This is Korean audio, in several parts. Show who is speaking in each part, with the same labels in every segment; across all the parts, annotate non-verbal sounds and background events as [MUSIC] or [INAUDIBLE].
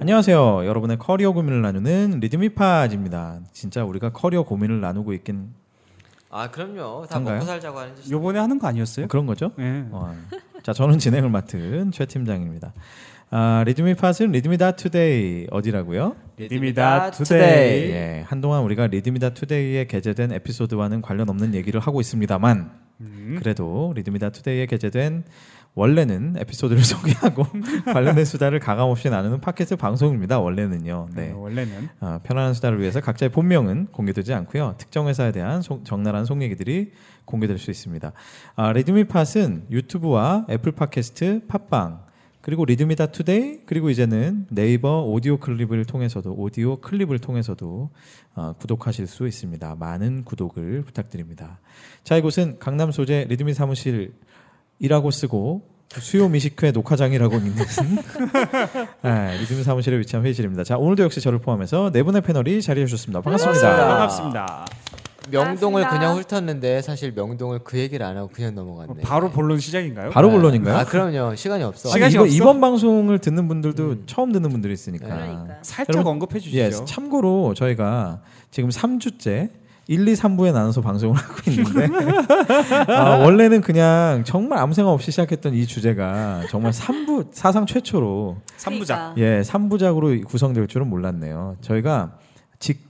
Speaker 1: 안녕하세요. 여러분의 커리어 고민을 나누는 리드미파즈입니다. 진짜 우리가 커리어 고민을 나누고 있긴
Speaker 2: 아 그럼요. 다
Speaker 1: 그런가요?
Speaker 2: 먹고 살자고 하는 짓.
Speaker 3: 요번에 하는 거 아니었어요?
Speaker 1: 그런 거죠?
Speaker 3: 예.
Speaker 1: 어, 자, 저는 [LAUGHS] 진행을 맡은 최 팀장입니다. 아, 리드미팟은 리드미다 투데이 어디라고요?
Speaker 3: 리듬이다
Speaker 2: 네.
Speaker 1: 예,
Speaker 3: 투데이.
Speaker 1: 예, 한동안 우리가 리드미다 투데이에 게재된 에피소드와는 관련 없는 얘기를 하고 있습니다만 그래도 리드미다 투데이에 게재된 원래는 에피소드를 [LAUGHS] 소개하고 관련된 수다를 가감없이 나누는 팟캐스트 방송입니다. 원래는요.
Speaker 3: 네.
Speaker 1: 네.
Speaker 3: 원래는
Speaker 1: 아, 편안한 수다를 위해서 각자의 본명은 공개되지 않고요. 특정 회사에 대한 속- 적나라한 속 얘기들이 공개될 수 있습니다. 아, 리드미팟은 유튜브와 애플 팟캐스트, 팟빵, 그리고 리드미다 투데이, 그리고 이제는 네이버 오디오 클립을 통해서도 오디오 클립을 통해서도 아, 구독하실 수 있습니다. 많은 구독을 부탁드립니다. 자, 이곳은 강남 소재 리드미 사무실 이라고 쓰고 수요 미식회 녹화장이라고 있는 [LAUGHS] 아, 리듬 사무실에 위치한 회의실입니다. 자 오늘도 역시 저를 포함해서 네 분의 패널이 자리해 주셨습니다. 반갑습니다.
Speaker 2: 반갑습니다.
Speaker 3: 반갑습니다.
Speaker 2: 명동을
Speaker 4: 맞습니다.
Speaker 2: 그냥 훑었는데 사실 명동을 그 얘기를 안 하고 그냥 넘어갔네.
Speaker 3: 바로 본론
Speaker 1: 아,
Speaker 3: 시작인가요?
Speaker 1: 바로
Speaker 2: 네.
Speaker 1: 본론인가요?
Speaker 2: 아 그럼요. 시간이 없어.
Speaker 3: 시간- 시간이
Speaker 1: 이거
Speaker 3: 없어?
Speaker 1: 이번 방송을 듣는 분들도 처음 듣는 분들이 있으니까.
Speaker 4: 그러니까요.
Speaker 3: 살짝
Speaker 1: 여러분,
Speaker 3: 언급해 주시죠.
Speaker 1: 예, 참고로 저희가 지금 3주째 1, 2, 3부에 나눠서 방송을 하고 있는데 [LAUGHS] 아, 원래는 그냥 정말 아무 생각 없이 시작했던 이 주제가 정말 3부 사상 최초로
Speaker 4: 아.
Speaker 3: 3부작.
Speaker 4: 그러니까.
Speaker 1: 예, 3부작으로 구성될 줄은 몰랐네요. 저희가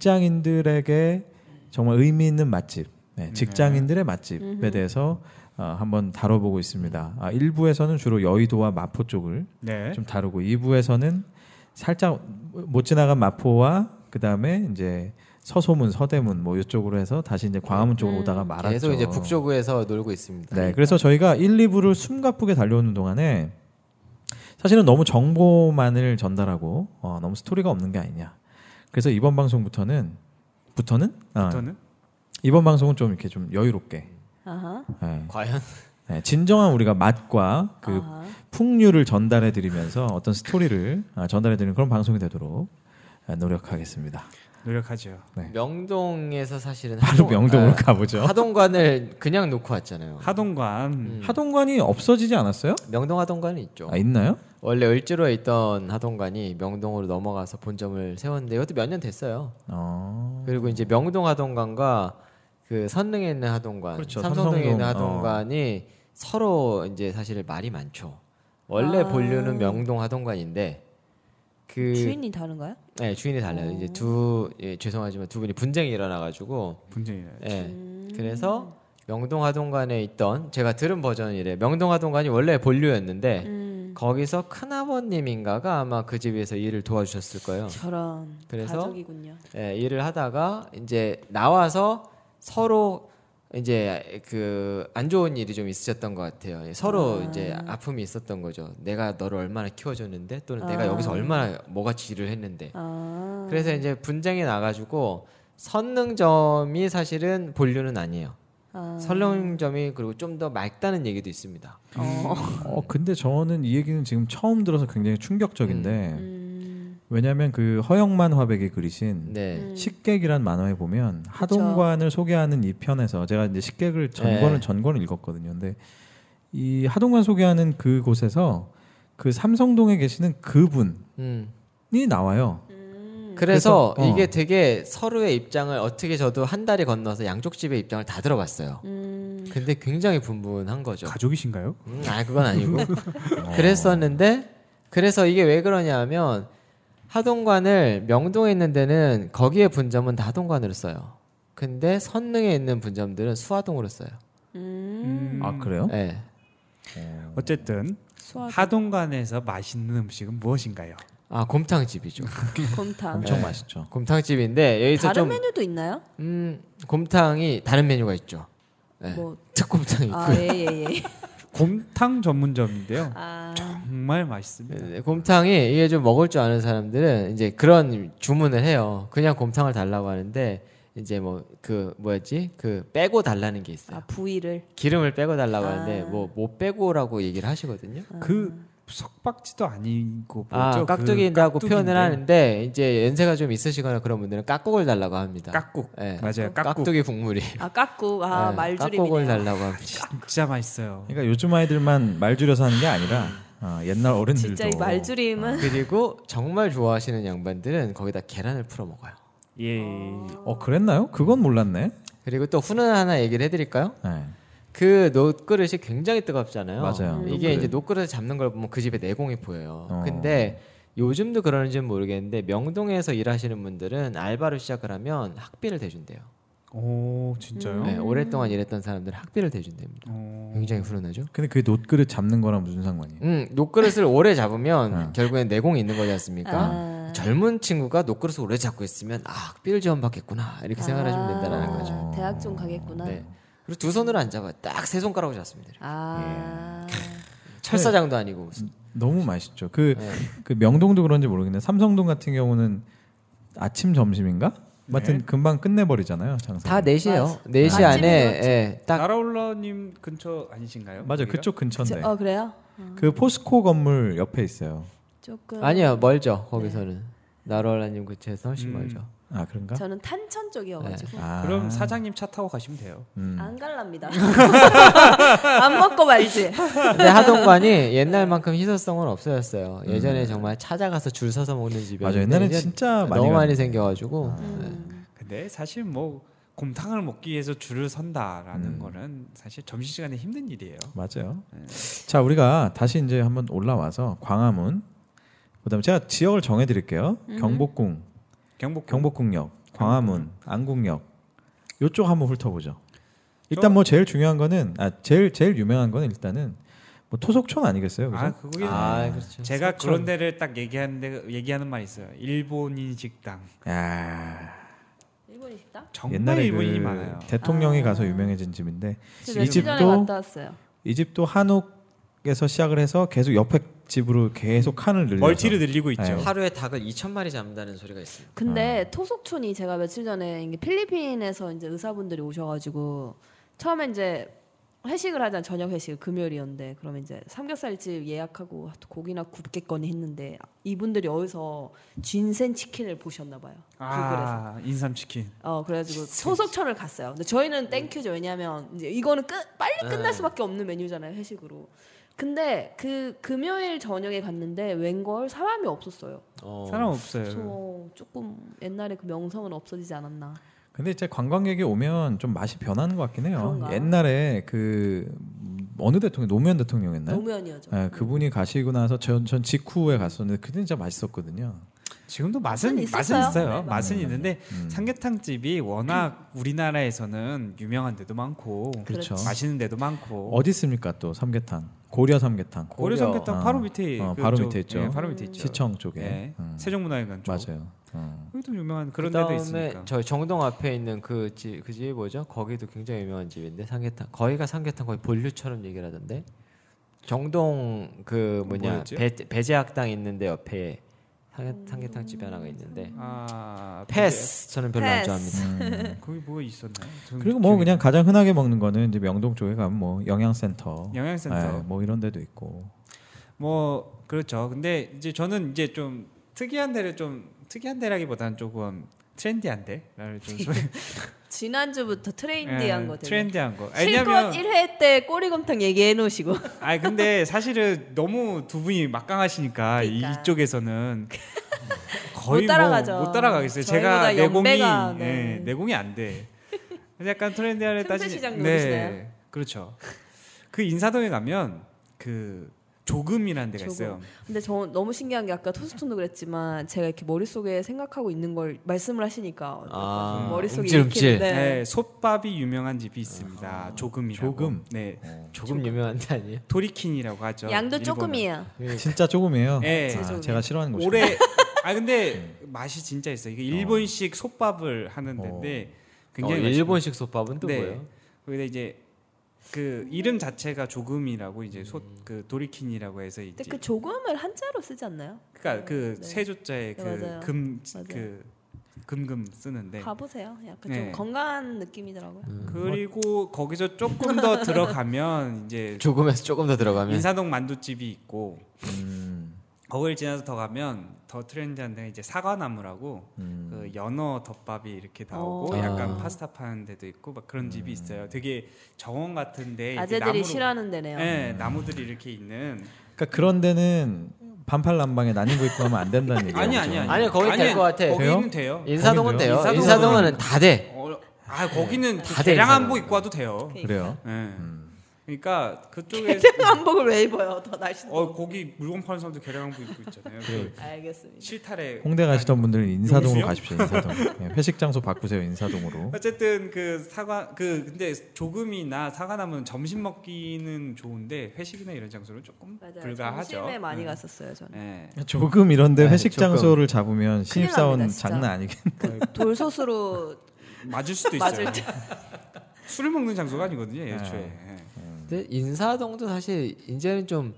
Speaker 1: 직장인들에게 정말 의미 있는 맛집, 네, 직장인들의 맛집에 대해서 어, 한번 다뤄보고 있습니다. 아, 1부에서는 주로 여의도와 마포 쪽을
Speaker 3: 네.
Speaker 1: 좀 다루고 2부에서는 살짝 못 지나간 마포와 그 다음에 이제 서소문, 서대문 뭐 이쪽으로 해서 다시 이제 광화문 쪽으로 오다가 말았죠.
Speaker 2: 음. 계속 이제 북쪽에서 놀고 있습니다.
Speaker 1: 네, 그래서 저희가 1, 2부를 숨가쁘게 달려오는 동안에 사실은 너무 정보만을 전달하고 어, 너무 스토리가 없는 게 아니냐. 그래서 이번 방송부터는 부터는 어,
Speaker 3: 부터는
Speaker 1: 이번 방송은 좀 이렇게 좀 여유롭게
Speaker 4: 아하.
Speaker 1: 예.
Speaker 2: 과연
Speaker 1: 예, 진정한 우리가 맛과 그
Speaker 4: 아하.
Speaker 1: 풍류를 전달해 드리면서 어떤 스토리를 아, 전달해 드리는 그런 방송이 되도록 아, 노력하겠습니다.
Speaker 3: 노력하죠.
Speaker 1: 네.
Speaker 2: 명동에서 사실은
Speaker 1: 바로
Speaker 2: 하동- 음.
Speaker 1: 명동으로
Speaker 2: 아,
Speaker 1: 가보죠.
Speaker 2: 하동관을 그냥
Speaker 1: 어.
Speaker 2: 놓고 왔잖아요.
Speaker 3: 하동관.
Speaker 1: 음. 하동관이 없어지지 않았어요?
Speaker 2: 명동 하동관이 있죠.
Speaker 1: 아 있나요?
Speaker 2: 원래 을지로에 있던 하동관이 명동으로 넘어가서 본점을 세웠는데 이것도 몇 년 됐어요.
Speaker 1: 어.
Speaker 2: 그리고 이제 명동 하동관과 그 선릉에 있는 하동관,
Speaker 1: 그렇죠.
Speaker 2: 삼성동에
Speaker 1: 삼성동,
Speaker 2: 있는 하동관이 서로 이제 사실 말이 많죠. 원래
Speaker 4: 아.
Speaker 2: 본류는 명동 하동관인데 그
Speaker 4: 주인이 어. 다른가요?
Speaker 2: 네, 주인이 달라요. 이제 두 예, 죄송하지만 두 분이 분쟁이 일어나가지고
Speaker 3: 분쟁이네.
Speaker 2: 예,
Speaker 4: 음.
Speaker 2: 그래서 명동 하동관에 있던 제가 들은 버전이래. 명동 하동관이 원래 본류였는데
Speaker 4: 음,
Speaker 2: 거기서 큰아버님인가가 아마 그 집에서 일을 도와주셨을 거예요.
Speaker 4: 저런
Speaker 2: 그래서
Speaker 4: 가족이군요.
Speaker 2: 예, 일을 하다가 이제 나와서 서로 이제 그 안 좋은 일이 좀 있으셨던 것 같아요. 예, 서로
Speaker 4: 아.
Speaker 2: 이제 아픔이 있었던 거죠. 내가 너를 얼마나 키워줬는데 또는
Speaker 4: 아.
Speaker 2: 내가 여기서 얼마나 뭐같이 일을 했는데.
Speaker 4: 아,
Speaker 2: 그래서 이제 분쟁이 나가지고 선릉점이 사실은 본류는 아니에요.
Speaker 4: 아.
Speaker 2: 선릉점이 그리고 좀 더 맑다는 얘기도 있습니다.
Speaker 4: 어.
Speaker 2: 네.
Speaker 1: 어 근데 저는 이 얘기는 지금 처음 들어서 굉장히 충격적인데
Speaker 4: 음,
Speaker 1: 왜냐하면 그 허영만 화백이 그리신
Speaker 2: 네.
Speaker 4: 음.
Speaker 1: 식객이란 만화에 보면 하동관을 소개하는 이 편에서 제가 이제 식객을 전권을
Speaker 2: 네.
Speaker 1: 전권을 읽었거든요. 근데 이 하동관 소개하는 그곳에서 그 삼성동에 계시는 그분이
Speaker 2: 음.
Speaker 1: 나와요.
Speaker 2: 그래서,
Speaker 4: 음.
Speaker 1: 그래서, 어.
Speaker 2: 이게 되게 서로의 입장을 어떻게 저도 한 달이 건너서 양쪽 집의 입장을 다 들어봤어요.
Speaker 4: 음,
Speaker 2: 근데 굉장히 분분한 거죠.
Speaker 1: 그렇죠.
Speaker 3: 가족이신가요?
Speaker 2: 음, 아 그건 아니고
Speaker 1: 어.
Speaker 2: 그랬었는데 그래서 이게 왜 그러냐면 하동관을 명동에 있는 데는 거기에 분점은 다 하동관으로 써요. 근데 선릉에 있는 분점들은 수화동으로 써요.
Speaker 4: 음,
Speaker 1: 아 그래요?
Speaker 2: 네. 음.
Speaker 3: 어쨌든
Speaker 4: 수학
Speaker 3: 하동관에서 맛있는 음식은 무엇인가요?
Speaker 2: 아 곰탕집이죠.
Speaker 4: 곰탕.
Speaker 2: 네.
Speaker 4: 네.
Speaker 1: 엄청 맛있죠.
Speaker 2: 곰탕집인데 여기서
Speaker 4: 다른
Speaker 2: 좀
Speaker 4: 메뉴도 있나요?
Speaker 2: 음, 곰탕이 다른 메뉴가 있죠. 네.
Speaker 4: 뭐,
Speaker 2: 특곰탕이 [LAUGHS] 있고.
Speaker 4: 아, 예, 예,
Speaker 2: [LAUGHS]
Speaker 4: 예.
Speaker 3: 곰탕 전문점인데요.
Speaker 4: 아,
Speaker 3: 정말 맛있습니다.
Speaker 2: 네, 곰탕이 이게 좀 먹을 줄 아는 사람들은 이제 그런 주문을 해요. 그냥 곰탕을 달라고 하는데 이제 뭐 그 뭐였지 그 빼고 달라는 게 있어요.
Speaker 4: 아 부위를.
Speaker 2: 기름을 빼고 달라고
Speaker 4: 아.
Speaker 2: 하는데 뭐 못 빼고라고 얘기를 하시거든요.
Speaker 3: 그 석박지도 아니고
Speaker 2: 아
Speaker 3: 뭐죠? 그
Speaker 2: 깍두기라고
Speaker 3: 깍두기인데.
Speaker 2: 표현을 하는데 이제 연세가 좀 있으시거나 그런 분들은 깍국을 달라고 합니다.
Speaker 3: 깍국.
Speaker 1: 네.
Speaker 2: 예.
Speaker 3: 맞아요. 깍국.
Speaker 2: 깍두기 국물이
Speaker 4: 아 깍국. 아
Speaker 2: 예,
Speaker 4: 말주림이네요.
Speaker 3: [LAUGHS]
Speaker 2: 깍국을 달라고 합니다.
Speaker 3: 진짜 맛있어요.
Speaker 1: 그러니까 요즘 아이들만 말 줄여서 하는 게 아니라 아, 옛날 어른들도
Speaker 4: 진짜 이 말줄임은
Speaker 2: 그리고 정말 좋아하시는 양반들은 거기다 계란을 풀어 먹어요.
Speaker 3: 예.
Speaker 1: 어 그랬나요? 그건 몰랐네.
Speaker 2: 그리고 또 훈훈 하나 얘기를 해드릴까요?
Speaker 1: 네.
Speaker 2: 그 노그릇이 굉장히 뜨겁잖아요.
Speaker 1: 맞아요.
Speaker 4: 음.
Speaker 2: 이게
Speaker 1: 노그릇.
Speaker 2: 이제 노그릇을 잡는 걸 보면 그 집의 내공이 보여요.
Speaker 1: 어.
Speaker 2: 근데 요즘도 그러는지는 모르겠는데 명동에서 일하시는 분들은 알바로 시작을 하면 학비를 대준대요.
Speaker 3: 오
Speaker 4: 음.
Speaker 3: 진짜요?
Speaker 2: 네, 오랫동안 일했던 사람들은 학비를 대준답니다.
Speaker 3: 어.
Speaker 2: 굉장히 훈훈하죠.
Speaker 1: 근데 그게 놋그릇 잡는 거랑 무슨 상관이에요?
Speaker 2: 음, 노그릇을 오래 잡으면
Speaker 1: 어.
Speaker 2: 결국엔 내공이 있는 거지 않습니까?
Speaker 4: 아.
Speaker 2: 젊은 친구가 노그릇을 오래 잡고 있으면 아 학비를 지원받겠구나 이렇게 생각을 하시면 된다는 거죠.
Speaker 4: 아, 대학 좀 가겠구나.
Speaker 2: 아. 네. 그리고 두 손으로 안 잡아. 딱 세 손가락으로 잡습니다. 이렇게.
Speaker 4: 아.
Speaker 2: 예. [LAUGHS]
Speaker 1: 네.
Speaker 2: 철사장도 아니고 무슨.
Speaker 1: 너무 맛있죠. 그,
Speaker 2: 네.
Speaker 1: 그 명동도 그런지 모르겠는데 삼성동 같은 경우는 아침 점심인가?
Speaker 2: 네.
Speaker 1: 하여튼 금방 끝내버리잖아요. 장사.
Speaker 2: 다 4시에요.
Speaker 4: 맞아.
Speaker 2: 4시
Speaker 4: 아.
Speaker 2: 안에
Speaker 4: 아침이죠,
Speaker 2: 예, 딱
Speaker 3: 나라올라님 근처 아니신가요?
Speaker 1: 맞아
Speaker 3: 거기가?
Speaker 1: 그쪽
Speaker 2: 네.
Speaker 1: 근처인데
Speaker 4: 어 그래요?
Speaker 1: 그 포스코 건물 옆에 있어요.
Speaker 4: 조금
Speaker 2: 아니요. 멀죠. 거기서는. 나로알라님 근처에서 훨씬
Speaker 3: 음.
Speaker 2: 멀죠.
Speaker 1: 아 그런가?
Speaker 4: 저는 탄천 쪽이어가지고
Speaker 1: 아,
Speaker 3: 그럼 사장님 차 타고 가시면 돼요.
Speaker 1: 음.
Speaker 4: 안 갈랍니다. [LAUGHS] 안 먹고 말지.
Speaker 1: 네.
Speaker 2: 근데 하동관이 옛날만큼 희소성은 없어졌어요. 예전에 정말 찾아가서 줄 서서 먹는 집이
Speaker 1: 음. 맞아 옛날엔 진짜 많이
Speaker 2: 너무 많이
Speaker 1: 갔는데. 아.
Speaker 2: 생겨가지고 네.
Speaker 4: 음.
Speaker 3: 근데 사실 뭐 곰탕을 먹기 위해서 줄을 선다라는 거는 사실 점심 시간에 힘든 일이에요.
Speaker 1: 맞아요.
Speaker 3: 네.
Speaker 1: 자 우리가 다시 이제 한번 올라와서 광화문 그다음에 제가 지역을 정해드릴게요.
Speaker 3: 음.
Speaker 1: 경복궁,
Speaker 3: 경복
Speaker 1: 경복궁역, 광화문, 안국역 요쪽 한번 훑어보죠. 일단 뭐 제일 중요한 거는 아 제일 제일 유명한 거는 일단은 뭐 토속촌 아니겠어요? 그죠?
Speaker 3: 아 그게
Speaker 2: 아, 그렇죠.
Speaker 3: 제가
Speaker 2: 서촌.
Speaker 3: 그런 데를 딱 얘기하는데 얘기하는 말이 있어요. 일본인 식당.
Speaker 1: 야,
Speaker 4: 일본 식당?
Speaker 3: 아, 정말 일본인이
Speaker 1: 그
Speaker 3: 많아요.
Speaker 1: 대통령이
Speaker 4: 아.
Speaker 1: 가서 유명해진 집인데
Speaker 4: 저
Speaker 1: 이
Speaker 4: 며칠 전에
Speaker 1: 집도
Speaker 4: 갔다 왔어요.
Speaker 1: 이 집도 한옥에서 시작을 해서 계속 옆에 집으로 계속 칸을 늘려서
Speaker 3: 멀티를 늘리고 있죠.
Speaker 1: 네.
Speaker 2: 하루에 닭을 2천 마리 잡는다는 소리가 있어요.
Speaker 4: 근데
Speaker 1: 아.
Speaker 4: 토속촌이 제가 며칠 전에 이게 필리핀에서 이제 의사분들이 오셔가지고 처음에 이제 회식을 하자 저녁 회식 금요일이었는데 그러면 이제 삼겹살집 예약하고 고기나 굽겠거니 했는데 이분들이 어디서 쥔센 치킨을 보셨나 봐요. 구글에서.
Speaker 3: 아 인삼 치킨.
Speaker 4: 어 그래가지고 토속촌을 갔어요. 근데 저희는 땡큐죠. 왜냐하면 이제 이거는 끝 빨리
Speaker 3: 네.
Speaker 4: 끝날 수밖에 없는 메뉴잖아요 회식으로. 근데 그 금요일 저녁에 갔는데 웬걸 사람이 없었어요.
Speaker 2: 어.
Speaker 3: 사람 없어요.
Speaker 4: 그래서 조금 옛날에 그 명성은 없어지지 않았나.
Speaker 1: 근데 이제 관광객이 오면 좀 맛이 변하는 것 같긴 해요.
Speaker 4: 그런가?
Speaker 1: 옛날에 그 음, 어느 대통령 노무현
Speaker 3: 네.
Speaker 1: 대통령이었나요?
Speaker 4: 노무현이었죠.
Speaker 1: 예, 그분이 가시고 나서 전, 전 직후에 갔었는데 그때 진짜 맛있었거든요.
Speaker 3: 지금도 맛은
Speaker 4: 맛은
Speaker 3: 맛은
Speaker 4: 있었어요.
Speaker 3: 있어요.
Speaker 4: 네,
Speaker 3: 맛은
Speaker 1: 맞아요.
Speaker 3: 있는데
Speaker 1: 음.
Speaker 3: 삼계탕 집이 워낙 우리나라에서는 유명한 데도 많고
Speaker 1: 그렇죠.
Speaker 3: 맛있는 데도 많고
Speaker 1: 어디 있습니까 또 삼계탕? 고려 삼계탕.
Speaker 3: 고려
Speaker 1: 어.
Speaker 3: 삼계탕 바로 밑에
Speaker 1: 어,
Speaker 3: 그
Speaker 1: 바로
Speaker 3: 쪽-
Speaker 1: 밑에 있죠.
Speaker 3: 예, 바로 밑에 있죠.
Speaker 1: 시청 쪽에.
Speaker 3: 예,
Speaker 1: 음,
Speaker 3: 세종문화회관 쪽.
Speaker 1: 맞아요. 어.
Speaker 3: 거기도 유명한 그런 데도
Speaker 2: 그다음에
Speaker 3: 있으니까.
Speaker 2: 저 정동 앞에 있는 그 집 그 집이 뭐죠? 거기도 굉장히 유명한 집인데 삼계탕 거기가 삼계탕 거의 본류처럼 얘기를 하던데 정동 그 뭐냐
Speaker 3: 뭐였지?
Speaker 2: 배, 배제학당 있는데 옆에
Speaker 4: 음.
Speaker 2: 삼계, 삼계탕 집이 하나가 있는데
Speaker 3: 아
Speaker 2: 패스 저는 별로 안
Speaker 4: 패스.
Speaker 2: 좋아합니다.
Speaker 1: 음.
Speaker 3: 근데 거기 뭐 있었나요? 저는
Speaker 1: 그리고 뭐
Speaker 3: 기억이
Speaker 1: 그냥 가장 흔하게 먹는 거는 이제 명동 쪽에 가면 뭐 영양센터,
Speaker 3: 영양센터.
Speaker 1: 예, 뭐 이런 데도 있고.
Speaker 3: 뭐 그렇죠. 근데 이제 저는 이제 좀 특이한 데를 좀 특이한 데라기보다는 조금 트렌디한 데를 좀 소개-
Speaker 4: 지난주부터 [LAUGHS] 트렌디한
Speaker 3: 예,
Speaker 4: 거 되게.
Speaker 3: 트렌디한 거. 아니,
Speaker 4: 실컷
Speaker 3: 왜냐면
Speaker 4: 1회 때 꼬리곰탕 얘기해 놓으시고
Speaker 3: 아 근데 사실은 너무 두 분이 막강하시니까
Speaker 4: 그러니까.
Speaker 3: 이쪽에서는 거의
Speaker 4: 못 따라가죠.
Speaker 3: 뭐, 못 따라가겠어요.
Speaker 4: 저희보다
Speaker 3: 제가 내공이
Speaker 4: 연배가,
Speaker 3: 예,
Speaker 4: 네.
Speaker 3: 내공이 안 돼. 그래서 약간 트렌디한을
Speaker 4: 틈새
Speaker 3: 따지
Speaker 4: 시장
Speaker 3: 네.
Speaker 4: 누르시나요?
Speaker 3: 그렇죠. 그 인사동에 가면 그 조금이라는 데가 있어요.
Speaker 4: [LAUGHS] 근데 저 너무 신기한 게 아까 토스톤도 그랬지만 제가 이렇게 머릿속에 생각하고 있는 걸 말씀을 하시니까
Speaker 2: 아,
Speaker 3: 음,
Speaker 4: 머릿속에
Speaker 2: 움찔움찔.
Speaker 4: 이렇게,
Speaker 3: 네.
Speaker 4: 네.
Speaker 3: 솥밥이 유명한 집이 있습니다. 조금이라고.
Speaker 1: 조금?
Speaker 3: 네. [LAUGHS]
Speaker 2: 조금 유명한 데 아니에요?
Speaker 3: 도리킨이라고 하죠.
Speaker 4: 양도
Speaker 3: 일본어.
Speaker 4: 조금이에요.
Speaker 1: 진짜 조금이에요.
Speaker 3: 예.
Speaker 1: 아, 제가 싫어하는 곳이
Speaker 3: 올해
Speaker 2: [LAUGHS]
Speaker 3: 아 근데
Speaker 2: 음.
Speaker 3: 맛이 진짜 있어요. 이게 일본식 솥밥을 하는 데인데 굉장히
Speaker 2: 어,
Speaker 3: 맛있고.
Speaker 2: 일본식 솥밥은 또
Speaker 3: 네.
Speaker 2: 뭐예요?
Speaker 3: 거기다 이제 그 이름 자체가 조금이라고
Speaker 2: 음.
Speaker 3: 이제 솥그 도리킨이라고 해서 이제
Speaker 4: 근데 그 조금을 한자로 쓰지 않나요?
Speaker 3: 그러니까 그
Speaker 4: 네.
Speaker 3: 세조자의
Speaker 4: 네, 맞아요. 맞아요.
Speaker 3: 그금그 금금 쓰는데
Speaker 4: 가보세요. 약간
Speaker 3: 네.
Speaker 4: 좀 건강한 느낌이더라고요.
Speaker 2: 음.
Speaker 3: 그리고 거기서 조금 더 들어가면 이제
Speaker 2: 조금에서 음. 조금 더 들어가면
Speaker 3: 인사동 만두집이 있고 거기를 지나서 더 가면 더 트렌디한 데는 이제 사과나무라고
Speaker 1: 음.
Speaker 3: 그 연어 덮밥이 이렇게 나오고
Speaker 2: 어.
Speaker 3: 약간
Speaker 2: 아. 음.
Speaker 3: 파스타 파는 데도 있고 막 그런 집이 있어요. 되게 정원 같은데 네, 이제
Speaker 4: 아재들이
Speaker 3: 나무로-
Speaker 4: 싫어하는 데네요. [LAUGHS]
Speaker 3: 네, 나무들이 이렇게 있는.
Speaker 1: 그러니까 그런 데는 반팔난방에 나뉘고 있고 하면 안 된다는 얘기예요.
Speaker 3: 아니
Speaker 1: 그죠?
Speaker 3: 아니 아니.
Speaker 2: 아니, 거기 될것 같아.
Speaker 3: 거기는 돼요.
Speaker 2: 인사동은
Speaker 1: 거긴
Speaker 2: 돼요. 예.
Speaker 3: 돼요?
Speaker 2: 인사동은,
Speaker 3: 인사동은
Speaker 2: 다 돼.
Speaker 3: 어, 아 거기는
Speaker 2: 다
Speaker 3: 대량
Speaker 2: 돼요.
Speaker 3: 한복 입고 와도 돼요.
Speaker 4: 오케이.
Speaker 1: 그래요.
Speaker 3: 예.
Speaker 1: 음.
Speaker 3: 그러니까
Speaker 4: [LAUGHS]
Speaker 3: 그쪽에
Speaker 4: 한복을 왜 입어요? 더 날씬해.
Speaker 3: 어 거기 물건 파는 사람도 계량 한복 입고 있잖아요. 그
Speaker 4: 알겠습니다.
Speaker 3: 실타래.
Speaker 1: 홍대 가시던 분들은 인사동으로
Speaker 3: 용수요?
Speaker 1: 가십시오. 인사동. 예, 회식 장소 바꾸세요. 인사동으로.
Speaker 3: 어쨌든 그 사과 그 근데 조금이나 사과나무는 점심 먹기는 좋은데 회식이나 이런 장소는 조금
Speaker 4: 맞아요.
Speaker 3: 불가하죠.
Speaker 4: 점심에 많이
Speaker 3: 예.
Speaker 4: 갔었어요 저는.
Speaker 3: 예.
Speaker 1: 조금 이런데
Speaker 2: 네,
Speaker 1: 회식
Speaker 2: 조금.
Speaker 1: 장소를 잡으면 신입사원
Speaker 4: 납니다, 진짜.
Speaker 1: 장난 아니겠.
Speaker 4: 돌솥으로
Speaker 3: 맞을 수도 있어요.
Speaker 4: [LAUGHS] 맞을 때
Speaker 3: 술을 먹는 장소가 아니거든요, 애초에.
Speaker 2: 네.
Speaker 3: 예.
Speaker 2: 근데 인사동도 사실 이제는 좀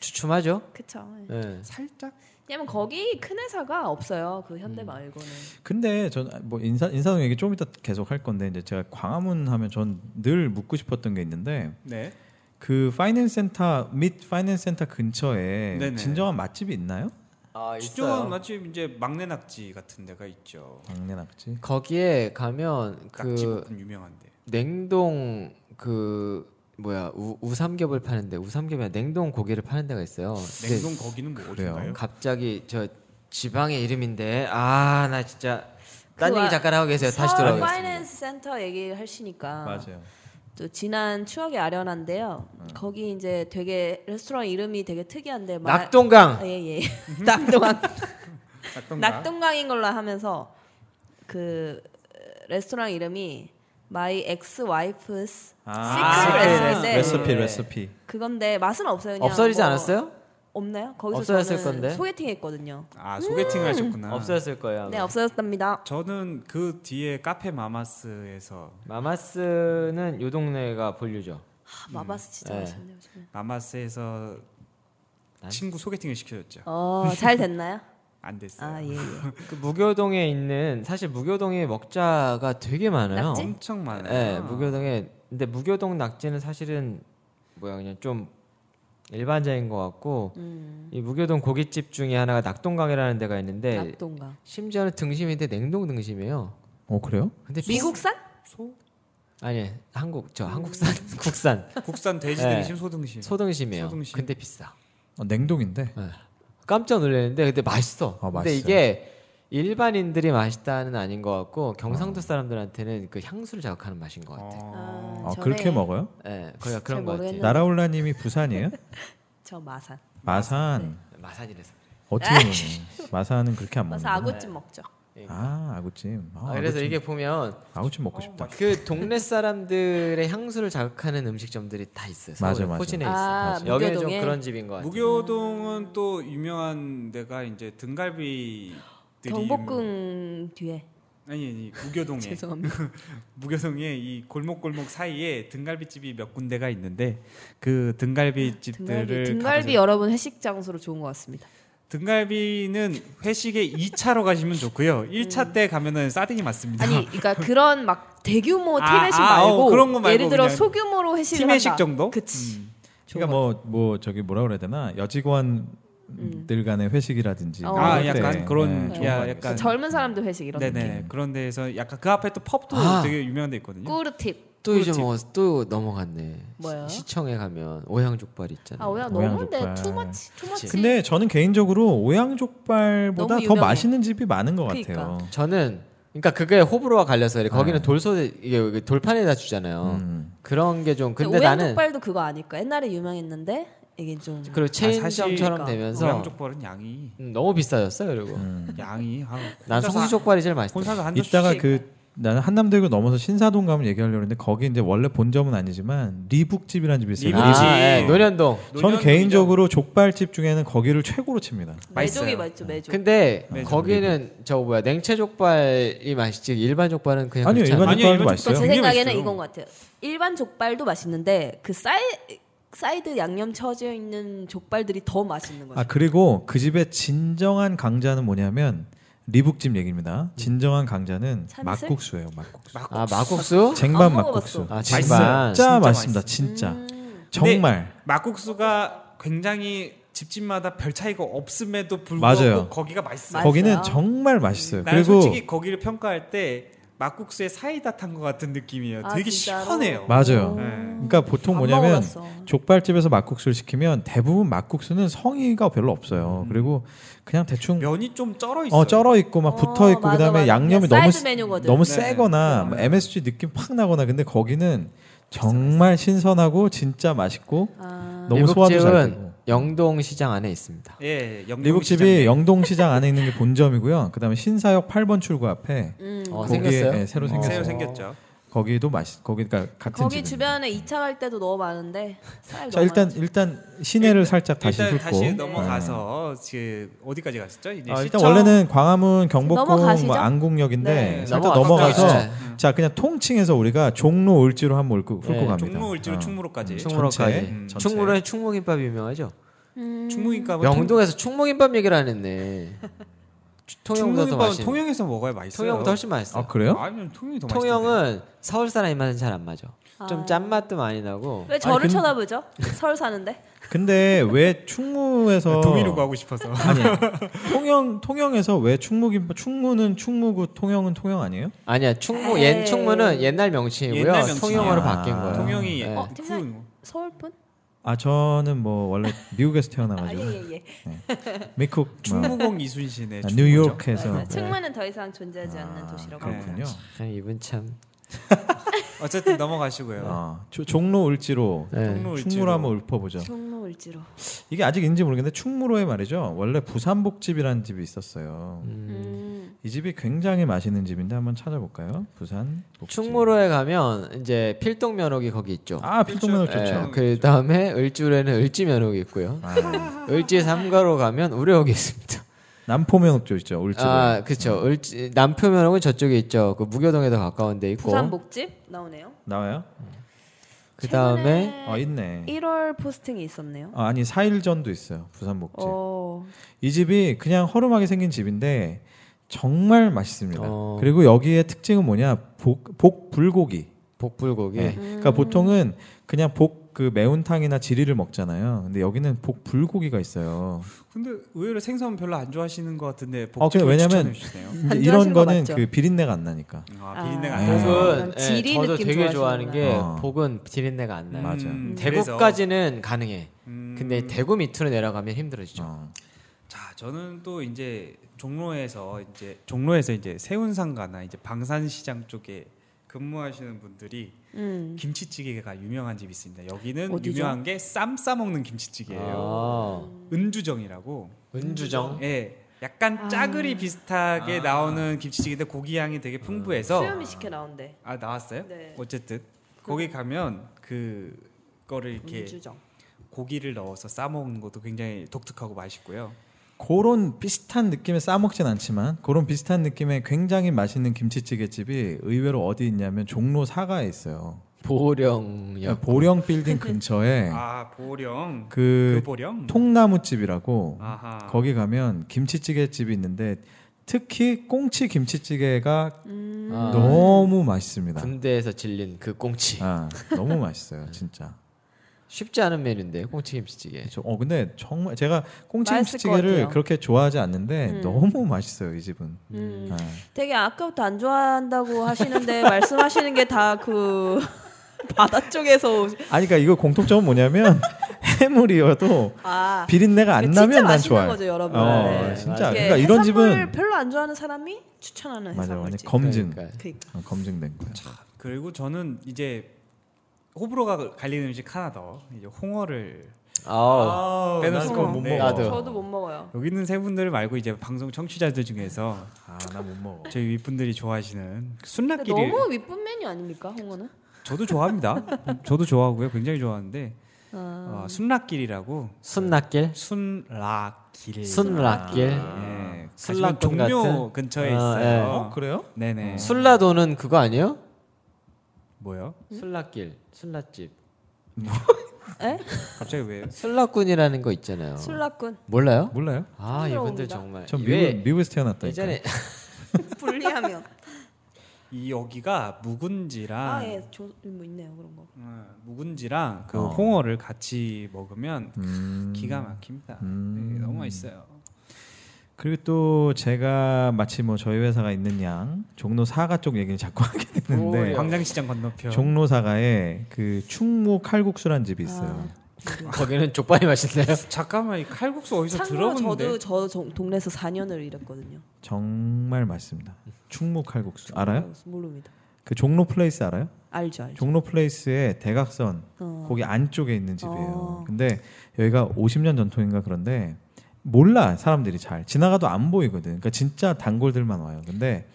Speaker 2: 주춤하죠.
Speaker 4: 그쵸. 예.
Speaker 2: 예.
Speaker 3: 살짝
Speaker 4: 왜냐면 거기 큰 회사가 없어요. 그
Speaker 3: 음.
Speaker 4: 현대 말고는.
Speaker 1: 근데 전 뭐 인사 인사동 얘기 좀 이따 계속 할 건데 이제 제가 광화문 하면 전 늘 묻고 싶었던 게 있는데
Speaker 3: 네.
Speaker 1: 그 파이낸스 센터 및 파이낸스 센터 근처에
Speaker 3: 네네.
Speaker 1: 진정한 맛집이 있나요?
Speaker 2: 아,
Speaker 3: 주종은 마침 이제 막내 낙지 같은 데가 있죠.
Speaker 1: 막내 낙지.
Speaker 2: 거기에 가면
Speaker 3: 낙지
Speaker 2: 그
Speaker 3: 볶음 유명한데.
Speaker 2: 냉동 그 뭐야 우, 우삼겹을 파는데 우삼겹이 아니라 냉동 고기를 파는 데가 있어요. 근데
Speaker 3: 냉동 거기는 뭐
Speaker 1: 그래요.
Speaker 3: 어딘가요?
Speaker 2: 갑자기 저 지방의 이름인데 아 나 진짜 딴
Speaker 4: 그
Speaker 2: 얘기
Speaker 4: 아-
Speaker 2: 잠깐 하고 계세요. 다시
Speaker 4: 서울
Speaker 2: 돌아오겠습니다.
Speaker 4: 파이낸스 센터 얘기를 하시니까
Speaker 1: 맞아요.
Speaker 4: 또 지난 추억의 아련한데요.
Speaker 3: 음.
Speaker 4: 거기 이제 되게 레스토랑 이름이 되게 특이한데 마-
Speaker 2: [LAUGHS] 낙동강
Speaker 4: 아, 예, [LAUGHS] 예. 낙동강
Speaker 3: 낙동강.
Speaker 4: 낙동강인 걸로 하면서 그 레스토랑 이름이 마이 엑스 와이프스 아, 시크릿
Speaker 2: 시크릿
Speaker 4: 레시피인데
Speaker 1: 아, 레시피
Speaker 2: 레시피.
Speaker 1: 레시피.
Speaker 4: 그건데 맛은 없어요. 그냥
Speaker 2: 없어지지
Speaker 4: 뭐
Speaker 2: 않았어요?
Speaker 4: 없나요? 거기서
Speaker 2: 없어졌을
Speaker 4: 저는
Speaker 2: 건데.
Speaker 4: 소개팅했거든요.
Speaker 3: 아,
Speaker 4: 음.
Speaker 3: 소개팅을 하셨구나.
Speaker 2: 없어졌을 거예요. 아마.
Speaker 4: 네, 없어졌답니다.
Speaker 3: 저는 그 뒤에 카페 마마스에서
Speaker 2: 마마스는 요 동네가 본류죠.
Speaker 4: 아, 마바스 진짜
Speaker 2: 네.
Speaker 4: 맛있네요. 요즘에.
Speaker 3: 마마스에서
Speaker 2: 난-
Speaker 3: 친구 소개팅을 시켜줬죠.
Speaker 4: 어, 잘 됐나요?
Speaker 3: 안 됐어요.
Speaker 4: 아, 예. 예.
Speaker 2: 그 무교동에 있는 사실 무교동에 먹자가 되게 많아요.
Speaker 4: 낙지?
Speaker 3: 엄청 많아요.
Speaker 2: 네, 무교동에 근데 무교동 낙지는 사실은 뭐야 그냥 좀 일반적인 것 같고 이 무교동 고깃집 중에 하나가 낙동강이라는 데가 있는데
Speaker 4: 음. 낙동강.
Speaker 2: 심지어는 등심인데 냉동 등심이에요.
Speaker 1: 어 그래요?
Speaker 2: 근데 비-
Speaker 4: 미국산?
Speaker 3: 소
Speaker 2: 아니 한국 저 한국산
Speaker 4: 음.
Speaker 2: 국산
Speaker 3: 국산 돼지
Speaker 2: 네.
Speaker 3: 등심 소등심.
Speaker 2: 소등심이에요.
Speaker 3: 소등심.
Speaker 2: 근데 비싸.
Speaker 1: 어, 냉동인데.
Speaker 2: 깜짝 놀랐는데 근데 맛있어.
Speaker 1: 아,
Speaker 2: 근데
Speaker 1: 맛있어요?
Speaker 2: 이게 일반인들이 맛있다는 아닌 것 같고 경상도 사람들한테는 그 향수를 자극하는 맛인 것 같아.
Speaker 4: 아,
Speaker 1: 아
Speaker 4: 저는
Speaker 1: 그렇게 먹어요?
Speaker 2: 예, 거기가 그런 것 같아.
Speaker 4: 모르겠는데.
Speaker 1: 나라올라님이 부산이에요?
Speaker 4: 저 마산. 네.
Speaker 1: 마산.
Speaker 2: 마산이라서.
Speaker 1: 어떻게 먹는? 마산은 그렇게 안 먹는.
Speaker 4: 아,
Speaker 2: 음,
Speaker 4: 마산
Speaker 2: 네.
Speaker 4: 아구찜 먹죠.
Speaker 1: 아 아구찜. 아,
Speaker 2: 아, 그래서
Speaker 1: 아구찜.
Speaker 2: 이게 보면
Speaker 1: 아구찜 먹고 싶다.
Speaker 2: 그 동네 사람들의 향수를 자극하는 음식점들이 다 있어요.
Speaker 1: 맞아,
Speaker 2: 서울에
Speaker 1: 맞아.
Speaker 2: 포진에
Speaker 4: 아,
Speaker 2: 있어.
Speaker 4: 맞아.
Speaker 2: 여기는 좀
Speaker 4: 무교동에?
Speaker 2: 그런 집인 것 같아요.
Speaker 3: 무교동은 또 유명한 데가 이제 등갈비
Speaker 4: 경복궁 뒤에.
Speaker 3: 아니 아니 무교동에
Speaker 4: 죄송합니다.
Speaker 3: 무교동에 이 골목골목 사이에 등갈비집이 몇 군데가 있는데 그 등갈비집들을
Speaker 4: 등갈비, 등갈비 어-
Speaker 3: 가보세요.
Speaker 4: 여러분 회식 장소로 좋은 것 같습니다.
Speaker 3: 등갈비는 회식에 2차로 가시면 좋고요. 1차 때 가면은 싸대기 맞습니다.
Speaker 4: 음. 아니, 그러니까 그런 막 대규모
Speaker 3: 아,
Speaker 4: 팀회식
Speaker 3: 아,
Speaker 4: 말고,
Speaker 3: 어, 그런 거 말고
Speaker 4: 예를 들어
Speaker 3: 그냥
Speaker 4: 소규모로 회식을
Speaker 3: 팀회식
Speaker 4: 한다.
Speaker 3: 정도?
Speaker 4: 그치. 어,
Speaker 1: 그러니까
Speaker 4: 좋은
Speaker 1: 뭐
Speaker 4: 것
Speaker 1: 뭐 저기 뭐라 그래야 되나 여직원들 간의 회식이라든지.
Speaker 4: 음. 어.
Speaker 1: 뭐 이런
Speaker 3: [LAUGHS] 아
Speaker 1: 데.
Speaker 3: 약간 그런
Speaker 1: 네, 좋은 거 아니겠어요?
Speaker 3: 야,
Speaker 4: 같아요.
Speaker 3: 약간
Speaker 4: 젊은 사람들 회식 이런
Speaker 3: 네네
Speaker 4: 느낌.
Speaker 3: 그런 데에서 약간 그 앞에 또 펍도
Speaker 2: 아.
Speaker 3: 되게 유명한 데 있거든요.
Speaker 4: 꾸르팁.
Speaker 2: 또 이제 먹었어. 또 넘어갔네.
Speaker 4: 뭐예요?
Speaker 2: 시, 청에 가면 오향족발 있잖아요.
Speaker 4: 아, 오야
Speaker 1: 모양
Speaker 4: 너무인데
Speaker 1: 족발.
Speaker 4: 투머치 투머치.
Speaker 1: 근데 저는 개인적으로 오양족발보다
Speaker 4: 너무
Speaker 1: 더
Speaker 4: 유명해.
Speaker 1: 맛있는 집이 많은 것 같아요.
Speaker 4: 그러니까.
Speaker 2: 저는 그러니까 그게 호불호가 갈려서 그래. 거기는 돌솥에 이게 여기 돌판에다
Speaker 1: 네.
Speaker 2: 주잖아요.
Speaker 3: 어,
Speaker 1: 음.
Speaker 2: 그런 게 좀 근데 나는
Speaker 4: 오양족발도 그거 아닐까? 옛날에 유명했는데 이게 좀
Speaker 1: 아,
Speaker 2: 그리고 체인점처럼
Speaker 4: 그러니까.
Speaker 2: 되면서
Speaker 3: 고양족발은 양이
Speaker 2: 음, 너무 비싸졌어요. 그리고
Speaker 1: 음.
Speaker 3: 양이 아,
Speaker 2: 난
Speaker 1: 그러니까
Speaker 3: 혼자서
Speaker 2: 성수족발이 제일
Speaker 3: 한-
Speaker 2: 맛있어.
Speaker 3: 혼자서 한 접시
Speaker 1: 이따가 그 나는 한남대교 넘어서 신사동 가면 얘기하려고 했는데 거기 이제 원래 본점은 아니지만 리북집이라는 집이 있어요.
Speaker 3: 리북집.
Speaker 1: 리북.
Speaker 2: 아, 예, 노련동.
Speaker 4: 네,
Speaker 1: 저는 개인적으로 족발집 중에는 거기를 최고로 칩니다. 아,
Speaker 4: 매족이
Speaker 3: 맛있어요.
Speaker 4: 맞죠 매족.
Speaker 2: 근데
Speaker 3: 네, 저
Speaker 2: 거기는 저 뭐야 냉채 족발이 맛있지 일반 족발은 그냥
Speaker 1: 아니요,
Speaker 2: 그렇지 않아요?
Speaker 1: 일반
Speaker 3: 아니요,
Speaker 1: 족발도
Speaker 3: 일반
Speaker 1: 맛있어요.
Speaker 4: 그러니까 제
Speaker 3: 굉장히
Speaker 4: 생각에는
Speaker 3: 맛있어요.
Speaker 4: 이건 것 같아요. 일반 족발도 맛있는데 그 사이 사이드 양념 쳐져 있는 족발들이 더 맛있는 거예요.
Speaker 1: 아 그리고 그 집의 진정한 강자는 뭐냐면 리북집
Speaker 3: 음.
Speaker 1: 얘기입니다. 진정한 강자는
Speaker 4: 참이슬?
Speaker 1: 막국수예요. 막국수.
Speaker 2: 아
Speaker 3: 어,
Speaker 2: 막국수?
Speaker 1: 쟁반
Speaker 4: 안
Speaker 1: 막국수.
Speaker 2: 먹어봤어. 아,
Speaker 1: 진짜 진짜
Speaker 2: 쟁반.
Speaker 3: 진짜
Speaker 1: 맛있습니다.
Speaker 3: 맛있어.
Speaker 1: 진짜
Speaker 4: 음.
Speaker 1: 정말
Speaker 3: 막국수가 굉장히 집집마다 별 차이가 없음에도 불구하고
Speaker 1: 맞아요.
Speaker 3: 거기가 맛있어요.
Speaker 1: 거기는
Speaker 4: 맛있어요.
Speaker 1: 정말 맛있어요.
Speaker 3: 나는
Speaker 1: 그리고
Speaker 3: 솔직히 거기를 평가할 때 막국수에 사이다 탄 것 같은 느낌이에요.
Speaker 4: 아,
Speaker 3: 되게
Speaker 4: 진짜로?
Speaker 3: 시원해요.
Speaker 1: 맞아요.
Speaker 3: 네.
Speaker 1: 그러니까 보통
Speaker 4: 안
Speaker 1: 뭐냐면
Speaker 4: 음. 먹어봤어.
Speaker 1: 족발집에서 막국수를 시키면 대부분 막국수는 성의가 별로 없어요. 그리고 그냥 대충
Speaker 3: 면이 좀 쩔어 음. 있어요.
Speaker 1: 어 쩔어 있고 막
Speaker 4: 어,
Speaker 1: 붙어 있고
Speaker 4: 맞아,
Speaker 1: 그다음에
Speaker 4: 맞아.
Speaker 1: 양념이
Speaker 4: 그냥
Speaker 1: 너무
Speaker 4: 사이드 메뉴거든.
Speaker 1: 너무
Speaker 3: 네.
Speaker 1: 세거나
Speaker 3: 네.
Speaker 1: 뭐 MSG 느낌 팍 나거나 근데 거기는 정말 신선하고 진짜 맛있고
Speaker 4: 아,
Speaker 1: 너무 소화도 잘
Speaker 2: 리국집은
Speaker 1: 되고.
Speaker 2: 영동 시장 안에 있습니다.
Speaker 3: 예, 영동
Speaker 1: 리국집이
Speaker 3: 시장에.
Speaker 1: 영동시장 안에 있는 게 본점이고요. 그다음에 신사역 8번 출구 앞에
Speaker 4: 음.
Speaker 2: 어,
Speaker 1: 거기에
Speaker 2: 생겼어요?
Speaker 1: 예, 새로
Speaker 2: 어.
Speaker 1: 생겼어요.
Speaker 3: 새로 생겼죠.
Speaker 1: 거기도 맛있 거기 그러니까 같은
Speaker 4: 거기
Speaker 1: 집.
Speaker 4: 주변에 2차 갈 때도 너무 많은데 사일
Speaker 1: 자
Speaker 4: 너무
Speaker 1: 일단
Speaker 4: 많지.
Speaker 1: 일단 시내를 살짝 다시
Speaker 3: 일단
Speaker 1: 훑고 네.
Speaker 3: 다시 넘어가서 그 어디까지 갔었죠? 이제
Speaker 1: 아, 일단
Speaker 3: 시청-
Speaker 1: 원래는 광화문 경복궁
Speaker 4: 넘어가시죠?
Speaker 1: 뭐 안국역인데
Speaker 3: 네.
Speaker 1: 살짝
Speaker 2: 넘어가서
Speaker 1: 넘어가서
Speaker 2: 네.
Speaker 1: 자 그냥 통칭해서 우리가 종로 을지로 한번 훑고, 훑고
Speaker 2: 네,
Speaker 1: 갑니다.
Speaker 3: 종로 일지로
Speaker 1: 어.
Speaker 3: 충무로까지.
Speaker 1: 음,
Speaker 2: 충무로까지.
Speaker 1: 전체, 음, 전체.
Speaker 2: 충무로에 충무김밥이 유명하죠.
Speaker 4: 음.
Speaker 3: 충무김밥
Speaker 2: 영동에서 충무김밥 얘기를 안 했네. 통영보다 더
Speaker 3: 충무김밥은
Speaker 2: 맛있어.
Speaker 3: 통영에서 먹어야 맛있어요.
Speaker 2: 통영보다 훨씬 맛있어.
Speaker 1: 아 그래요?
Speaker 3: 아니면 통영이 더 맛있어.
Speaker 2: 통영은 서울 사람 입맛은 잘 안 맞아.
Speaker 4: 아.
Speaker 2: 좀 짠맛도 많이 나고.
Speaker 4: 왜 저를
Speaker 1: 아니, 근데-
Speaker 4: 쳐다보죠?
Speaker 1: [LAUGHS]
Speaker 4: 서울 사는데
Speaker 1: 근데 왜 충무에서
Speaker 3: 네, 아, 동의로 가고 싶어서.
Speaker 1: 아니 통영 통영에서 왜 충무김 충무는 충무고 통영은 통영 아니에요?
Speaker 2: 아니야 충무
Speaker 4: 에이.
Speaker 2: 옛 충무는 옛날 명칭이고요.
Speaker 3: 옛날 명칭이야.
Speaker 2: 통영어로 바뀐
Speaker 1: 아.
Speaker 2: 거예요.
Speaker 3: 통영이
Speaker 2: 네.
Speaker 3: 어,
Speaker 4: 네.
Speaker 3: 군.
Speaker 4: 서울분?
Speaker 1: 아 저는 뭐 원래 미국에서 태어나가지고
Speaker 4: 아예예 예.
Speaker 1: 미국 뭐,
Speaker 3: 충무공 이순신의
Speaker 1: 아,
Speaker 3: 충무죠.
Speaker 1: 뉴욕에서
Speaker 4: 맞아요.
Speaker 1: 네.
Speaker 4: 충무는 더 이상 네, 존재하지 않는 도시라고.
Speaker 3: 그렇구나.
Speaker 1: 그렇군요.
Speaker 2: 아, 이분 참.
Speaker 3: 어쨌든 넘어가시고요.
Speaker 1: 아, 조- 종로 을지로
Speaker 2: 네.
Speaker 3: 충무
Speaker 1: 충무로 한번 읊어보죠.
Speaker 4: 충무 을지로.
Speaker 1: 이게 아직 인지 모르겠는데 충무로에 말이죠. 원래 부산복집이라는 집이 있었어요.
Speaker 4: 음.
Speaker 1: 이 집이 굉장히 맛있는 집인데 한번 찾아볼까요? 부산 복집.
Speaker 2: 충무로에 가면 이제 필동 면옥이 거기 있죠.
Speaker 1: 아 필동면허
Speaker 3: 필동
Speaker 1: 좋죠.
Speaker 3: 면옥.
Speaker 2: 그 다음에 을주에는 을지 면옥이 있고요.
Speaker 1: 아,
Speaker 2: 을지 삼가로 가면 우려옥이 있습니다.
Speaker 1: 남포면허 좋죠. 울지.
Speaker 2: 아, 그렇죠. 을지 남표 면옥은 저쪽에 있죠. 그 무교동에도 가까운 데 있고.
Speaker 4: 부산 목집 나오네요.
Speaker 1: 나와요?
Speaker 2: 그 다음에
Speaker 1: 아 있네.
Speaker 4: 1월 포스팅이 있었네요.
Speaker 1: 아, 아니 4일 전도 있어요. 부산복집.
Speaker 4: 어.
Speaker 1: 이 집이 그냥 허름하게 생긴 집인데 정말 맛있습니다.
Speaker 2: 어.
Speaker 1: 그리고 여기의 특징은 뭐냐? 복, 복 불고기.
Speaker 2: 복불고기.
Speaker 1: 네.
Speaker 4: 음.
Speaker 1: 그러니까 보통은 그냥 복 그 매운탕이나 지리를 먹잖아요. 근데 여기는 복 불고기가 있어요.
Speaker 3: 근데 의외로 생선 별로 안 좋아하시는 것 같은데
Speaker 1: 아,
Speaker 3: 복집을
Speaker 1: 그래, 왜냐면-
Speaker 3: 추천해 주시네요.
Speaker 1: 근데 이런
Speaker 4: 안 좋아하시는 거
Speaker 1: 거는
Speaker 4: 맞죠?
Speaker 1: 그 비린내가 안 나니까.
Speaker 3: 아, 비린내가
Speaker 1: 아.
Speaker 3: 안 나서.
Speaker 2: 복은 예,
Speaker 4: 지리
Speaker 2: 저도
Speaker 4: 느낌
Speaker 2: 되게
Speaker 4: 좋아하시는구나.
Speaker 2: 좋아하는 게
Speaker 1: 어.
Speaker 2: 복은 비린내가 안 나요.
Speaker 1: 맞아.
Speaker 3: 음, 그래서-
Speaker 2: 네, 대구까지는 가능해.
Speaker 3: 음,
Speaker 2: 근데 대구 밑으로 내려가면 힘들어지죠.
Speaker 1: 어.
Speaker 3: 자 저는 또 이제 종로에서 이제 종로에서 이제 세운상가나 이제 방산시장 쪽에 근무하시는 분들이
Speaker 4: 음.
Speaker 3: 김치찌개가 유명한 집이 있습니다. 여기는
Speaker 4: 어디죠?
Speaker 3: 유명한 게 쌈 싸먹는 김치찌개예요.
Speaker 2: 아,
Speaker 3: 은주정이라고.
Speaker 2: 은주정.
Speaker 3: 예. 약간
Speaker 4: 아.
Speaker 3: 짜글이 비슷하게
Speaker 1: 아.
Speaker 3: 나오는 김치찌개인데 고기 향이 되게 풍부해서
Speaker 4: 수염이 식혜 나온대.
Speaker 3: 아 나왔어요?
Speaker 4: 네.
Speaker 1: 뭐
Speaker 3: 어쨌든 거기 가면 그 거를 이렇게
Speaker 4: 민주정.
Speaker 3: 고기를 넣어서 싸 먹는 것도 굉장히 독특하고 맛있고요.
Speaker 1: 그런 비슷한 느낌의 싸먹진 않지만 그런 비슷한 느낌의 굉장히 맛있는 김치찌개 집이 의외로 어디 있냐면 종로 사가에 있어요.
Speaker 2: 보령역.
Speaker 1: 네, 보령 빌딩
Speaker 4: [LAUGHS]
Speaker 1: 근처에
Speaker 3: 아 보령
Speaker 1: 네. 그
Speaker 3: 그
Speaker 2: 뭐-
Speaker 3: 보령
Speaker 1: 통나무 집이라고
Speaker 3: 아하.
Speaker 1: 거기 가면 김치찌개 집이 있는데 특히 꽁치 김치찌개가
Speaker 4: 음.
Speaker 2: 아,
Speaker 1: 너무 맛있습니다.
Speaker 2: 군대에서 질린 그 꽁치.
Speaker 1: 아, 너무 맛있어요, 진짜.
Speaker 2: 쉽지 않은 메뉴인데 꽁치 김치찌개.
Speaker 1: 저- 어 근데 정말 제가 꽁치
Speaker 4: 맛있을 것
Speaker 1: 김치찌개를
Speaker 4: 같아요.
Speaker 1: 그렇게 좋아하지 않는데
Speaker 4: 음.
Speaker 1: 너무 맛있어요 이 집은.
Speaker 4: 음.
Speaker 1: 아.
Speaker 4: 되게 아까부터 안 좋아한다고 하시는데 [LAUGHS] 말씀하시는 게 다 그 [LAUGHS] 바다 쪽에서 오시...
Speaker 1: 아니 그러니까 이거 공통점은 뭐냐면 [LAUGHS] 해물이어도
Speaker 4: 아
Speaker 1: 비린내가 안
Speaker 4: 진짜
Speaker 1: 나면 난
Speaker 4: 맛있는
Speaker 1: 좋아요.
Speaker 4: 거죠, 여러분.
Speaker 1: 어,
Speaker 4: 네.
Speaker 1: 진짜.
Speaker 2: 맞아요.
Speaker 1: 그러니까 이런 집은
Speaker 4: 별로 안 좋아하는 사람이 추천하는
Speaker 1: 맞아 완전
Speaker 4: 해산물집.
Speaker 1: 검증
Speaker 2: 그러니까요.
Speaker 4: 그러니까.
Speaker 1: 어, 검증된 거야.
Speaker 3: 그리고 저는 이제 호불호가 갈리는 음식 하나 더 이제 홍어를
Speaker 2: 아우.
Speaker 3: 빼놓을
Speaker 4: 나도
Speaker 3: 수가 없는데
Speaker 1: 못 먹어.
Speaker 2: 나도.
Speaker 4: 저도 못 먹어요.
Speaker 3: 여기 있는 세 분들을 말고 이제 방송 청취자들 중에서
Speaker 1: 아나 못 먹어.
Speaker 3: 저희 윗분들이 좋아하시는 그
Speaker 4: 근데
Speaker 3: 순락기를
Speaker 4: 너무 윗분 메뉴 아닙니까 홍어는?
Speaker 3: 저도
Speaker 4: [LAUGHS]
Speaker 3: 좋아합니다. 저도 좋아하고요. 굉장히 좋아하는데
Speaker 4: 아,
Speaker 3: 어, 순락길이라고
Speaker 2: 순낙길.
Speaker 3: 순락길
Speaker 2: 순락길.
Speaker 3: 예,
Speaker 2: 순락군
Speaker 3: 가시면 종묘
Speaker 2: 같은?
Speaker 3: 근처에
Speaker 2: 아,
Speaker 3: 있어요.
Speaker 2: 예.
Speaker 1: 어 그래요?
Speaker 3: 네네.
Speaker 2: 술라도는 그거 아니에요?
Speaker 3: 뭐요?
Speaker 2: 술라길, 술라집,
Speaker 3: 갑자기 왜?
Speaker 2: 술라꾼이라는 거
Speaker 1: 어.
Speaker 2: 있잖아요.
Speaker 4: [LAUGHS] 술락군
Speaker 2: 몰라요?
Speaker 1: 몰라요?
Speaker 2: 아
Speaker 4: 처음
Speaker 2: 이분들 정말
Speaker 4: 들어봅니다.
Speaker 1: 전
Speaker 2: 왜
Speaker 1: 미국, 미국에서 태어났다니까.
Speaker 2: 예전에
Speaker 4: 불리하면
Speaker 3: 이 여기가 묵은지랑
Speaker 4: 아 예, 조, 뭐 있네요 그런 거.
Speaker 3: 음, 묵은지랑 그
Speaker 1: 어.
Speaker 3: 홍어를 같이 먹으면
Speaker 1: 음.
Speaker 3: 기가 막힙니다.
Speaker 1: 음.
Speaker 3: 네, 너무 맛있어요.
Speaker 1: 그리고 또 제가 마치 뭐 저희 회사가 있는 양 종로 사가 쪽 얘기를 자꾸 [LAUGHS] 하게 되는데
Speaker 3: 예.
Speaker 2: 오,
Speaker 3: 광장시장
Speaker 1: 네.
Speaker 3: 건너편.
Speaker 1: 종로 사가에 그 충무 칼국수란 집이 있어요.
Speaker 2: [LAUGHS] 거기는 족발이 맛있나요?
Speaker 3: 잠깐만 이 칼국수 어디서
Speaker 4: 참고로
Speaker 3: 들어본데?
Speaker 4: 저도 저 정- 동네에서 4년을 일했거든요.
Speaker 1: 정말 맛있습니다. 충무 칼국수 알아요?
Speaker 4: 모릅니다.
Speaker 1: 그 종로 플레이스 알아요?
Speaker 4: 알죠, 알죠.
Speaker 1: 종로 플레이스의 대각선
Speaker 4: 어.
Speaker 1: 거기 안쪽에 있는 집이에요.
Speaker 4: 어.
Speaker 1: 근데 여기가 50년 전통인가 그런데 몰라 사람들이 잘 지나가도 안 보이거든. 그러니까 진짜 단골들만 와요. 근데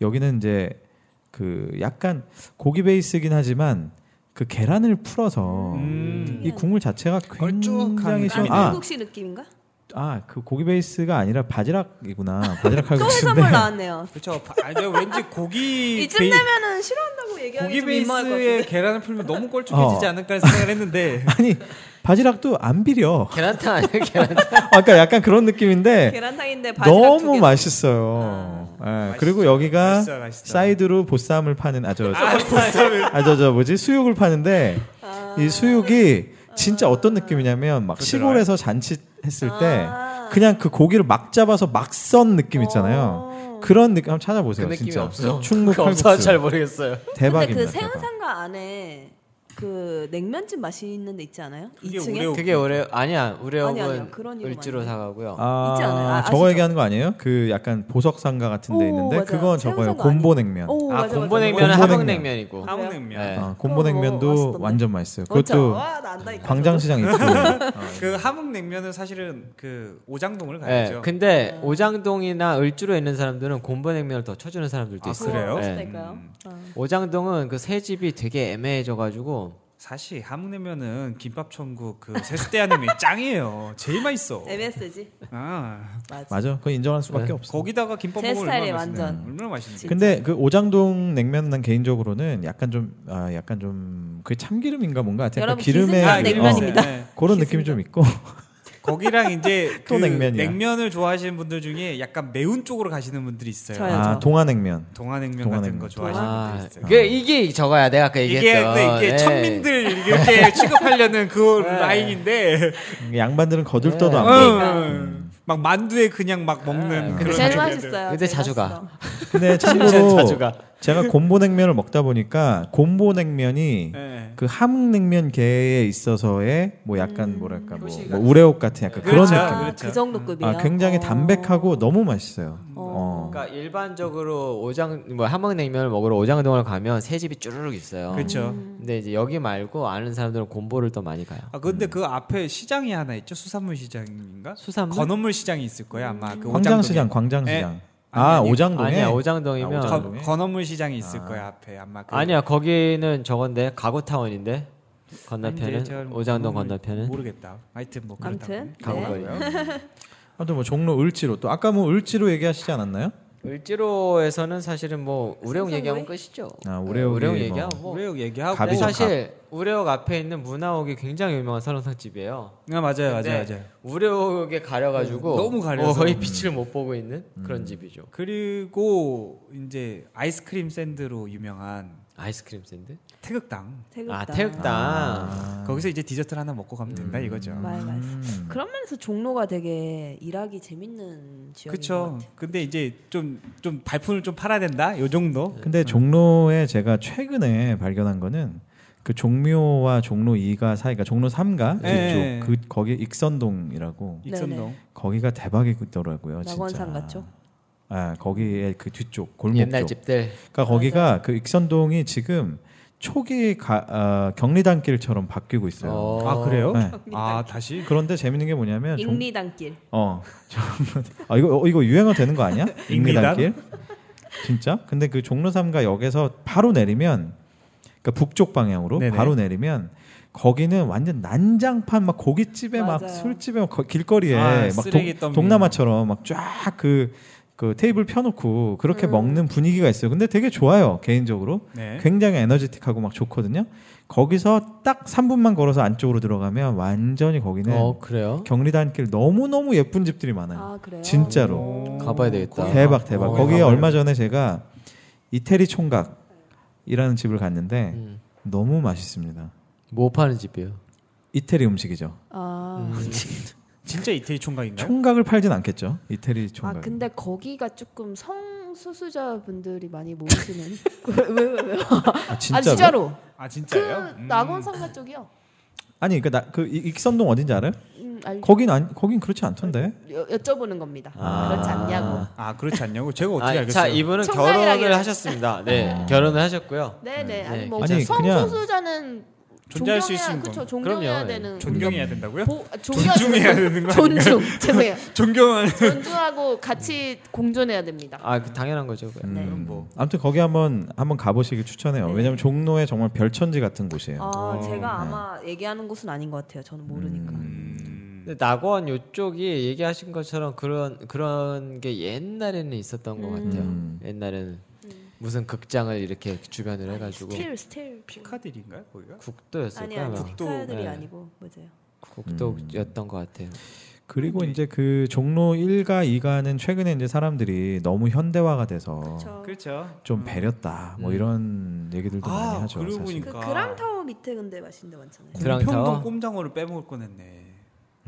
Speaker 1: 여기는 이제 그 약간 고기 베이스긴 하지만 그 계란을 풀어서
Speaker 3: 음.
Speaker 1: 이 국물 자체가 굉장히
Speaker 3: 걸쭉한
Speaker 1: 시원.
Speaker 3: 느낌.
Speaker 1: 아,
Speaker 4: 한국식 느낌인가?
Speaker 1: 아, 그 고기 베이스가 아니라 바지락이구나.
Speaker 4: [LAUGHS]
Speaker 1: 바지락
Speaker 4: 또
Speaker 1: 칼국수인데.
Speaker 4: 해산물 나왔네요.
Speaker 3: 그렇죠. 바- 아니, 내가 왠지 고기
Speaker 4: 이쯤
Speaker 3: 베이-
Speaker 4: 되면은 싫어한다고 얘기하기
Speaker 3: 고기
Speaker 4: 좀 민망할 것 같은데.
Speaker 3: 베이스에 계란을 풀면 너무 껄쭉해지지
Speaker 1: 어.
Speaker 3: 않을까 생각을
Speaker 1: [LAUGHS]
Speaker 3: 했는데
Speaker 1: [LAUGHS] 아니, 바지락도 안 비려. [LAUGHS]
Speaker 2: 계란탕 아니에요? 계란탕.
Speaker 1: 아까 그러니까 약간 그런 느낌인데
Speaker 4: 계란탕인데 바지락 두
Speaker 1: 너무
Speaker 4: 개. 아,
Speaker 1: 맛있어요. 예, 그리고 여기가
Speaker 3: 맛있어요, 맛있어요.
Speaker 1: 사이드로 보쌈을 파는 아저
Speaker 3: 아, [LAUGHS] 보쌈을
Speaker 1: 아, 저, 저 뭐지? 수육을 파는데
Speaker 4: 아.
Speaker 1: 이 수육이 진짜 어떤 느낌이냐면 막
Speaker 3: 부드러워요?
Speaker 1: 시골에서 잔치 했을 때
Speaker 4: 아.
Speaker 1: 그냥 그 고기를 막 잡아서 막 썬 느낌 있잖아요.
Speaker 4: 어.
Speaker 1: 그런 느낌 한번
Speaker 2: 그
Speaker 1: 찾아보세요.
Speaker 2: 느낌이
Speaker 1: 진짜.
Speaker 2: 없어. [LAUGHS]
Speaker 1: 충무
Speaker 2: 그거 없어서
Speaker 1: 칼국수.
Speaker 2: 잘 모르겠어요.
Speaker 1: 대박입니다.
Speaker 4: 근데 그
Speaker 1: 대박.
Speaker 4: 세운상가 안에 그 냉면집 맛있는 데 있지 않아요?
Speaker 3: 그게
Speaker 4: 2층에?
Speaker 3: 우레옥.
Speaker 2: 그게 올해 아니야. 우리
Speaker 4: 아니, 아니요.
Speaker 2: 형은
Speaker 4: 그런 이름
Speaker 2: 을지로
Speaker 4: 아니에요.
Speaker 2: 사가고요.
Speaker 1: 아,
Speaker 4: 있지 않아요? 아,
Speaker 1: 저거
Speaker 4: 아시죠?
Speaker 1: 얘기하는 거 아니에요? 그 약간 보석 상가 같은 데
Speaker 4: 오,
Speaker 1: 있는데
Speaker 4: 맞아요.
Speaker 1: 그건 저거예요.
Speaker 4: 새우상가 아니에요?
Speaker 1: 곰보냉면.
Speaker 4: 오,
Speaker 2: 아
Speaker 4: 맞아, 맞아.
Speaker 2: 공보냉면은
Speaker 1: 공보냉면.
Speaker 2: 하방냉면이고.
Speaker 4: 아,
Speaker 3: 하우냉면.
Speaker 2: 네.
Speaker 1: 어,
Speaker 4: 그거
Speaker 1: 곰보냉면도
Speaker 4: 맛있던데.
Speaker 1: 완전 맛있어요.
Speaker 4: 어, 저-
Speaker 1: 그것도
Speaker 4: 와, 나 안다, 이거.
Speaker 1: 광장시장 있고. 네.
Speaker 3: 그 함흥냉면은 사실은 그 오장동을
Speaker 4: 아,
Speaker 3: 가야죠.
Speaker 1: 그
Speaker 2: 네, 근데
Speaker 4: 음.
Speaker 2: 오장동이나 을주로 있는 사람들은 곰보냉면을 더 쳐주는 사람들도
Speaker 3: 아,
Speaker 2: 있어요.
Speaker 3: 그래요?
Speaker 2: 네.
Speaker 4: 될까요?
Speaker 3: 음.
Speaker 2: 오장동은 그 새 집이 되게 애매해져가지고
Speaker 3: 사실 함흥냉면은 김밥 천국 그 세수대하냉면 짱이에요. 제일 맛있어.
Speaker 4: 네. MSG
Speaker 3: 아
Speaker 4: 맞아.
Speaker 1: 맞아. 그건 인정할 수밖에
Speaker 2: 네.
Speaker 1: 없어.
Speaker 3: 거기다가 김밥
Speaker 4: 제
Speaker 3: 먹으면 얼마나
Speaker 4: 스타일이에요,
Speaker 3: 맛있는?
Speaker 4: 완전.
Speaker 3: 얼마나 맛있는지.
Speaker 4: 진짜.
Speaker 1: 근데 그 오장동 냉면은 난 개인적으로는 약간 좀 아, 약간 좀 그게 참기름인가 뭔가 하여튼 약간
Speaker 4: 여러분,
Speaker 1: 기름에
Speaker 4: 기승전
Speaker 1: 어,
Speaker 4: 냉면입니다.
Speaker 3: 네.
Speaker 1: 그런 느낌이 좀 있고
Speaker 3: 거기랑 이제 그
Speaker 1: [LAUGHS] 또 냉면이야.
Speaker 3: 냉면을 좋아하시는 분들 중에 약간 매운 쪽으로 가시는 분들이 있어요.
Speaker 4: 저요.
Speaker 1: 아,
Speaker 4: 맞아.
Speaker 1: 동화냉면
Speaker 3: 동화냉면
Speaker 1: 동화냉면.
Speaker 3: 같은 거 좋아하시는
Speaker 2: 아,
Speaker 3: 분들이 있어요.
Speaker 2: 그 이게 저거야 내가 아까
Speaker 3: 이게
Speaker 2: 얘기했던
Speaker 3: 네, 이게
Speaker 2: 예.
Speaker 3: 천민들
Speaker 2: [LAUGHS]
Speaker 3: 이렇게 취급하려는 그
Speaker 2: 네.
Speaker 3: 라인인데
Speaker 1: 양반들은 거들떠도 안
Speaker 3: 어,
Speaker 1: 먹어. 네.
Speaker 3: 막 만두에 그냥 막
Speaker 2: 네.
Speaker 3: 먹는
Speaker 4: 근데
Speaker 3: 그렇죠. 그런
Speaker 4: 제일
Speaker 3: 라인들.
Speaker 4: 맛있어요.
Speaker 2: 근데
Speaker 4: 제일
Speaker 2: 자주 가.
Speaker 4: 맛있어.
Speaker 1: 근데
Speaker 2: 진짜
Speaker 1: 참고로
Speaker 2: 자주 가.
Speaker 1: 제가 곰보냉면을 먹다 보니까 곰보냉면이
Speaker 3: 네.
Speaker 1: 그 함흥냉면계에 있어서의 뭐 약간 뭐랄까 뭐,
Speaker 2: 효시
Speaker 1: 뭐 우레옥 같은 약간 그런
Speaker 3: 그렇죠.
Speaker 1: 느낌.
Speaker 4: 아, 그 정도 급이야.
Speaker 1: 아, 굉장히 담백하고 너무 맛있어요.
Speaker 4: 어.
Speaker 1: 어.
Speaker 2: 그러니까 일반적으로 오장 뭐 함흥냉면을 먹으러 오장동을 가면 새 집이 쭈르륵 있어요.
Speaker 3: 그렇죠.
Speaker 2: 근데 이제 여기 말고 아는 사람들은 곰보를 더 많이 가요.
Speaker 3: 아 근데 그 앞에 시장이 하나 있죠 수산물 시장인가?
Speaker 2: 수산물?
Speaker 3: 건어물 시장이 있을 거예요 아마. 그
Speaker 1: 음. 광장시장,
Speaker 3: 오장동에.
Speaker 1: 광장시장.
Speaker 3: 네.
Speaker 1: 아,
Speaker 3: 아니, 아니.
Speaker 1: 오장동에.
Speaker 2: 아니야 오장동이면
Speaker 1: 아, 오장동.
Speaker 3: 거- 건어물 시장이 있을 거예요 앞에 아마. 그
Speaker 2: 아니야 거기는 저건데 가구타운인데
Speaker 3: 아닌데 제가
Speaker 2: 건너편은
Speaker 3: 뭐
Speaker 2: 오장동
Speaker 3: 건어물
Speaker 2: 건너편은
Speaker 3: 모르겠다. 하여튼 뭐
Speaker 4: 아무튼,
Speaker 3: 그렇다고. 해요.
Speaker 4: 네.
Speaker 2: 가구거리요.
Speaker 1: 아무튼 뭐 종로 을지로 또 아까 뭐 을지로 얘기하시지 않았나요?
Speaker 2: 을지로에서는 사실은 뭐 우레옥
Speaker 4: 생선구이?
Speaker 2: 얘기하면 끝이죠.
Speaker 1: 아, 우레옥이
Speaker 2: 우레옥
Speaker 1: 뭐
Speaker 2: 네, 얘기하면 뭐.
Speaker 3: 우레옥 얘기하고
Speaker 2: 근데
Speaker 1: 갑이죠,
Speaker 2: 사실 우레옥 앞에 있는 문화옥이 굉장히 유명한 설렁탕 집이에요.
Speaker 3: 아, 맞아요 맞아요
Speaker 2: 근데
Speaker 3: 맞아요.
Speaker 2: 우레옥에 가려가지고
Speaker 3: 음, 너무 가려서.
Speaker 2: 어, 거의 빛을 못 보고 있는
Speaker 1: 음.
Speaker 2: 그런 집이죠.
Speaker 3: 그리고 이제 아이스크림 샌드로 유명한
Speaker 2: 아이스크림 샌드?
Speaker 3: 태극당.
Speaker 4: 네. 태극당.
Speaker 2: 아 태극당. 아.
Speaker 3: 거기서 이제 디저트를 하나 먹고 가면
Speaker 2: 음.
Speaker 3: 된다 이거죠.
Speaker 4: 말
Speaker 1: 음.
Speaker 4: 맛있어. 그런 면에서 종로가 되게 일하기 재밌는 지역인 것
Speaker 3: 그렇죠.
Speaker 4: 같아요.
Speaker 3: 근데 이제 좀 좀 발품을 좀 팔아야 된다. 요 정도.
Speaker 1: 근데 종로에 제가 최근에 발견한 거는 그 종묘와 종로 2가 사이가 종로 3가
Speaker 3: 예.
Speaker 1: 이쪽 그 거기 익선동이라고
Speaker 3: 익선동.
Speaker 1: 거기가 대박이더라고요. 어, 진짜.
Speaker 4: 낙원산 같죠?
Speaker 1: 아 거기에 그 뒤쪽 골목
Speaker 2: 옛날
Speaker 1: 쪽.
Speaker 2: 집들.
Speaker 1: 그러니까 거기가 그 익선동이 지금 초기 가, 아, 경리단길처럼 바뀌고 있어요.
Speaker 2: 어.
Speaker 3: 아 그래요?
Speaker 1: 네.
Speaker 3: 아 다시
Speaker 1: 그런데 재밌는 게 뭐냐면 종-
Speaker 4: 익리단길.
Speaker 1: 어. 좀- 아 이거 어, 이거 유행어 되는 거
Speaker 3: [LAUGHS]
Speaker 1: 아니야?
Speaker 3: 익리단?
Speaker 1: 익리단길? 진짜? 근데 그 종로 3가 역에서 바로 내리면 그러니까 북쪽 방향으로
Speaker 3: 네네.
Speaker 1: 바로 내리면 거기는 완전 난장판 막 고깃집에 막
Speaker 4: 맞아요.
Speaker 1: 술집에 막 거- 길거리에
Speaker 3: 아,
Speaker 1: 막
Speaker 3: 쓰레기
Speaker 1: 동,
Speaker 3: 더미.
Speaker 1: 동남아처럼 막 쫙 그 그 테이블 펴놓고 그렇게
Speaker 4: 음.
Speaker 1: 먹는 분위기가 있어요. 근데 되게 좋아요 개인적으로.
Speaker 3: 네.
Speaker 1: 굉장히 에너지틱하고 막 좋거든요. 거기서 딱 3분만 걸어서 안쪽으로 들어가면 완전히 거기는
Speaker 2: 어 그래요?
Speaker 1: 경리단길 너무 너무 예쁜 집들이 많아요.
Speaker 4: 아
Speaker 1: 네.
Speaker 4: 그래요.
Speaker 1: 진짜로
Speaker 2: 가봐야 되겠다.
Speaker 1: 대박 대박.
Speaker 2: 어,
Speaker 1: 거기에
Speaker 2: 가봐요.
Speaker 1: 얼마 전에 제가 이태리 총각이라는 집을 갔는데
Speaker 2: 음.
Speaker 1: 너무 맛있습니다.
Speaker 2: 뭐 파는 집이에요?
Speaker 1: 이태리 음식이죠.
Speaker 4: 아,
Speaker 2: 음.
Speaker 3: 진짜 이태리 총각인가요?
Speaker 1: 총각을 팔진 않겠죠. 이태리
Speaker 4: 아
Speaker 1: 총각.
Speaker 4: 근데 거기가 조금 성소수자 분들이 많이 모이시는 [LAUGHS] 왜왜 왜? 왜, 왜?
Speaker 1: 아,
Speaker 4: 아
Speaker 1: 진짜로?
Speaker 4: 진짜로
Speaker 3: 아
Speaker 4: 그
Speaker 3: 진짜요? 음.
Speaker 4: 낙원상가 쪽이요.
Speaker 1: 아니 그러니까 그나그 익선동 어딘지 알아요?
Speaker 4: 음, 알,
Speaker 1: 거긴 아니 거긴 그렇지 않던데.
Speaker 4: 여, 여쭤보는 겁니다.
Speaker 2: 아.
Speaker 4: 그렇지 않냐고.
Speaker 3: 아 그렇지 않냐고 제가
Speaker 2: 아,
Speaker 3: 어떻게
Speaker 2: 자
Speaker 3: 알겠어요?
Speaker 2: 이분은
Speaker 4: 청산이라기보다-
Speaker 2: 결혼을 하셨습니다. 네
Speaker 1: 어.
Speaker 2: 결혼을 하셨고요.
Speaker 4: 네네
Speaker 2: 네,
Speaker 4: 아니 뭐
Speaker 1: 아니, 그냥-
Speaker 4: 성소수자는
Speaker 3: 존재할 수
Speaker 4: 존경해야-
Speaker 3: 있는
Speaker 4: 그쵸
Speaker 3: 건.
Speaker 4: 존경해야
Speaker 2: 그럼요.
Speaker 4: 되는
Speaker 3: 존경해야 된다고요?
Speaker 4: 보, 아, 존경-
Speaker 3: 존중해야 되는 거 아니에요?
Speaker 4: 존중 [LAUGHS] 죄송해요
Speaker 2: 음.
Speaker 3: 존경하는
Speaker 4: 존중하고 같이 공존해야 됩니다.
Speaker 2: 아 그, 당연한 거죠. 그거.
Speaker 1: 음.
Speaker 4: 네.
Speaker 3: 뭐.
Speaker 1: 아무튼 거기 한번 한번 가보시길 추천해요.
Speaker 4: 네.
Speaker 1: 왜냐면 종로에 정말 별천지 같은 곳이에요.
Speaker 4: 아
Speaker 3: 어,
Speaker 4: 제가
Speaker 1: 네.
Speaker 4: 아마 얘기하는 곳은 아닌 것 같아요. 저는 모르니까.
Speaker 3: 음.
Speaker 2: 근데 낙원 요쪽이 얘기하신 것처럼 그런 그런 게 옛날에는 있었던 것 같아요.
Speaker 1: 음.
Speaker 2: 옛날에는 무슨 극장을 이렇게 주변으로 해가지고
Speaker 4: 스틸 스틸 그
Speaker 3: 피카딜인가요 거기가?
Speaker 4: 아니
Speaker 2: 국도였을까요?
Speaker 4: 아니
Speaker 2: 아마?
Speaker 3: 북도-
Speaker 4: 국가들이
Speaker 2: 네.
Speaker 4: 아니고 뭐죠?
Speaker 2: 국도였던 것 같아요.
Speaker 1: 그리고 이제 그 종로 1가 2가는 최근에 이제 사람들이 너무 현대화가 돼서
Speaker 4: 그렇죠. 그
Speaker 3: 그렇죠.
Speaker 1: 좀 배렸다. 뭐
Speaker 2: 음.
Speaker 1: 이런 얘기들도
Speaker 3: 아,
Speaker 1: 많이 하죠.
Speaker 3: 그러고
Speaker 1: 사실.
Speaker 3: 보니까- 그러니까.
Speaker 4: 그랑타워 밑에 근데 맛있는 데 많잖아요.
Speaker 2: 그- 드랑타워?
Speaker 3: 공평동 꼼장어를 빼먹을 뻔했네.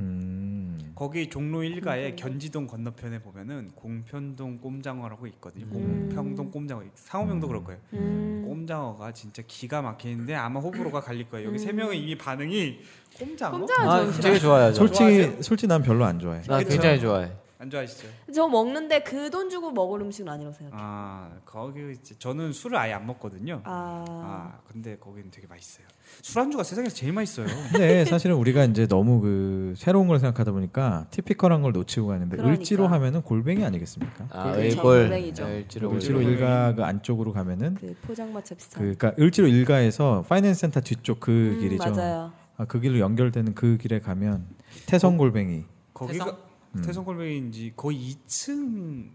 Speaker 1: 음.
Speaker 3: 거기 종로 1가에 견지동 건너편에 보면은 공편동 꼼장어라고 있거든요.
Speaker 4: 음.
Speaker 3: 공평동 꼼장어. 상호명도
Speaker 1: 음.
Speaker 3: 그럴 거예요.
Speaker 4: 음.
Speaker 3: 꼼장어가 진짜 기가 막히는데 아마 호불호가 갈릴 거예요. 여기
Speaker 4: 음.
Speaker 3: 세 명의 이미 반응이 꼼장어?
Speaker 4: 꼼장어?
Speaker 2: 아
Speaker 4: 좋아하시나요?
Speaker 2: 되게 좋아요. 저.
Speaker 1: 솔직히
Speaker 3: 좋아하세요?
Speaker 1: 솔직히 난 별로 안 좋아해.
Speaker 2: 나
Speaker 3: 그쵸?
Speaker 2: 굉장히 좋아해.
Speaker 3: 안 좋아하시죠?
Speaker 4: 저 먹는데 그 돈 주고 먹을 음식은 아니라고 생각해요.
Speaker 3: 아 거기 이제 저는 술을 아예 안 먹거든요.
Speaker 4: 아,
Speaker 3: 아 근데 거기는 되게 맛있어요. 술안주가 세상에서 제일 맛있어요.
Speaker 1: 근데 사실은 우리가 이제 너무 그 새로운 걸 생각하다 보니까 티피컬한 걸 놓치고 가는데
Speaker 4: 그러니까.
Speaker 1: 을지로 하면은 골뱅이 아니겠습니까?
Speaker 2: 아
Speaker 3: 그렇죠.
Speaker 2: 의골
Speaker 4: 골뱅이죠.
Speaker 1: 을지로
Speaker 2: 을지로 그렇죠. 골뱅이.
Speaker 1: 일가 그 안쪽으로 가면은
Speaker 4: 그 포장마차
Speaker 1: 그
Speaker 4: 비슷한.
Speaker 1: 그러니까 을지로 일가에서 파이낸스 센터 뒤쪽 그
Speaker 4: 음,
Speaker 1: 길이죠.
Speaker 4: 맞아요.
Speaker 1: 아, 그 길로 연결되는 그 길에 가면 태성 골뱅이.
Speaker 3: 거기가
Speaker 1: 음.
Speaker 3: 태성 골뱅이인지 거의 2층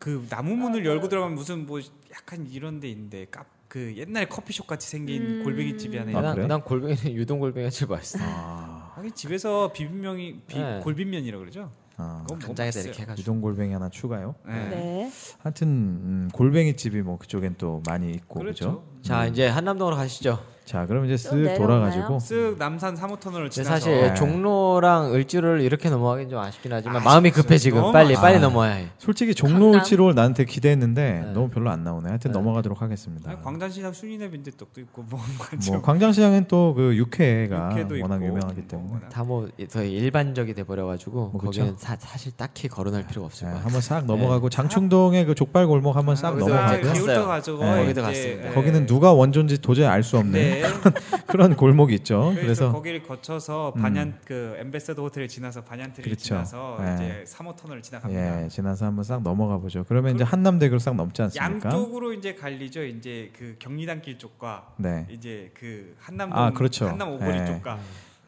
Speaker 3: 그 나무 문을 열고 들어가면 무슨 뭐 약간 이런 데 있는데 깝 그 옛날에 커피숍 같이 생긴
Speaker 4: 음.
Speaker 3: 골뱅이 집이 하나
Speaker 1: 아,
Speaker 3: 있는데
Speaker 1: 그래요?
Speaker 2: 난, 난 골뱅이는 [LAUGHS] 유동 골뱅이가 제일 맛있어.
Speaker 3: 하긴 집에서 비빔면이 비,
Speaker 2: 네.
Speaker 3: 골빈면이라 그러죠?
Speaker 1: 아,
Speaker 3: 그건
Speaker 2: 간장에다
Speaker 3: 먹어봤어요.
Speaker 2: 이렇게 해가지고.
Speaker 1: 유동 골뱅이 하나 추가요.
Speaker 3: 네.
Speaker 4: 네.
Speaker 1: 하여튼 음, 골뱅이 집이 뭐 그쪽엔 또 많이 있고 그렇죠.
Speaker 3: 그렇죠.
Speaker 2: 자 이제 한남동으로 가시죠.
Speaker 1: 자, 그럼 이제
Speaker 4: 좀
Speaker 1: 쓱
Speaker 4: 내려오나요?
Speaker 1: 돌아가지고
Speaker 3: 쓱 남산 3호
Speaker 2: 근데
Speaker 3: 터널을 지나서
Speaker 2: 사실
Speaker 1: 네.
Speaker 2: 종로랑 을지로를 이렇게 넘어가긴 좀 아쉽긴 하지만 마음이 급해 지금
Speaker 3: 너무
Speaker 2: 빨리
Speaker 1: 아쉽-
Speaker 2: 빨리
Speaker 1: 아.
Speaker 2: 넘어야 해.
Speaker 1: 솔직히 종로
Speaker 4: 강남?
Speaker 1: 을지로를 나한테 기대했는데
Speaker 2: 네.
Speaker 1: 너무 별로 안 나오네. 하여튼
Speaker 2: 네.
Speaker 1: 넘어가도록 하겠습니다.
Speaker 3: 아니, 광장시장 순이네 빈대떡도 있고 뭐 [LAUGHS] 많죠.
Speaker 1: 뭐 광장시장엔 또 그 육회가
Speaker 3: 육회도
Speaker 1: 워낙
Speaker 3: 있고,
Speaker 1: 유명하기
Speaker 3: 뭐
Speaker 1: 때문에
Speaker 3: 워낙.
Speaker 2: 다 뭐 저희 일반적이 돼 버려 가지고
Speaker 1: 뭐 그쵸.
Speaker 2: 거기는 사, 실 딱히 거론할 필요가
Speaker 1: 네,
Speaker 2: 없을 것 같아요.
Speaker 1: 한번 싹 넘어가고 장충동의 그 족발 골목 한번
Speaker 3: 아,
Speaker 1: 싹
Speaker 2: 거기서
Speaker 1: 넘어가고
Speaker 2: 이제
Speaker 3: 기울터
Speaker 2: 갔어요.
Speaker 3: 가지고
Speaker 1: 네.
Speaker 2: 거기도
Speaker 3: 이제,
Speaker 2: 갔습니다.
Speaker 3: 예.
Speaker 1: 거기는 누가 원조인지 도저히 알 수 없는
Speaker 3: 네.
Speaker 1: [LAUGHS] 그런 골목이 있죠.
Speaker 3: 그래서,
Speaker 1: 어? 그래서 음.
Speaker 3: 거기를 거쳐서 반얀 그 엠베서더 호텔을 지나서 반얀트를
Speaker 1: 그렇죠.
Speaker 3: 지나서
Speaker 1: 예.
Speaker 3: 이제 3호 터널을 지나갑니다.
Speaker 1: 예, 지나서 한번 싹 넘어가 보죠. 그러면 이제 한남대교를 싹 넘지 않습니까?
Speaker 3: 양쪽으로 이제 갈리죠. 이제 그 경리단길 쪽과
Speaker 1: 네.
Speaker 3: 이제 그 한남
Speaker 1: 아, 그렇죠.
Speaker 3: 한남 오거리
Speaker 1: 예.
Speaker 3: 쪽과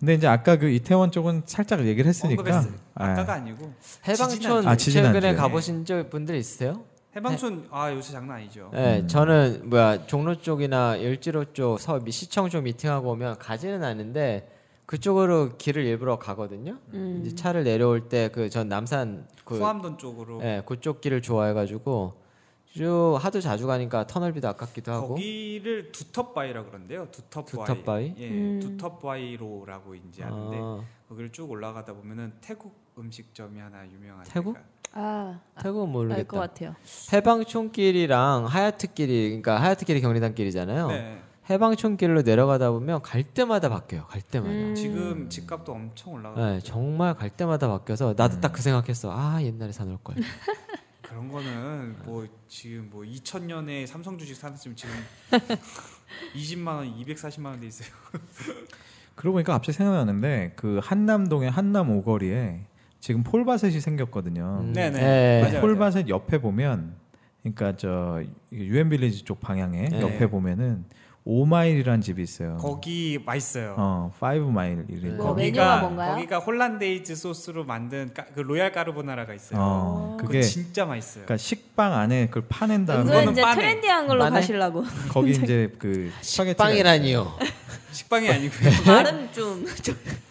Speaker 1: 근데 이제 아까 그 이태원 쪽은 살짝 얘기를 했으니까 예.
Speaker 3: 언더베스. 아까가 아니고
Speaker 2: 해방촌
Speaker 1: 아, 지지난
Speaker 2: 최근에
Speaker 1: 지.
Speaker 2: 가보신 적 분들 있으세요?
Speaker 3: 해방촌 아 요새 장난 아니죠.
Speaker 2: 네, 저는 뭐야 종로 쪽이나 을지로 쪽 서울 미- 시청 쪽 미팅하고 오면 가지는 않는데 그쪽으로 길을 일부러 가거든요.
Speaker 4: 음.
Speaker 2: 이제 차를 내려올 때 그 전 남산 그
Speaker 3: 포함돈 쪽으로
Speaker 2: 예, 그쪽 길을 좋아해가지고 쭉 하도 자주 가니까 터널비도 아깝기도 하고
Speaker 3: 거기를 두텁바위라 그러는데요. 두텁바위.
Speaker 2: 두텁바위?
Speaker 3: 예,
Speaker 4: 음.
Speaker 3: 두텁바위로라고 이제 하는데
Speaker 2: 아,
Speaker 3: 거기를 쭉 올라가다 보면은 태국 음식점이 하나 유명한
Speaker 2: 태국?
Speaker 3: 데가.
Speaker 4: 아,
Speaker 2: 태국은
Speaker 4: 알 것
Speaker 2: 모르겠다.
Speaker 4: 같아요.
Speaker 2: 해방촌길이랑 하얏트길이 그러니까 하얏트길이 경리단길이잖아요.
Speaker 3: 네.
Speaker 2: 해방촌길로 내려가다 보면 갈 때마다 바뀌어요. 갈 때마다.
Speaker 4: 음.
Speaker 3: 지금 집값도 엄청 올라가.
Speaker 2: 네, 정말 갈 때마다 바뀌어서 나도
Speaker 1: 음.
Speaker 2: 딱 그 생각했어. 아 옛날에 사놓을
Speaker 1: [LAUGHS]
Speaker 2: 걸.
Speaker 3: 그런 거는 뭐 지금 뭐 2000년에 삼성 주식 사놨으면
Speaker 4: [LAUGHS]
Speaker 3: 지금 20만 원, 240만 원돼 있어요.
Speaker 1: 그러고 보니까 갑자기 생각나는데 그 한남동의 한남 오거리에 지금 폴바셋이 생겼거든요. 그
Speaker 2: 음.
Speaker 3: 네네.
Speaker 2: 네.
Speaker 3: 맞아요. 맞아요.
Speaker 1: 폴바셋 옆에 보면 그러니까 저 유엔빌리지 쪽 방향에
Speaker 2: 네.
Speaker 1: 옆에 보면은 오마일이라는 집이 있어요.
Speaker 3: 거기 맛있어요.
Speaker 1: 어, 파이브
Speaker 3: 네.
Speaker 1: 마일이래.
Speaker 2: 뭐
Speaker 4: 어, 메뉴가 뭔가요?
Speaker 3: 거기가 홀란데이즈 소스로 만든 까, 그 로얄 까르보나라가 있어요.
Speaker 1: 어,
Speaker 3: 그게
Speaker 1: 그게
Speaker 3: 진짜 맛있어요.
Speaker 1: 그러니까 식빵 안에 그걸 파낸
Speaker 4: 그거
Speaker 1: 다음에
Speaker 3: 그거는
Speaker 4: 이제
Speaker 3: 빠네.
Speaker 4: 트렌디한 걸로
Speaker 2: 빠네?
Speaker 4: 가시려고. [LAUGHS]
Speaker 1: 거기 이제 그 스파게티가
Speaker 2: 식빵이라니요.
Speaker 3: 식빵이 아니고요.
Speaker 4: 말은 좀.
Speaker 3: [LAUGHS]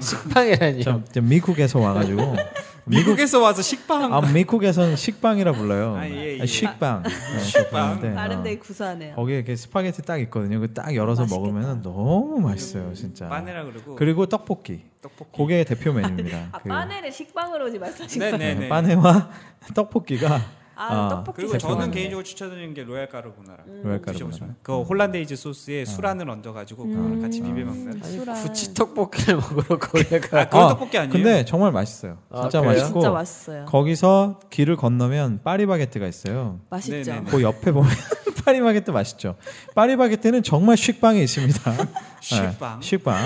Speaker 2: [LAUGHS] 식빵이라니요.
Speaker 3: [LAUGHS]
Speaker 1: 참, 참 미국에서 와가지고
Speaker 3: 미국에서 와서 식빵 [LAUGHS]
Speaker 1: 아 미국에서는 식빵이라 불러요.
Speaker 3: 아, 예, 예.
Speaker 1: 아, 식빵. 네,
Speaker 3: 식빵.
Speaker 1: 그렇게
Speaker 4: 다른
Speaker 1: 하는데,
Speaker 4: 데
Speaker 1: 어.
Speaker 4: 구수하네요.
Speaker 1: 거기에 이렇게 스파게티 딱 있거든요. 그 딱 열어서
Speaker 4: 맛있겠다.
Speaker 1: 먹으면 너무 맛있어요, 진짜.
Speaker 3: 빠네라 그러고
Speaker 1: 그리고 떡볶이.
Speaker 3: 떡볶이
Speaker 1: 그게 대표 메뉴입니다.
Speaker 4: [LAUGHS] 아
Speaker 1: 그,
Speaker 4: 빠네를 식빵으로 오지 마시고.
Speaker 1: 네,
Speaker 3: 네네네
Speaker 1: 빠네와 [LAUGHS] 떡볶이가
Speaker 4: 아,
Speaker 1: 아,
Speaker 4: 떡볶이.
Speaker 3: 그리고
Speaker 1: 제품
Speaker 4: 좋아하네.
Speaker 3: 저는
Speaker 1: 하는데.
Speaker 3: 개인적으로 추천드리는 게 로얄 까르보나라
Speaker 1: 로얄 까르보나라.
Speaker 3: 드셔보시면 그 hollandaise 소스에 술안을 얹어가지고 그거를 같이
Speaker 1: 음.
Speaker 3: 비벼 먹는
Speaker 2: 아니,
Speaker 4: 술알.
Speaker 2: 굳이 떡볶이를 먹으러 거기에
Speaker 3: 아
Speaker 2: 가.
Speaker 3: 그건
Speaker 1: 아,
Speaker 3: 떡볶이 아니에요?
Speaker 1: 근데 정말 맛있어요.
Speaker 2: 아,
Speaker 1: 진짜
Speaker 2: 그래요?
Speaker 1: 맛있고
Speaker 4: 진짜 맛있어요.
Speaker 1: 거기서 길을 건너면 파리바게트가 있어요.
Speaker 4: 맛있죠.
Speaker 3: 네네네.
Speaker 1: 그 옆에 보면 [LAUGHS] 파리바게트 맛있죠. 파리바게트는 정말 식빵이 있습니다.
Speaker 3: 식빵.
Speaker 1: 네, 식빵.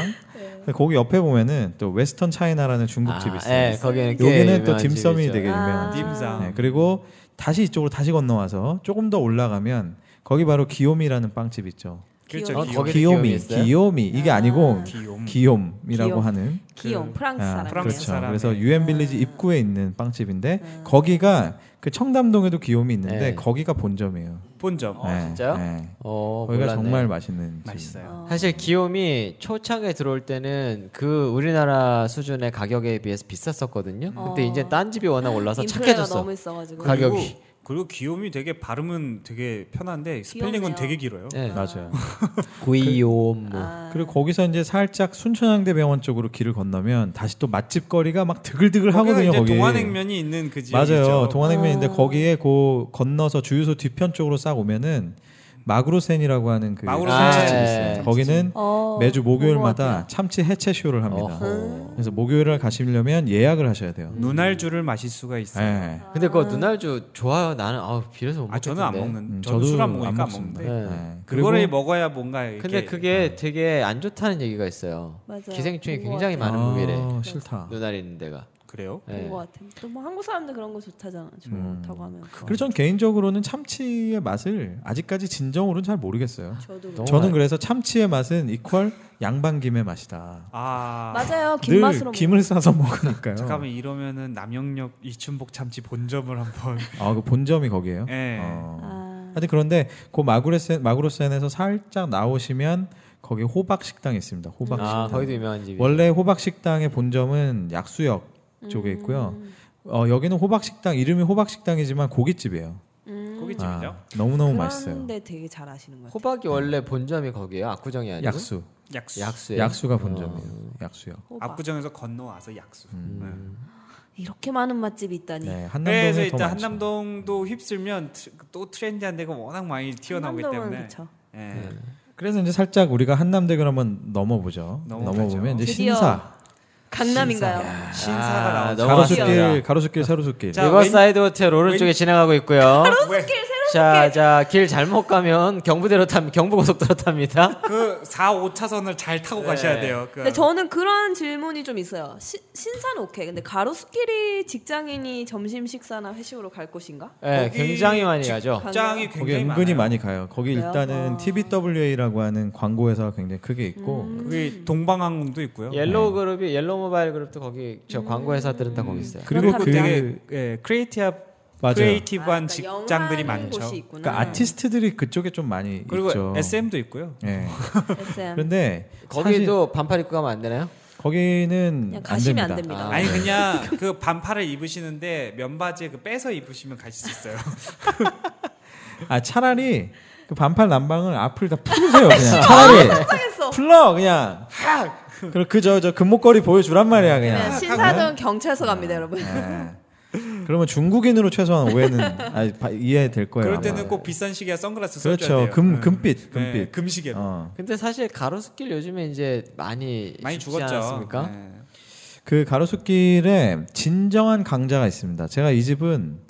Speaker 1: 근데 거기 옆에 보면은 또 웨스턴 차이나라는 [LAUGHS] 중국집이 있어요.
Speaker 2: 예, 거기는 꽤
Speaker 1: 여기는 또
Speaker 2: 유명한
Speaker 1: 딤섬이
Speaker 2: 집이죠.
Speaker 1: 되게
Speaker 4: 아.
Speaker 1: 유명한 집.
Speaker 3: 딤섬.
Speaker 1: 네, 그리고 다시 이쪽으로 다시 건너와서 조금 더 올라가면 거기 바로 기욤이라는 빵집 있죠.
Speaker 3: 그렇죠
Speaker 4: 귀여워.
Speaker 2: 어,
Speaker 3: 귀여워.
Speaker 2: 거기도 기욤이
Speaker 1: 기욤이,
Speaker 2: 있어요?
Speaker 1: 기욤이 이게 아니고
Speaker 3: 귀염.
Speaker 1: 기욤이라고
Speaker 4: 음. 기욤.
Speaker 1: 하는
Speaker 4: 기욤
Speaker 3: 그-
Speaker 4: 프랑스
Speaker 1: 아,
Speaker 4: 사람.
Speaker 3: 프랑스
Speaker 1: 그렇죠.
Speaker 3: 사람의.
Speaker 1: 그래서 유엔 빌리지
Speaker 4: 아.
Speaker 1: 입구에 있는 빵집인데
Speaker 4: 음.
Speaker 1: 거기가 그 청담동에도 기욤이 있는데
Speaker 2: 네.
Speaker 1: 거기가 본점이에요.
Speaker 3: 본점
Speaker 2: 어, 진짜요?
Speaker 1: 네.
Speaker 2: 어,
Speaker 1: 거기가
Speaker 2: 몰랐네.
Speaker 1: 정말 맛있는 집.
Speaker 3: 맛있어요.
Speaker 2: 사실 기욤이 초창에 들어올 때는 그 우리나라 수준의 가격에 비해서 비쌌었거든요. 근데
Speaker 4: 어.
Speaker 2: 이제 딴 집이 워낙 올라서
Speaker 4: 인플레가
Speaker 2: 착해졌어.
Speaker 4: 너무 있어가지고.
Speaker 2: 가- 가격이.
Speaker 3: 그리고, 그리고 귀염이 되게 발음은 되게 편한데 스펠링은
Speaker 4: 귀엽네요.
Speaker 3: 되게 길어요.
Speaker 2: 예.
Speaker 1: [LAUGHS] 맞아요.
Speaker 2: [LAUGHS] 구이옴 뭐.
Speaker 4: 아,
Speaker 1: 그리고 거기서 이제 살짝 순천향대병원 쪽으로 길을 건너면 다시 또 맛집 거리가 막 드글드글 하거든요.
Speaker 3: 거기가 이제
Speaker 1: 거기.
Speaker 3: 동안냉면이 있는 그 지역이죠.
Speaker 1: 맞아요. 동안냉면인데
Speaker 4: 어.
Speaker 1: 거기에 그 건너서 주유소 뒤편 쪽으로 싹 오면은 마구로센이라고 하는 그
Speaker 3: 마구로센
Speaker 1: 참치집이
Speaker 2: 아,
Speaker 1: 있어요.
Speaker 2: 예.
Speaker 1: 거기는
Speaker 4: 어,
Speaker 1: 매주
Speaker 4: 먹어봤어요.
Speaker 1: 목요일마다 참치 해체 쇼를 합니다.
Speaker 2: 어허.
Speaker 1: 그래서 목요일을 가시려면 예약을 하셔야 돼요.
Speaker 3: 음. 눈알주를 마실 수가
Speaker 1: 예.
Speaker 3: 있어요.
Speaker 2: 근데 그거 눈알주 좋아요. 나는 아우 비려서 못 먹겠는데.
Speaker 3: 아 저는 안 먹는.
Speaker 1: 음,
Speaker 3: 저도 술 안 먹으니까 안
Speaker 1: 먹습니다.
Speaker 3: 먹는데.
Speaker 2: 먹는데.
Speaker 1: 예. 그리고
Speaker 3: 그거를 먹어야 뭔가 이렇게
Speaker 2: 근데 그게 되게 안 좋다는 얘기가 있어요.
Speaker 4: 맞아요.
Speaker 2: 기생충이
Speaker 4: 본것
Speaker 2: 굉장히
Speaker 4: 같아요.
Speaker 2: 많은 무게래.
Speaker 1: 아,
Speaker 3: 네.
Speaker 1: 싫다.
Speaker 2: 눈알 있는 데가.
Speaker 3: 그래요?
Speaker 2: 예.
Speaker 4: 본것 같아. 또뭐 한국 사람들 그런 거 좋다잖아. 좋다고 하면.
Speaker 1: 그리고 전 개인적으로는 참치의 맛을 아직까지 진정으로는 잘 모르겠어요.
Speaker 4: 저도.
Speaker 2: 너무
Speaker 1: 저는
Speaker 2: 맛-
Speaker 1: 그래서 참치의 맛은 이퀄 양반김의 맛이다.
Speaker 3: 아
Speaker 1: 늘
Speaker 4: 맞아요. 어, 김 맛으로.
Speaker 1: 김을 싸서 먹으니까요.
Speaker 3: 잠깐만 이러면은 남영역 이춘복 참치 본점을 한번.
Speaker 1: 아, 그 본점이 거기예요?
Speaker 3: 예.
Speaker 1: 어.
Speaker 4: 아,
Speaker 1: 하여튼 그런데 그 마구레센 마구로센에서 살짝 나오시면 거기 호박 식당이 있습니다. 호박
Speaker 2: 아
Speaker 1: 식당.
Speaker 2: 거기도 유명한 집이.
Speaker 1: 원래 호박 식당의 본점은 약수역 쪽에 있고요.
Speaker 4: 음.
Speaker 1: 어, 여기는 호박 식당 이름이 호박 식당이지만 고깃집이에요. 아,
Speaker 4: 음.
Speaker 3: 고깃집이죠?
Speaker 1: 너무 너무 맛있어요.
Speaker 4: 그런데 되게 잘 아시는 것 같아요.
Speaker 2: 호박이 원래 본점이 거기예요. 압구정이 아니고.
Speaker 1: 약수.
Speaker 3: 약수.
Speaker 2: 약수예요. 어.
Speaker 1: 약수가
Speaker 3: 어.
Speaker 1: 본점이에요. 약수역.
Speaker 4: 호박.
Speaker 3: 압구정에서 건너와서 약수.
Speaker 4: 음. 이렇게 많은 맛집이 있다니.
Speaker 1: 네,
Speaker 3: 네.
Speaker 1: 한남동에
Speaker 3: 그래서
Speaker 1: 더
Speaker 3: 일단
Speaker 1: 많죠.
Speaker 3: 한남동도 휩쓸면 트- 또 트렌디한 데가 워낙 많이 튀어나오기
Speaker 4: 한남동은
Speaker 3: 때문에.
Speaker 4: 그쵸.
Speaker 3: 예.
Speaker 1: 그래서 이제 살짝 우리가 한남대교 한번 넘어보죠.
Speaker 3: 넘어가죠.
Speaker 1: 넘어보면 이제
Speaker 4: 드디어
Speaker 1: 신사,
Speaker 4: 강남인가요?
Speaker 3: 신사가
Speaker 2: 아,
Speaker 3: 나오죠.
Speaker 2: 너무
Speaker 1: 가로수길,
Speaker 2: 넘어갔습니다.
Speaker 1: 가로수길, 세로수길.
Speaker 3: 자,
Speaker 2: 리버사이드 호텔 오른쪽에
Speaker 3: 왼-
Speaker 2: 지나가고 있고요.
Speaker 3: 왜-
Speaker 2: 자, 자, 길 잘못 가면 경부대로 탑, 경부고속도로 [LAUGHS] 탑니다.
Speaker 3: 그 4, 5차선을 잘 타고 가셔야
Speaker 2: 그러니까
Speaker 3: 돼요. 그
Speaker 4: 근데 저는 그런 질문이 좀 있어요. 시- 신사는 오케이. 근데 가로수길이 직장인이 점심 식사나 회식으로 갈 곳인가?
Speaker 2: 예,
Speaker 3: 거기
Speaker 2: 굉장히 많이 가죠.
Speaker 3: 직장이
Speaker 1: 거기
Speaker 3: 굉장히
Speaker 1: 은근히
Speaker 3: 많아요.
Speaker 1: 많이 가요. 거기
Speaker 4: 그래요?
Speaker 1: 일단은
Speaker 4: 어.
Speaker 1: TBWA라고 하는 광고 회사가 굉장히 크게 있고
Speaker 4: 음.
Speaker 3: 그게 동방항공도 있고요.
Speaker 2: 옐로우 그룹이 옐로우 모바일 그룹도 거기 저 광고 회사들은 다 거기 있어요.
Speaker 1: 그리고
Speaker 4: 그런
Speaker 1: 그
Speaker 3: 되게 예, 크리에이티브
Speaker 1: 맞아요.
Speaker 3: 크리에이티브한
Speaker 4: 아, 그러니까
Speaker 3: 직장들이
Speaker 4: 영화하는
Speaker 3: 많죠. 그러니까
Speaker 4: 곳이 있구나.
Speaker 1: 그러니까 아티스트들이 그쪽에 좀 많이
Speaker 3: 그리고
Speaker 1: 있죠.
Speaker 3: SM도 있고요.
Speaker 1: 예.
Speaker 4: 네. SM.
Speaker 1: 그런데 사실
Speaker 2: 거기도 반팔 입고 가면 안 되나요?
Speaker 1: 거기는
Speaker 4: 그냥
Speaker 1: 안
Speaker 4: 가시면
Speaker 1: 됩니다.
Speaker 4: 안
Speaker 2: 아,
Speaker 4: 됩니다.
Speaker 3: 아, 니 그냥 그 반팔을 입으시는데 면바지에 그 빼서 입으시면 가실 수 있어요.
Speaker 1: 아 차라리 그 반팔 난방을 앞을 다 풀으세요
Speaker 4: [LAUGHS]
Speaker 1: 그냥.
Speaker 4: 아,
Speaker 1: 차라리
Speaker 4: 상했어.
Speaker 1: 풀러 그냥. 그리고 그저 저 금목걸이 보여주란 말이야
Speaker 4: 그러면
Speaker 1: 그냥.
Speaker 4: 네, 신사동 경찰서 갑니다, 여러분.
Speaker 1: 예. 그러면 중국인으로 최소한 오해는 아니, 바- 이해될 거예요.
Speaker 3: 그럴 때는
Speaker 1: 아마.
Speaker 3: 꼭 비싼 시계와 선글라스 써줘야
Speaker 1: 그렇죠.
Speaker 3: 돼요.
Speaker 1: 금
Speaker 3: 음.
Speaker 1: 금빛
Speaker 3: 네,
Speaker 1: 금빛.
Speaker 3: 금시계.
Speaker 1: 어.
Speaker 2: 근데 사실 가로수길 요즘에 이제 많이
Speaker 3: 많이
Speaker 2: 죽지
Speaker 3: 죽었죠.
Speaker 2: 않았습니까?
Speaker 3: 네.
Speaker 1: 그 가로수길에 진정한 강자가 있습니다. 제가 이 집은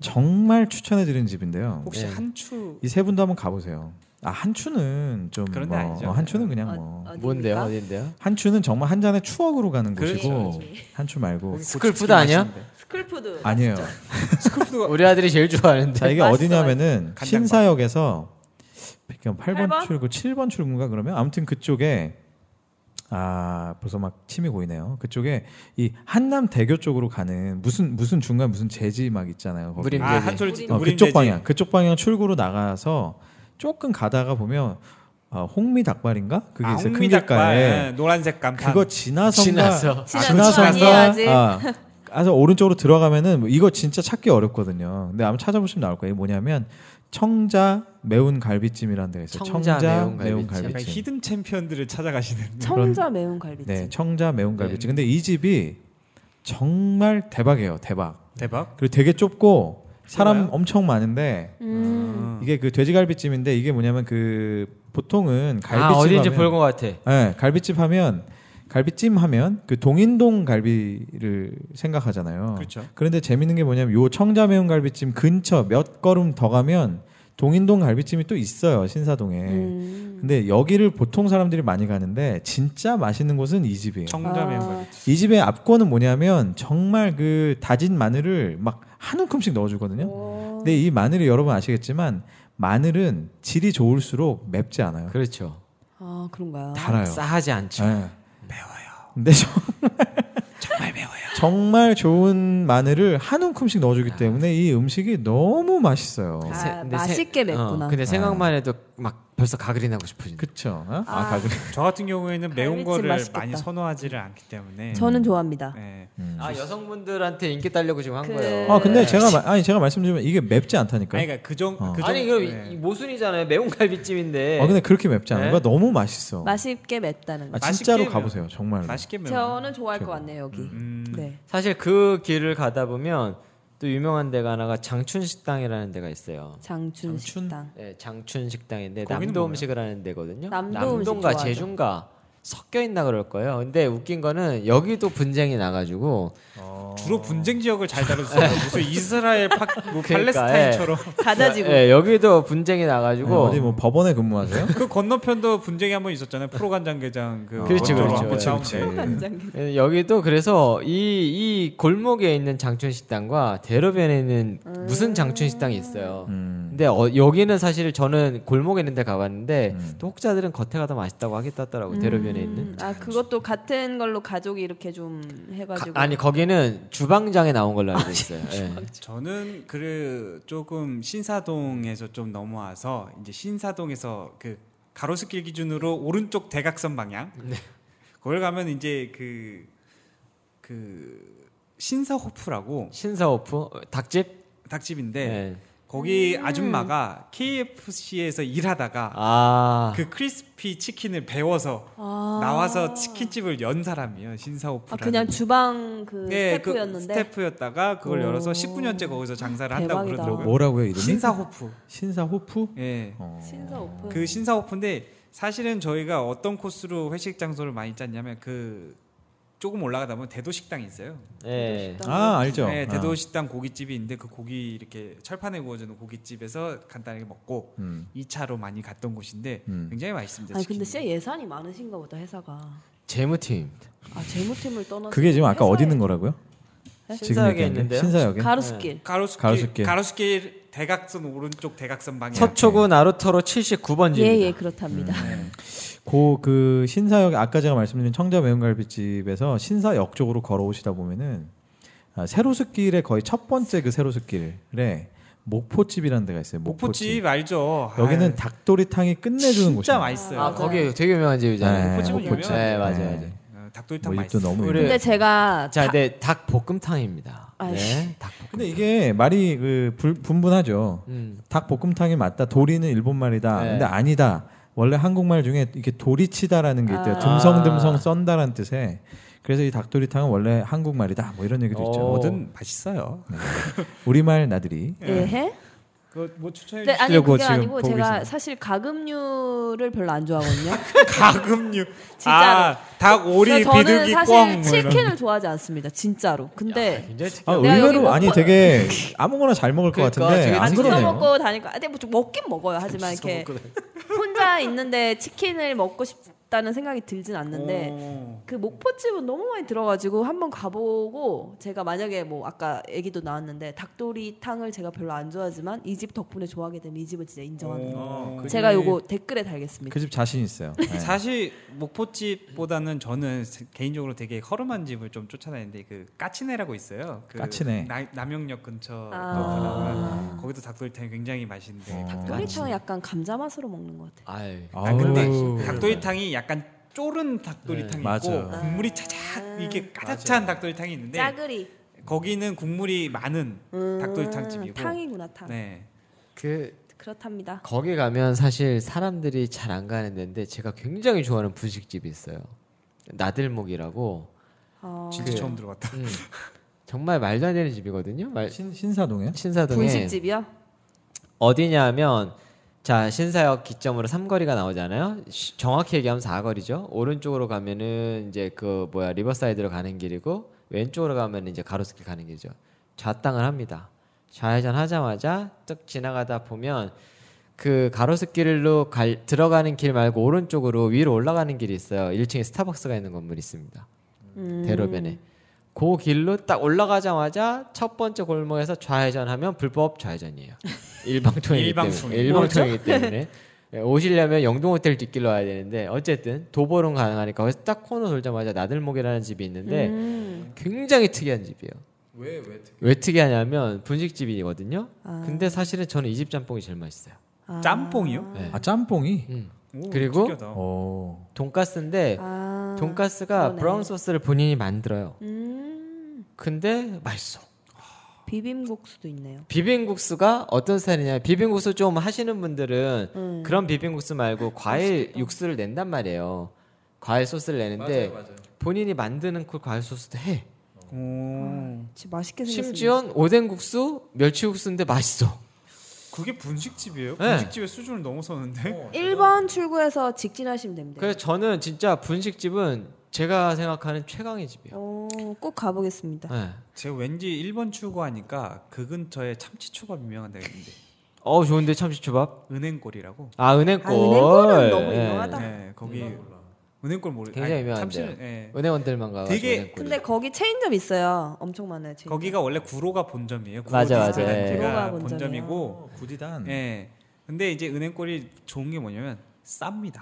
Speaker 1: 정말 추천해드리는 집인데요.
Speaker 3: 혹시
Speaker 2: 네.
Speaker 3: 한추
Speaker 1: 이 세 분도 한번 가보세요. 아 한추는 좀
Speaker 3: 그런 데
Speaker 1: 뭐,
Speaker 3: 아니죠.
Speaker 1: 어, 한추는 그냥
Speaker 4: 어,
Speaker 1: 뭐
Speaker 4: 어디입니까?
Speaker 2: 뭔데요? 어딘데요?
Speaker 1: 한추는 정말 한 잔의 추억으로 가는
Speaker 3: 그렇죠,
Speaker 1: 곳이고
Speaker 4: 그렇죠.
Speaker 1: 한추 말고
Speaker 2: 스쿨푸드 아니야?
Speaker 4: 스쿨푸드.
Speaker 1: 아니에요.
Speaker 3: 스쿨푸드가
Speaker 2: 우리 아들이 제일
Speaker 1: 자
Speaker 2: 좋아하는데.
Speaker 1: 이게
Speaker 4: 맛있어,
Speaker 1: 어디냐면은
Speaker 3: 맛있어.
Speaker 1: 신사역에서 8번,
Speaker 4: 8번?
Speaker 1: 출구, 7번 출구인가 그러면 아무튼 그쪽에 아 벌써 막 침이 고이네요. 그쪽에 이 한남 대교 쪽으로 가는 무슨 무슨 중간 무슨 제지 막 있잖아요. 거기.
Speaker 2: [LAUGHS] 무림
Speaker 3: 아,
Speaker 2: 우림제지.
Speaker 3: 한초를
Speaker 1: 어,
Speaker 3: 우림
Speaker 1: 그쪽
Speaker 3: 제지.
Speaker 1: 방향 그쪽 방향 출구로 나가서 조금 가다가 보면 어, 홍미 닭발인가 그게
Speaker 3: 아,
Speaker 1: 있어요. 큰
Speaker 3: 홍미닭발
Speaker 1: 길가에 아,
Speaker 3: 네, 노란색 감탄.
Speaker 1: 그거 지나서
Speaker 2: 지나서.
Speaker 4: 지나서 아니에야지.
Speaker 1: 아, 가서 오른쪽으로 들어가면은 뭐 이거 진짜 찾기 어렵거든요. 근데 아마 찾아보시면 나올 거예요. 이게 뭐냐면 청자 매운 갈비찜이라는 데가 있어요.
Speaker 2: 청자
Speaker 1: 청자,
Speaker 2: 매운
Speaker 1: 매운,
Speaker 2: 갈비찜.
Speaker 1: 갈비찜.
Speaker 3: 약간 히든 챔피언들을
Speaker 1: 음.
Speaker 3: 찾아가시는
Speaker 4: 청자 매운 갈비찜.
Speaker 1: 네, 청자 매운 갈비찜. 근데 이 집이 정말 대박이에요. 대박.
Speaker 3: 대박.
Speaker 1: 그리고 되게 좁고 사람
Speaker 3: 좁아요?
Speaker 1: 엄청 많은데
Speaker 4: 음.
Speaker 1: 이게 그 돼지갈비찜인데 이게 뭐냐면 그 보통은 갈비찜
Speaker 2: 아 어디인지
Speaker 1: 하면-
Speaker 2: 볼것 같아.
Speaker 1: 네, 갈비찜 하면 갈비찜 하면 그 동인동 갈비를 생각하잖아요.
Speaker 3: 그렇죠.
Speaker 1: 그런데 재밌는 게 뭐냐면 요 청자 매운 갈비찜 근처 몇 걸음 더 가면 동인동 갈비찜이 또 있어요 신사동에.
Speaker 4: 음.
Speaker 1: 근데 여기를 보통 사람들이 많이 가는데 진짜 맛있는 곳은 이 집이에요.
Speaker 3: 청자
Speaker 4: 아.
Speaker 3: 매운 갈비.
Speaker 1: 이 집의 압권은 뭐냐면 정말 그 다진 마늘을 막 한 움큼씩 넣어주거든요.
Speaker 4: 오.
Speaker 1: 근데 이 마늘이 여러분 아시겠지만 마늘은 질이 좋을수록 맵지 않아요.
Speaker 2: 그렇죠.
Speaker 4: 아 그런가요?
Speaker 1: 달아요.
Speaker 2: 싸하지 않죠.
Speaker 1: 매워요. 근데 정말
Speaker 3: 그렇죠.
Speaker 1: [LAUGHS]
Speaker 3: 정말 매워요.
Speaker 1: 정말 좋은 마늘을 한 움큼씩 넣어주기 때문에 이 음식이 너무 맛있어요.
Speaker 4: 아,
Speaker 2: 세- 근데 세-
Speaker 4: 맛있게 맵구나.
Speaker 2: 어, 근데 생각만 해도 막 벌써 가글이 나고 싶어지네.
Speaker 1: 아. 그쵸? 어?
Speaker 4: 아.
Speaker 1: 아, 가글.
Speaker 3: 저 같은 경우에는 매운
Speaker 4: 갈비찜
Speaker 3: 거를
Speaker 4: 맛있겠다.
Speaker 3: 많이 선호하지를 않기 때문에
Speaker 4: 저는 좋아합니다.
Speaker 3: 네.
Speaker 1: 음.
Speaker 2: 아 여성분들한테 인기 따려고 지금 한
Speaker 4: 그-
Speaker 2: 거예요.
Speaker 1: 아 근데 제가 마- 아니 제가 말씀드리면 이게 맵지 않다니까요.
Speaker 3: 아니 그러니까 그정
Speaker 1: 어.
Speaker 3: 그 정-
Speaker 2: 아니 그럼 이-
Speaker 3: 네.
Speaker 2: 이 모순이잖아요. 매운 갈비찜인데.
Speaker 1: 아 근데 그렇게 맵지 않은
Speaker 2: 네.
Speaker 1: 거야? 너무 맛있어.
Speaker 4: 맛있게 맵다는 거.
Speaker 1: 아, 진짜로
Speaker 3: 맛있게
Speaker 1: 가보세요. 정말.
Speaker 3: 맛있게 매워.
Speaker 4: 저는 좋아할 것
Speaker 1: 최고.
Speaker 4: 같네요 여기.
Speaker 3: 음.
Speaker 4: 네.
Speaker 2: 사실 그 길을 가다 보면 또 유명한 데가 하나가 장춘 식당이라는 데가 있어요.
Speaker 4: 장춘 식당.
Speaker 2: 네, 장춘 식당인데
Speaker 3: 거기는
Speaker 2: 남도
Speaker 3: 뭐예요?
Speaker 2: 음식을 하는 데거든요.
Speaker 4: 남도
Speaker 2: 남동과
Speaker 4: 음식 좋아하죠.
Speaker 2: 제중과 섞여 있나 그럴 거예요. 근데 웃긴 거는 여기도 분쟁이 나가지고
Speaker 3: 음, 주로 분쟁 지역을
Speaker 1: [LAUGHS]
Speaker 3: 잘 다루세요. 무슨 이스라엘 파, 뭐
Speaker 2: 그러니까,
Speaker 3: 팔레스타인처럼
Speaker 4: 가자지고.
Speaker 2: 예, 여기도 분쟁이
Speaker 1: 네,
Speaker 2: 나가지고
Speaker 1: 어디 뭐 법원에 근무하세요?
Speaker 3: 그 건너편도 분쟁이 한 번 있었잖아요. 프로간장게장 [LAUGHS] 그
Speaker 2: 그렇지, 그렇죠,
Speaker 3: 원조로
Speaker 2: 그렇지.
Speaker 1: 그렇죠,
Speaker 3: 한번
Speaker 2: 그렇지,
Speaker 3: 싸운 데.
Speaker 4: 간장게.
Speaker 2: 예, 여기도 그래서 이 이 골목에 있는 장춘 식당과 대로변에 있는
Speaker 4: 음.
Speaker 2: 무슨 장춘 식당이 있어요.
Speaker 1: 음.
Speaker 2: 근데 어, 여기는 사실 저는 골목에 있는 데 가봤는데
Speaker 3: 음.
Speaker 2: 또 혹자들은 겉에 가다 맛있다고 하겠다 하더라고 요 음, 대로변에 있는.
Speaker 4: 아 그것도 같은 걸로 가족이 이렇게 좀
Speaker 2: 가-
Speaker 4: 해가지고.
Speaker 2: 아니 그 거기는 주방장에 나온 걸로
Speaker 3: 아,
Speaker 2: 알고 있어요. 예.
Speaker 3: 저는 그 조금 신사동에서 좀 넘어와서 이제 신사동에서 그 가로수길 기준으로 오른쪽 대각선 방향.
Speaker 2: 네.
Speaker 3: 거기 가면 이제 그 그 신사호프라고
Speaker 2: 신사오프 닭집.
Speaker 3: 닭집인데
Speaker 2: 예.
Speaker 3: 거기 아줌마가 KFC에서 일하다가
Speaker 2: 아
Speaker 3: 그 크리스피 치킨을 배워서
Speaker 4: 아.
Speaker 3: 나와서 치킨집을 연 사람이에요 신사오프.
Speaker 4: 아, 그냥 주방 그 스태프였는데.
Speaker 3: 네, 스태프였다가 그걸
Speaker 4: 오.
Speaker 3: 열어서 19년째 거기서 장사를 한다고
Speaker 4: 대박이다.
Speaker 1: 뭐,
Speaker 3: 그러더라고요.
Speaker 1: 뭐라고요 이름이?
Speaker 3: 신사호프.
Speaker 1: 신사호프?
Speaker 3: 예.
Speaker 1: 어.
Speaker 4: 신사 오픈.
Speaker 3: 그 신사호프인데 사실은 저희가 어떤 코스로 회식 장소를 많이 짰냐면 그 조금 올라가다 보면 대도 식당이 있어요.
Speaker 2: 예.
Speaker 1: 아 알죠.
Speaker 3: 네, 대도
Speaker 1: 아.
Speaker 3: 식당 고깃집이 있는데 그 고기 이렇게 철판에 구워주는 고깃집에서 간단하게 먹고
Speaker 1: 음.
Speaker 3: 2차로 많이 갔던 곳인데
Speaker 1: 음.
Speaker 3: 굉장히 맛있습니다.
Speaker 4: 아니 근데
Speaker 3: 치킨이.
Speaker 4: 진짜 예산이 많으신가 보다 회사가.
Speaker 2: 재무팀.
Speaker 4: 아 재무팀을 떠나서.
Speaker 1: 그게 지금 아까
Speaker 4: 회사에-
Speaker 1: 어디 있는 거라고요?
Speaker 4: 네?
Speaker 1: 지금
Speaker 2: 신사역에
Speaker 1: 얘기한 게?
Speaker 2: 있는데요?
Speaker 1: 신사역에.
Speaker 4: 가로수길.
Speaker 3: 가로수길, 가로수길
Speaker 1: 가로수길.
Speaker 3: 대각선 오른쪽 대각선 방향.
Speaker 2: 서초구 나루터로 79번지입니다.
Speaker 4: 예예 그렇답니다.
Speaker 3: 네.
Speaker 1: 고그 신사역 아까 제가 말씀드린 청자 매운갈비집에서 신사역 쪽으로 걸어오시다 보면은 아, 세로수길의 거의 첫 번째 그 세로수길에 목포집이라는 데가 있어요. 목포집.
Speaker 3: 목포집 알죠.
Speaker 1: 여기는
Speaker 3: 아유,
Speaker 1: 닭도리탕이 끝내주는
Speaker 3: 진짜
Speaker 1: 곳이에요.
Speaker 3: 맛있어요.
Speaker 2: 아
Speaker 4: 네.
Speaker 2: 거기 되게 유명한 집이잖아요.
Speaker 1: 네,
Speaker 3: 뭐 목포집은
Speaker 1: 목포집.
Speaker 3: 유명해요.
Speaker 2: 네, 맞아요.
Speaker 1: 네.
Speaker 2: 맞아요.
Speaker 3: 어, 닭도리탕
Speaker 1: 뭐
Speaker 3: 맛있어.
Speaker 1: 집도 너무
Speaker 2: 우리-
Speaker 1: 유명.
Speaker 4: 근데 제가
Speaker 2: 자,
Speaker 4: 다-
Speaker 2: 네, 닭 볶음탕입니다.
Speaker 4: 아이씨.
Speaker 2: 네, 닭 볶음.
Speaker 1: 근데 이게 말이 그 불- 분분하죠.
Speaker 2: 음.
Speaker 1: 닭볶음탕이 맞다. 도리는 일본 말이다.
Speaker 2: 네.
Speaker 1: 근데 아니다. 원래 한국말 중에 이게 도리치다라는 게 있대요.
Speaker 4: 아.
Speaker 1: 듬성듬성 썬다라는 뜻에. 그래서 이 닭도리탕은 원래 한국말이다. 뭐 이런 얘기도
Speaker 2: 어.
Speaker 1: 있죠.
Speaker 3: 뭐든 맛있어요.
Speaker 1: 네. 우리말 나들이. 네.
Speaker 4: 예해?
Speaker 3: 그거 뭐 추천해
Speaker 4: 근데 아니
Speaker 3: 주시려고
Speaker 4: 그게
Speaker 3: 지금
Speaker 4: 아니고
Speaker 3: 보고
Speaker 4: 제가
Speaker 3: 계시나요?
Speaker 4: 사실 가금류를 별로 안 좋아하거든요.
Speaker 3: 가금류.
Speaker 4: [LAUGHS] 진짜로.
Speaker 3: 아, 닭 오리
Speaker 4: 그래서 저는
Speaker 3: 비둘기
Speaker 4: 사실
Speaker 3: 꽝. 뭐 이런.
Speaker 4: 치킨을 좋아하지 않습니다. 진짜로. 근데
Speaker 2: 굉장히 특이하다.
Speaker 1: 아,
Speaker 4: 내가 여기
Speaker 1: 의외로
Speaker 4: 먹-
Speaker 1: 아니 되게 아무거나 잘 먹을 것
Speaker 2: 그러니까
Speaker 1: 같은데
Speaker 2: 되게
Speaker 1: 안
Speaker 4: 안
Speaker 2: 맛있어
Speaker 4: 주워
Speaker 1: 그러네요.
Speaker 4: 먹고 다니까. 아, 근데 뭐좀 먹긴 먹어요. 하지만 이렇게 혼자 있는데 치킨을 먹고 싶다는 생각이 들진 않는데
Speaker 3: 오.
Speaker 4: 그 목포집은 너무 많이 들어가지고 한번 가보고 제가 만약에 뭐 아까 얘기도 나왔는데 닭도리탕을 제가 별로 안 좋아하지만 이 집 덕분에 좋아하게 되면 이 집은 진짜 인정합니다.
Speaker 3: 어, 그게
Speaker 4: 제가 요거 댓글에 달겠습니다.
Speaker 1: 그 집 자신
Speaker 2: [LAUGHS]
Speaker 1: 있어요. 네.
Speaker 3: 사실 목포집보다는 저는 세- 개인적으로 되게 허름한 집을 좀 쫓아다니는데 그 까치네라고 있어요. 그
Speaker 1: 까치네.
Speaker 3: 나- 남영역 근처
Speaker 4: 아.
Speaker 3: 아. 거기도 닭도리탕이 굉장히 맛있는데
Speaker 1: 어.
Speaker 4: 닭도리탕은 그 약간 감자 맛으로 먹는 것 같아요.
Speaker 2: 아유.
Speaker 3: 아, 근데
Speaker 1: 아우.
Speaker 3: 닭도리탕이 약간 쫄은 닭도리탕이
Speaker 1: 네.
Speaker 3: 있고
Speaker 1: 맞아요.
Speaker 4: 아.
Speaker 3: 국물이 차작 이게 까득찬 닭도리탕이 있는데
Speaker 4: 짜글이.
Speaker 3: 거기는 국물이 많은
Speaker 4: 음,
Speaker 3: 닭도리탕집이고.
Speaker 4: 탕이구나 탕.
Speaker 3: 네.
Speaker 2: 그
Speaker 4: 그렇답니다.
Speaker 2: 거기 가면 사실 사람들이 잘 안 가는 데인데 제가 굉장히 좋아하는 분식집이 있어요. 나들목이라고.
Speaker 4: 어,
Speaker 3: 진짜
Speaker 2: 그-
Speaker 3: 처음 들어봤다.
Speaker 2: 음, 정말 말도 안 되는 집이거든요. 말-
Speaker 1: 신,
Speaker 2: 네.
Speaker 1: 신사동에
Speaker 2: 신사동에
Speaker 4: 분식집이요?
Speaker 2: 어디냐면 자 신사역 기점으로 삼거리가 나오잖아요. 시- 정확히 얘기하면 사거리죠. 오른쪽으로 가면은 이제 그 뭐야 리버사이드로 가는 길이고 왼쪽으로 가면 이제 가로수길 가는 길이죠. 좌땅을 합니다. 좌회전 하자마자 쭉 지나가다 보면 그 가로수길로 갈- 들어가는 길 말고 오른쪽으로 위로 올라가는 길이 있어요. 1층에 스타벅스가 있는 건물이 있습니다.
Speaker 4: 음.
Speaker 2: 대로변에 그 길로 딱 올라가자마자 첫 번째 골목에서 좌회전하면 불법
Speaker 4: [LAUGHS]
Speaker 2: 좌회전이에요. 일방통행이기
Speaker 3: 일방통행.
Speaker 2: 때문에. 일방통행이기 때문에 예, 오시려면 영동호텔 뒷길로 와야 되는데 어쨌든 도보론 가능하니까 거기서 딱 코너 돌자마자 나들목이라는 집이 있는데
Speaker 4: 음.
Speaker 2: 굉장히 특이한 집이에요.
Speaker 1: 왜왜
Speaker 2: 왜 특이하냐면 분식집이거든요.
Speaker 4: 아.
Speaker 2: 근데 사실은 저는 이 집 짬뽕이 제일 맛있어요.
Speaker 4: 아.
Speaker 3: 짬뽕이요?
Speaker 2: 예.
Speaker 1: 아 짬뽕이
Speaker 2: 음.
Speaker 3: 오,
Speaker 2: 그리고
Speaker 3: 특이하다.
Speaker 1: 어
Speaker 2: 돈가스인데
Speaker 4: 아.
Speaker 2: 네. 돈가스가
Speaker 4: 그러네.
Speaker 2: 브라운 소스를 본인이 만들어요.
Speaker 4: 음.
Speaker 2: 근데 맛있어.
Speaker 4: 비빔국수도 있네요.
Speaker 2: 비빔국수가 어떤 스타일이냐 비빔국수 좀 하시는 분들은
Speaker 4: 음.
Speaker 2: 그런 비빔국수 말고 과일 육수를 낸단 말이에요 과일 소스를 내는데 본인이 만드는 그 과일 소스도 해
Speaker 3: 오.
Speaker 4: 진짜 맛있게 생겼습니다.
Speaker 2: 심지어 오뎅국수 멸치국수인데 맛있어
Speaker 3: 그게 분식집이에요?
Speaker 2: 네.
Speaker 3: 분식집의 수준을 넘어서는데.
Speaker 4: 1번 출구에서 직진하시면 됩니다.
Speaker 2: 그래서 저는 진짜 분식집은 제가 생각하는 최강의 집이에요
Speaker 4: 어, 꼭 가보겠습니다.
Speaker 2: 네.
Speaker 3: 제가 왠지 1번 출구하니까 그 근처에 참치 초밥 유명한 데가 있는데
Speaker 2: 어 좋은데 참치초밥
Speaker 3: 은행골이라고.
Speaker 2: 아 은행골
Speaker 4: 아, 은행골은 너무
Speaker 2: 예.
Speaker 4: 유명하다.
Speaker 3: 네, 거기 은행골 모르.
Speaker 2: 굉장히
Speaker 3: 아니,
Speaker 2: 유명한데요.
Speaker 3: 참치는 예.
Speaker 2: 은행원들만 가고
Speaker 3: 되게-
Speaker 4: 근데 거기 체인점 있어요. 엄청 많아요. 체인점.
Speaker 3: 거기가 원래 구로가 본점이에요. 구로
Speaker 2: 맞아, 맞아.
Speaker 3: 디지털
Speaker 2: 예.
Speaker 3: 단지가
Speaker 4: 구로가 본점이요.
Speaker 3: 본점이고
Speaker 1: 구디단
Speaker 3: 예. 근데 이제 은행골이 좋은 게 뭐냐면 쌉니다.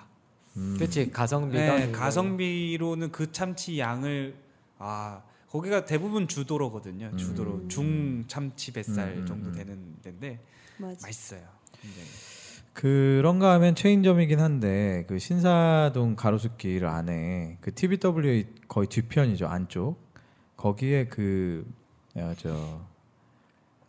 Speaker 2: 음. 그렇지 가성비가
Speaker 4: 네,
Speaker 2: 뭐
Speaker 3: 예, 가성비로는 그 참치 양을 아 거기가 대부분 주도로거든요. 주도로 중 참치 뱃살
Speaker 1: 음, 음,
Speaker 3: 정도
Speaker 1: 음.
Speaker 3: 되는 데인데
Speaker 4: 맞아.
Speaker 3: 맛있어요. 굉장히.
Speaker 1: 그런가 하면 체인점이긴 한데 그 신사동 가로수길 안에 그 TBW의 거의 뒤편이죠 안쪽 거기에 그, 그저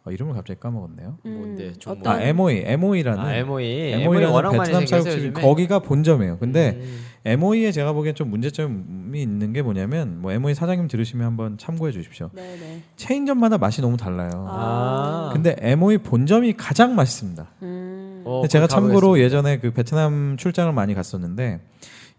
Speaker 1: 어, 이름을 갑자기 까먹었네요.
Speaker 2: 뭔데, 좀
Speaker 4: 음, 어떤 E
Speaker 1: 아 MOE MOE라는
Speaker 2: 아, MOE MOE
Speaker 1: MOE라는
Speaker 2: 워낙 많이
Speaker 1: 베트남
Speaker 2: 생겨서
Speaker 1: 사육집이
Speaker 2: 요즘에
Speaker 1: 거기가 본점이에요. 근데
Speaker 2: 음.
Speaker 1: MOE에 제가 보기엔 좀 문제점이 있는 게 뭐냐면 뭐 MOE 사장님 들으시면 한번 참고해 주십시오.
Speaker 4: 네네.
Speaker 1: 체인점마다 맛이 너무 달라요.
Speaker 2: 아.
Speaker 1: 근데 MOE 본점이 가장 맛있습니다.
Speaker 4: 음.
Speaker 2: 어,
Speaker 1: 근데 제가
Speaker 2: 그거
Speaker 1: 참고로
Speaker 2: 가보겠습니다.
Speaker 1: 예전에 그 베트남 출장을 많이 갔었는데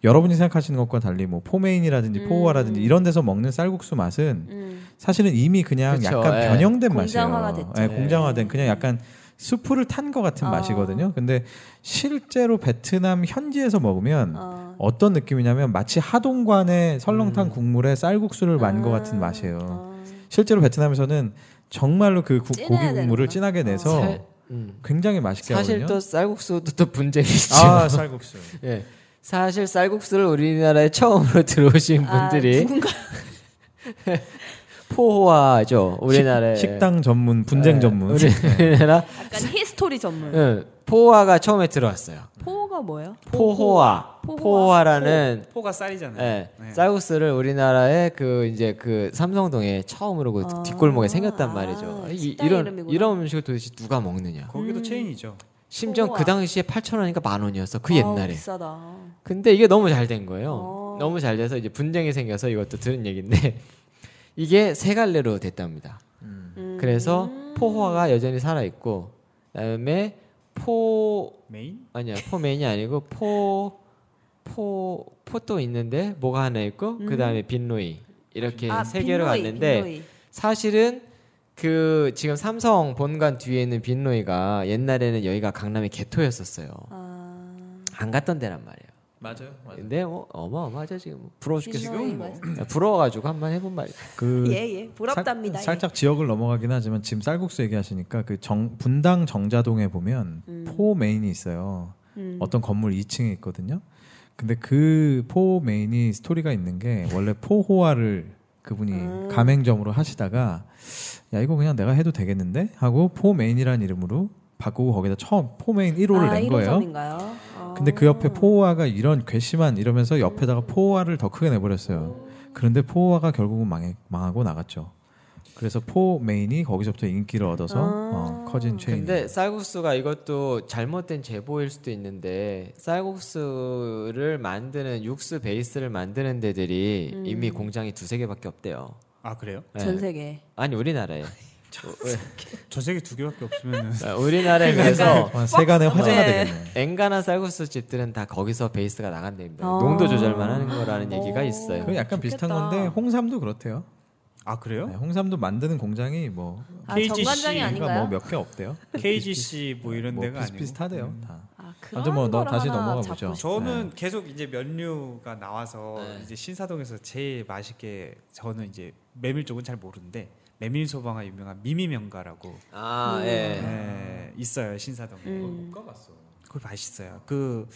Speaker 1: 여러분이 생각하시는 것과 달리 뭐 포메인이라든지
Speaker 4: 음.
Speaker 1: 포우아라든지 이런 데서 먹는 쌀국수 맛은
Speaker 4: 음.
Speaker 1: 사실은 이미 그냥
Speaker 2: 그쵸,
Speaker 1: 약간
Speaker 2: 예.
Speaker 1: 변형된
Speaker 4: 공장화가
Speaker 1: 맛이에요.
Speaker 4: 됐죠. 네.
Speaker 1: 예, 공장화된 그냥 약간 수프를 탄 것 같은
Speaker 4: 아.
Speaker 1: 맛이거든요. 근데 실제로 베트남 현지에서 먹으면
Speaker 4: 어.
Speaker 1: 어떤 느낌이냐면 마치 하동관의
Speaker 2: 음.
Speaker 1: 설렁탕 국물에 쌀국수를 만 것
Speaker 4: 아.
Speaker 1: 같은 맛이에요.
Speaker 4: 어.
Speaker 1: 실제로 베트남에서는 정말로 그 구-
Speaker 4: 진해야
Speaker 1: 고기
Speaker 4: 되는구나.
Speaker 1: 국물을 진하게 내서
Speaker 2: 살- 음.
Speaker 1: 굉장히 맛있게
Speaker 2: 사실
Speaker 1: 하거든요.
Speaker 2: 또 쌀국수도 또 분쟁이죠.
Speaker 1: 아 쌀국수.
Speaker 2: [LAUGHS] 예. 사실 쌀국수를 우리나라에 처음으로 [LAUGHS] 들어오신 분들이
Speaker 4: 아, 누군가
Speaker 2: [LAUGHS] 포호화죠. 우리나라에
Speaker 1: 식, 당 전문 분쟁
Speaker 2: 예,
Speaker 1: 전문
Speaker 2: [LAUGHS] 우리- 우리나라
Speaker 4: 약간 히스토리 전문.
Speaker 2: 예, 포호화가 처음에 들어왔어요.
Speaker 4: 포가 뭐예요?
Speaker 2: 포호화,
Speaker 4: 포호화.
Speaker 2: 포호화라는
Speaker 3: 포가 쌀이잖아요.
Speaker 2: 예,
Speaker 3: 네.
Speaker 2: 쌀국수를 우리나라에 그 이제 그 삼성동에 처음으로 그
Speaker 4: 아,
Speaker 2: 뒷골목에 생겼단 말이죠.
Speaker 4: 아,
Speaker 2: 이,
Speaker 4: 식당
Speaker 2: 이런
Speaker 4: 이름이구나.
Speaker 2: 이런 음식을 도대체 누가 먹느냐?
Speaker 3: 거기도
Speaker 4: 음.
Speaker 3: 체인이죠.
Speaker 2: 심지어
Speaker 4: 포호화.
Speaker 2: 그 당시에 8,000원이니까 만 원이었어. 그
Speaker 4: 아우,
Speaker 2: 옛날에. 어.
Speaker 4: 비싸다.
Speaker 2: 근데 이게 너무 잘 된 거예요.
Speaker 4: 어.
Speaker 2: 너무 잘 돼서 이제 분쟁이 생겨서 이것도 들은 얘기인데 [LAUGHS] 이게 세 갈래로 됐답니다.
Speaker 4: 음.
Speaker 2: 그래서 포화가 여전히 살아 있고 그다음에 포
Speaker 3: 메인?
Speaker 2: 아니야 포메인이 아니고 포 포, 포도 있는데 뭐가 하나 있고
Speaker 4: 음.
Speaker 2: 그다음에 빈로이 이렇게
Speaker 4: 아,
Speaker 2: 세 개로
Speaker 4: 빈로이,
Speaker 2: 갔는데
Speaker 4: 빈로이.
Speaker 2: 사실은 그 지금 삼성 본관 뒤에 있는 빈로이가 옛날에는 여기가 강남의 개토였었어요.
Speaker 4: 아,
Speaker 2: 안 갔던 데란 말이에요.
Speaker 1: 맞아요.
Speaker 2: 근데 뭐 어마어마하죠 지금 부러워 죽겠어.
Speaker 4: 빈로이
Speaker 3: 지금 뭐.
Speaker 4: 맛있-
Speaker 2: 부러워가지고 한번 해본 말이야.
Speaker 1: 그
Speaker 4: 예, 예. 부럽답니다.
Speaker 1: 살, 짝 지역을 넘어가긴 하지만 지금 쌀국수 얘기하시니까 그 정- 분당 정자동에 보면 포 메인이 있어요.
Speaker 4: 예. 음.
Speaker 1: 어떤 건물 2층에 있거든요. 근데 그 포 메인이 스토리가 있는 게 원래 포호화를 그분이
Speaker 4: 음.
Speaker 1: 가맹점으로 하시다가 야 이거 그냥 내가 해도 되겠는데 하고 포 메인이라는 이름으로 바꾸고 거기다 처음 포 메인 1호를
Speaker 4: 아,
Speaker 1: 낸 거예요.
Speaker 4: 1호점인가요? 아.
Speaker 1: 근데 그 옆에 포화가 이런 괘씸한 이러면서 옆에다가 포화를 더 크게 내버렸어요. 그런데 포화가 결국은 망해, 망하고 나갔죠. 그래서 포 메인이 거기서부터 인기를 얻어서
Speaker 4: 아.
Speaker 1: 어, 커진 체인.
Speaker 2: 근데 쌀국수가 이것도 잘못된 제보일 수도 있는데 쌀국수를 만드는 육수 베이스를 만드는 데들이
Speaker 4: 음.
Speaker 2: 이미 공장이 두세 개밖에 없대요.
Speaker 3: 아 그래요?
Speaker 2: 네.
Speaker 4: 전 세계.
Speaker 2: 아니 [LAUGHS] 우리나라에
Speaker 3: 저 세계 두 개밖에 없으면은
Speaker 2: 아, 우리나라에 비해서
Speaker 1: 와, 어, 세간의 화제가
Speaker 4: 네.
Speaker 1: 되겠네.
Speaker 2: 엔간한 쌀국수 집들은 다 거기서 베이스가 나간답니다.
Speaker 4: 아.
Speaker 2: 농도 조절만 하는 거라는 얘기가
Speaker 4: 오.
Speaker 2: 어. 있어요.
Speaker 1: 그 약간 비슷한
Speaker 4: 좋겠다.
Speaker 1: 건데 홍삼도 그렇대요.
Speaker 3: [LAUGHS] 아 그래요?
Speaker 1: 네, 홍삼도 만드는 공장이 뭐
Speaker 4: 아,
Speaker 3: KGC
Speaker 4: 정관장이
Speaker 3: 가
Speaker 1: 그러니까
Speaker 4: 아닌가요?
Speaker 1: 뭐몇 개 없대요.
Speaker 3: KGC 네. 뭐 이런
Speaker 1: 뭐
Speaker 3: 데가 아니고
Speaker 1: 비슷비슷하대요.
Speaker 3: 음.
Speaker 1: 다.
Speaker 4: 아,
Speaker 1: 아무튼 뭐
Speaker 4: 그런
Speaker 1: 너-
Speaker 4: 걸
Speaker 1: 다시
Speaker 4: 하나
Speaker 1: 넘어가
Speaker 4: 잡고
Speaker 3: 네.
Speaker 1: 보죠.
Speaker 4: 싶-
Speaker 3: 저는 계속 이제 면류가 나와서
Speaker 2: 네.
Speaker 3: 이제 신사동에서 제일 맛있게 저는 이제 메밀 쪽은 잘 모르는데 메밀 소바가 유명한 미미면가라고
Speaker 2: 아
Speaker 4: 음.
Speaker 2: 예.
Speaker 3: 예, 있어요 신사동에
Speaker 4: 음.
Speaker 1: 가봤어.
Speaker 3: 그거 맛있어요 그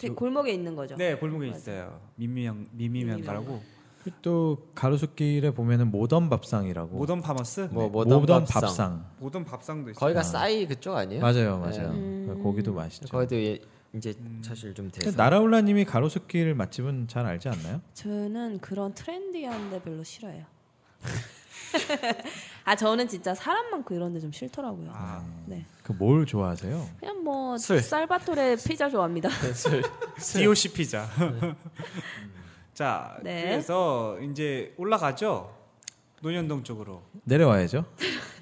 Speaker 4: 되게 골목에 있는 거죠.
Speaker 3: 네, 골목에
Speaker 4: 맞아요.
Speaker 3: 있어요 미미면 미미면가라고
Speaker 2: 뭐,
Speaker 1: 또 가로수길에 보면은 모던 밥상이라고.
Speaker 3: 모던 파머스
Speaker 2: 뭐
Speaker 1: 네,
Speaker 2: 모던 밥상.
Speaker 1: 밥상.
Speaker 3: 모던 밥상도 있어요
Speaker 2: 거기가
Speaker 3: [LAUGHS]
Speaker 1: 아.
Speaker 2: 싸이 그쪽 아니에요?
Speaker 1: 맞아요, 맞아요.
Speaker 4: 음.
Speaker 1: 그 고기도 맛있죠.
Speaker 2: 거기도 예, 이제 사실 좀 돼서
Speaker 1: 나라울라님이 가로수길 맛집은 잘 알지 않나요?
Speaker 4: 저는 그런 트렌디한데 별로 싫어요. [LAUGHS] 아 저는 진짜 사람 많고 이런데 좀 싫더라고요.
Speaker 3: 아,
Speaker 4: 네.
Speaker 1: 그 뭘 좋아하세요?
Speaker 4: 그냥 뭐
Speaker 2: 술.
Speaker 4: 살바토레 피자 좋아합니다.
Speaker 2: 술.
Speaker 3: DOC 피자
Speaker 2: 음.
Speaker 3: 자
Speaker 4: 네.
Speaker 3: 그래서 이제 올라가죠 논현동 쪽으로
Speaker 1: 내려와야죠.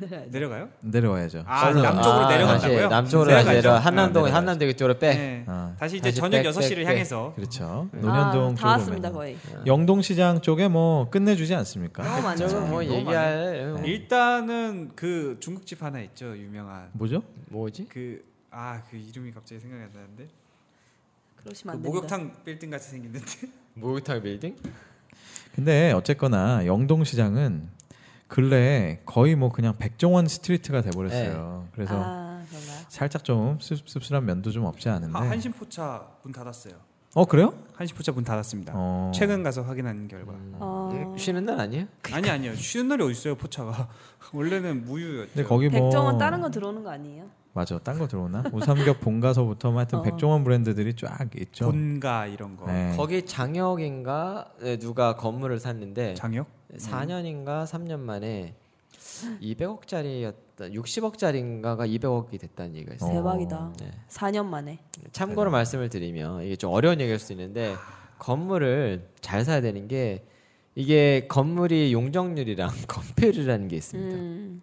Speaker 4: 네,
Speaker 3: 내려가요?
Speaker 1: 내려와야죠.
Speaker 3: 아,
Speaker 1: 저는-
Speaker 3: 남쪽으로
Speaker 2: 아,
Speaker 3: 내려간다고요?
Speaker 2: 다시 남쪽으로
Speaker 3: 내려가죠.
Speaker 2: 내려 한남동
Speaker 1: 아,
Speaker 2: 한남대 그쪽으로 빼.
Speaker 3: 네.
Speaker 1: 아.
Speaker 3: 다시 이제
Speaker 2: 다시
Speaker 3: 저녁
Speaker 2: 백,
Speaker 3: 여섯
Speaker 2: 백,
Speaker 3: 6시를
Speaker 2: 백.
Speaker 3: 향해서
Speaker 1: 그렇죠. [LAUGHS] 논현동
Speaker 4: 아,
Speaker 1: 쪽으로
Speaker 4: 다 왔습니다
Speaker 1: 맨날.
Speaker 4: 거의.
Speaker 1: 영동시장 쪽에 뭐 끝내주지 않습니까?
Speaker 4: 너무 많죠.
Speaker 2: 저건 뭐
Speaker 3: 너무 네.
Speaker 2: 얘기할 뭐-
Speaker 3: 일단은 그 중국집 하나 있죠. 유명한.
Speaker 1: 뭐죠?
Speaker 2: 뭐지?
Speaker 3: 그 아 그 이름이 갑자기 생각이 안 나는데 그
Speaker 4: 그러시면 안 됩니다.
Speaker 3: 목욕탕 빌딩 같이 생겼는데
Speaker 2: 목욕탕 빌딩?
Speaker 1: 근데 어쨌거나 영동시장은 근래에 거의 뭐 그냥 백종원 스트리트가 돼버렸어요. 그래서
Speaker 4: 아 그런가요?
Speaker 1: 살짝 좀 씁- 씁쓸한 면도 좀 없지 않은데.
Speaker 2: 네.
Speaker 3: 아 한신포차 문 닫았어요
Speaker 1: 어 그래요?
Speaker 3: 한신포차 문 닫았습니다
Speaker 1: 어. 음.
Speaker 3: 최근 가서 확인한 결과
Speaker 1: 네,
Speaker 4: 어,
Speaker 2: 네, 쉬는 날 아니에요?
Speaker 3: 아니 아니요 쉬는 날이 어디 있어요 포차가 [LAUGHS] 원래는 무유였죠
Speaker 1: 근데 거기 뭐
Speaker 4: 백종원 다른 거 들어오는 거 아니에요?
Speaker 1: 맞아. 딴 거 들어오나? 우삼겹 본가서부터 뭐 하여튼
Speaker 4: 어.
Speaker 1: 백종원 브랜드들이 쫙 있죠.
Speaker 3: 본가 이런 거
Speaker 1: 네.
Speaker 2: 거기 장혁인가 네, 누가 건물을 샀는데
Speaker 3: 장혁
Speaker 2: 4년인가 3년 만에 200억짜리였다 60억짜리인가가 200억이 됐다는 얘기가 있어요.
Speaker 1: 어.
Speaker 4: 대박이다.
Speaker 2: 네.
Speaker 4: 4년 만에.
Speaker 2: 참고로 말씀을 드리면 이게 좀 어려운 얘기일 수 있는데 건물을 잘 사야 되는 게 이게 건물이 용적률이랑 [LAUGHS] 건폐율이라는 게 있습니다.
Speaker 4: 음,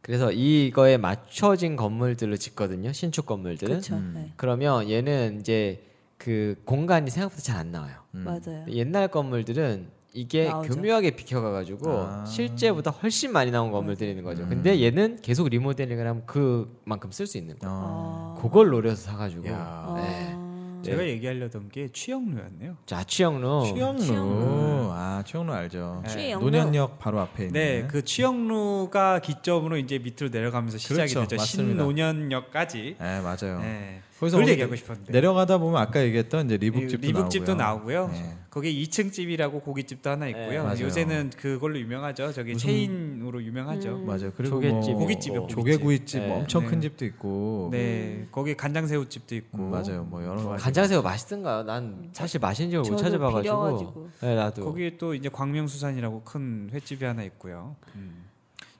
Speaker 2: 그래서 이거에 맞춰진 건물들을 짓거든요. 신축 건물들은.
Speaker 4: 그렇죠.
Speaker 1: 음.
Speaker 4: 네.
Speaker 2: 그러면 얘는 이제 그 공간이 생각보다 잘 안 나와요.
Speaker 1: 음.
Speaker 4: 맞아요.
Speaker 2: 옛날 건물들은 이게
Speaker 4: 네. 나오죠.
Speaker 2: 교묘하게 비켜가가지고
Speaker 1: 아. 음.
Speaker 2: 실제보다 훨씬 많이 나온 건물들이 있는 거죠. 근데 얘는 계속 리모델링을 하면 그만큼 쓸 수 있는 거.
Speaker 1: 어.
Speaker 4: 어.
Speaker 2: 그걸 노려서 사가지고
Speaker 1: 야.
Speaker 2: 네.
Speaker 4: 어.
Speaker 3: 제가 얘기하려던 게 취영로였네요
Speaker 2: 자 취영로
Speaker 1: 취영로.
Speaker 4: 취영로.
Speaker 1: 아 취영로 알죠.
Speaker 3: 네.
Speaker 4: 취영로.
Speaker 1: 노년역 바로 앞에 있는.
Speaker 3: 네, 그 취영로가 기점으로 이제 밑으로 내려가면서 시작이
Speaker 1: 그렇죠,
Speaker 3: 되죠.
Speaker 1: 맞습니다.
Speaker 3: 신논현역까지.
Speaker 1: 네, 맞아요.
Speaker 3: 네.
Speaker 1: 거기서
Speaker 3: 그걸
Speaker 1: 거기
Speaker 3: 얘기하고 싶었는데.
Speaker 1: 내려가다 보면 아까 얘기했던 이제 리북집도
Speaker 3: 리북집도
Speaker 1: 나오고요.
Speaker 3: 나오고요.
Speaker 1: 네.
Speaker 3: 거기에 2층 집이라고 고깃집도 하나
Speaker 2: 네,
Speaker 3: 있고요.
Speaker 1: 맞아요.
Speaker 3: 요새는 그걸로 유명하죠. 저기
Speaker 1: 무슨-
Speaker 3: 체인으로 유명하죠.
Speaker 4: 음.
Speaker 1: 맞아요. 그리고
Speaker 2: 조개집,
Speaker 1: 뭐
Speaker 3: 고깃집이요, 고깃집.
Speaker 1: 조개구이집
Speaker 2: 네.
Speaker 1: 뭐 엄청
Speaker 3: 네.
Speaker 1: 큰 집도 있고.
Speaker 3: 네, 거기 간장새우집도 있고.
Speaker 1: 음, 맞아요. 뭐 여러 가지.
Speaker 2: 간장새우 맛있던가요? 난 사실 맛있는지 못
Speaker 4: 저도
Speaker 2: 찾아봐가지고
Speaker 4: 비려가지고.
Speaker 2: 네, 나도
Speaker 3: 거기에 또 이제 광명수산이라고 큰 횟집이 하나 있고요. 음.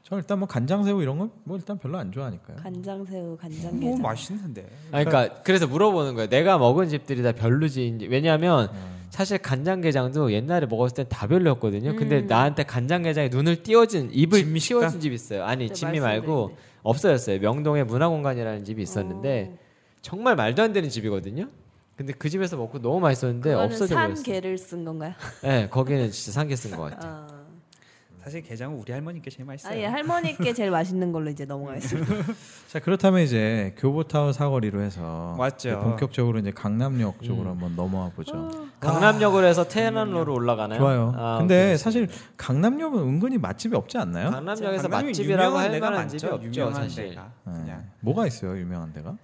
Speaker 1: 저 일단 뭐 간장새우 이런 건 뭐 일단 별로 안 좋아하니까요.
Speaker 4: 간장새우,
Speaker 2: 음, 뭐
Speaker 3: 너무
Speaker 4: 간장게장.
Speaker 3: 뭐 맛있는데.
Speaker 2: 아니, 그러니까 그래서 물어보는 거예요. 내가 먹은 집들이 다 별로지인지 왜냐하면
Speaker 3: 음.
Speaker 2: 사실 간장게장도 옛날에 먹었을 땐 다 별로였거든요. 근데
Speaker 4: 음.
Speaker 2: 나한테 간장게장에 눈을 띄워준 입을
Speaker 3: 진미식당?
Speaker 2: 씌워준 집 있어요. 아니
Speaker 4: 네,
Speaker 2: 진미 말고
Speaker 4: 말씀드렸는데.
Speaker 2: 없어졌어요. 명동에 문화공간이라는 집이
Speaker 4: 어.
Speaker 2: 있었는데
Speaker 4: 음.
Speaker 2: 정말 말도 안 되는 집이거든요. 근데 그 집에서 먹고 너무 맛있었는데
Speaker 4: 그거는
Speaker 2: 없어져
Speaker 4: 산
Speaker 2: 버렸어요.
Speaker 4: 개를 쓴 건가요?
Speaker 2: 네, 거기는 진짜 산게 쓴 것 같아요.
Speaker 4: 아,
Speaker 3: 사실 게장은 우리 할머니께 제일 맛있어요.
Speaker 4: 아, 예, 할머니께 제일 맛있는 걸로 이제 넘어가겠습니다.
Speaker 1: 자 그렇다면 이제 교보타운 사거리로 해서
Speaker 3: 맞죠. 음.
Speaker 1: 이제 본격적으로 이제 강남역 쪽으로 한번 넘어와 보죠.
Speaker 3: 아,
Speaker 2: 강남역으로 해서 태안로로 올라가나요?
Speaker 1: 좋아요.
Speaker 2: 아,
Speaker 1: 근데
Speaker 2: 오케이.
Speaker 1: 사실 강남역은 은근히 맛집이 없지 않나요?
Speaker 2: 강남역에서
Speaker 3: 강남이
Speaker 2: 맛집이라고
Speaker 3: 유명한
Speaker 2: 할
Speaker 3: 데가
Speaker 2: 만한
Speaker 3: 많죠.
Speaker 2: 집이 없죠,
Speaker 3: 유명한
Speaker 2: 사실.
Speaker 3: 데가.
Speaker 1: 네.
Speaker 3: 그냥.
Speaker 1: 뭐가 있어요 유명한 데가?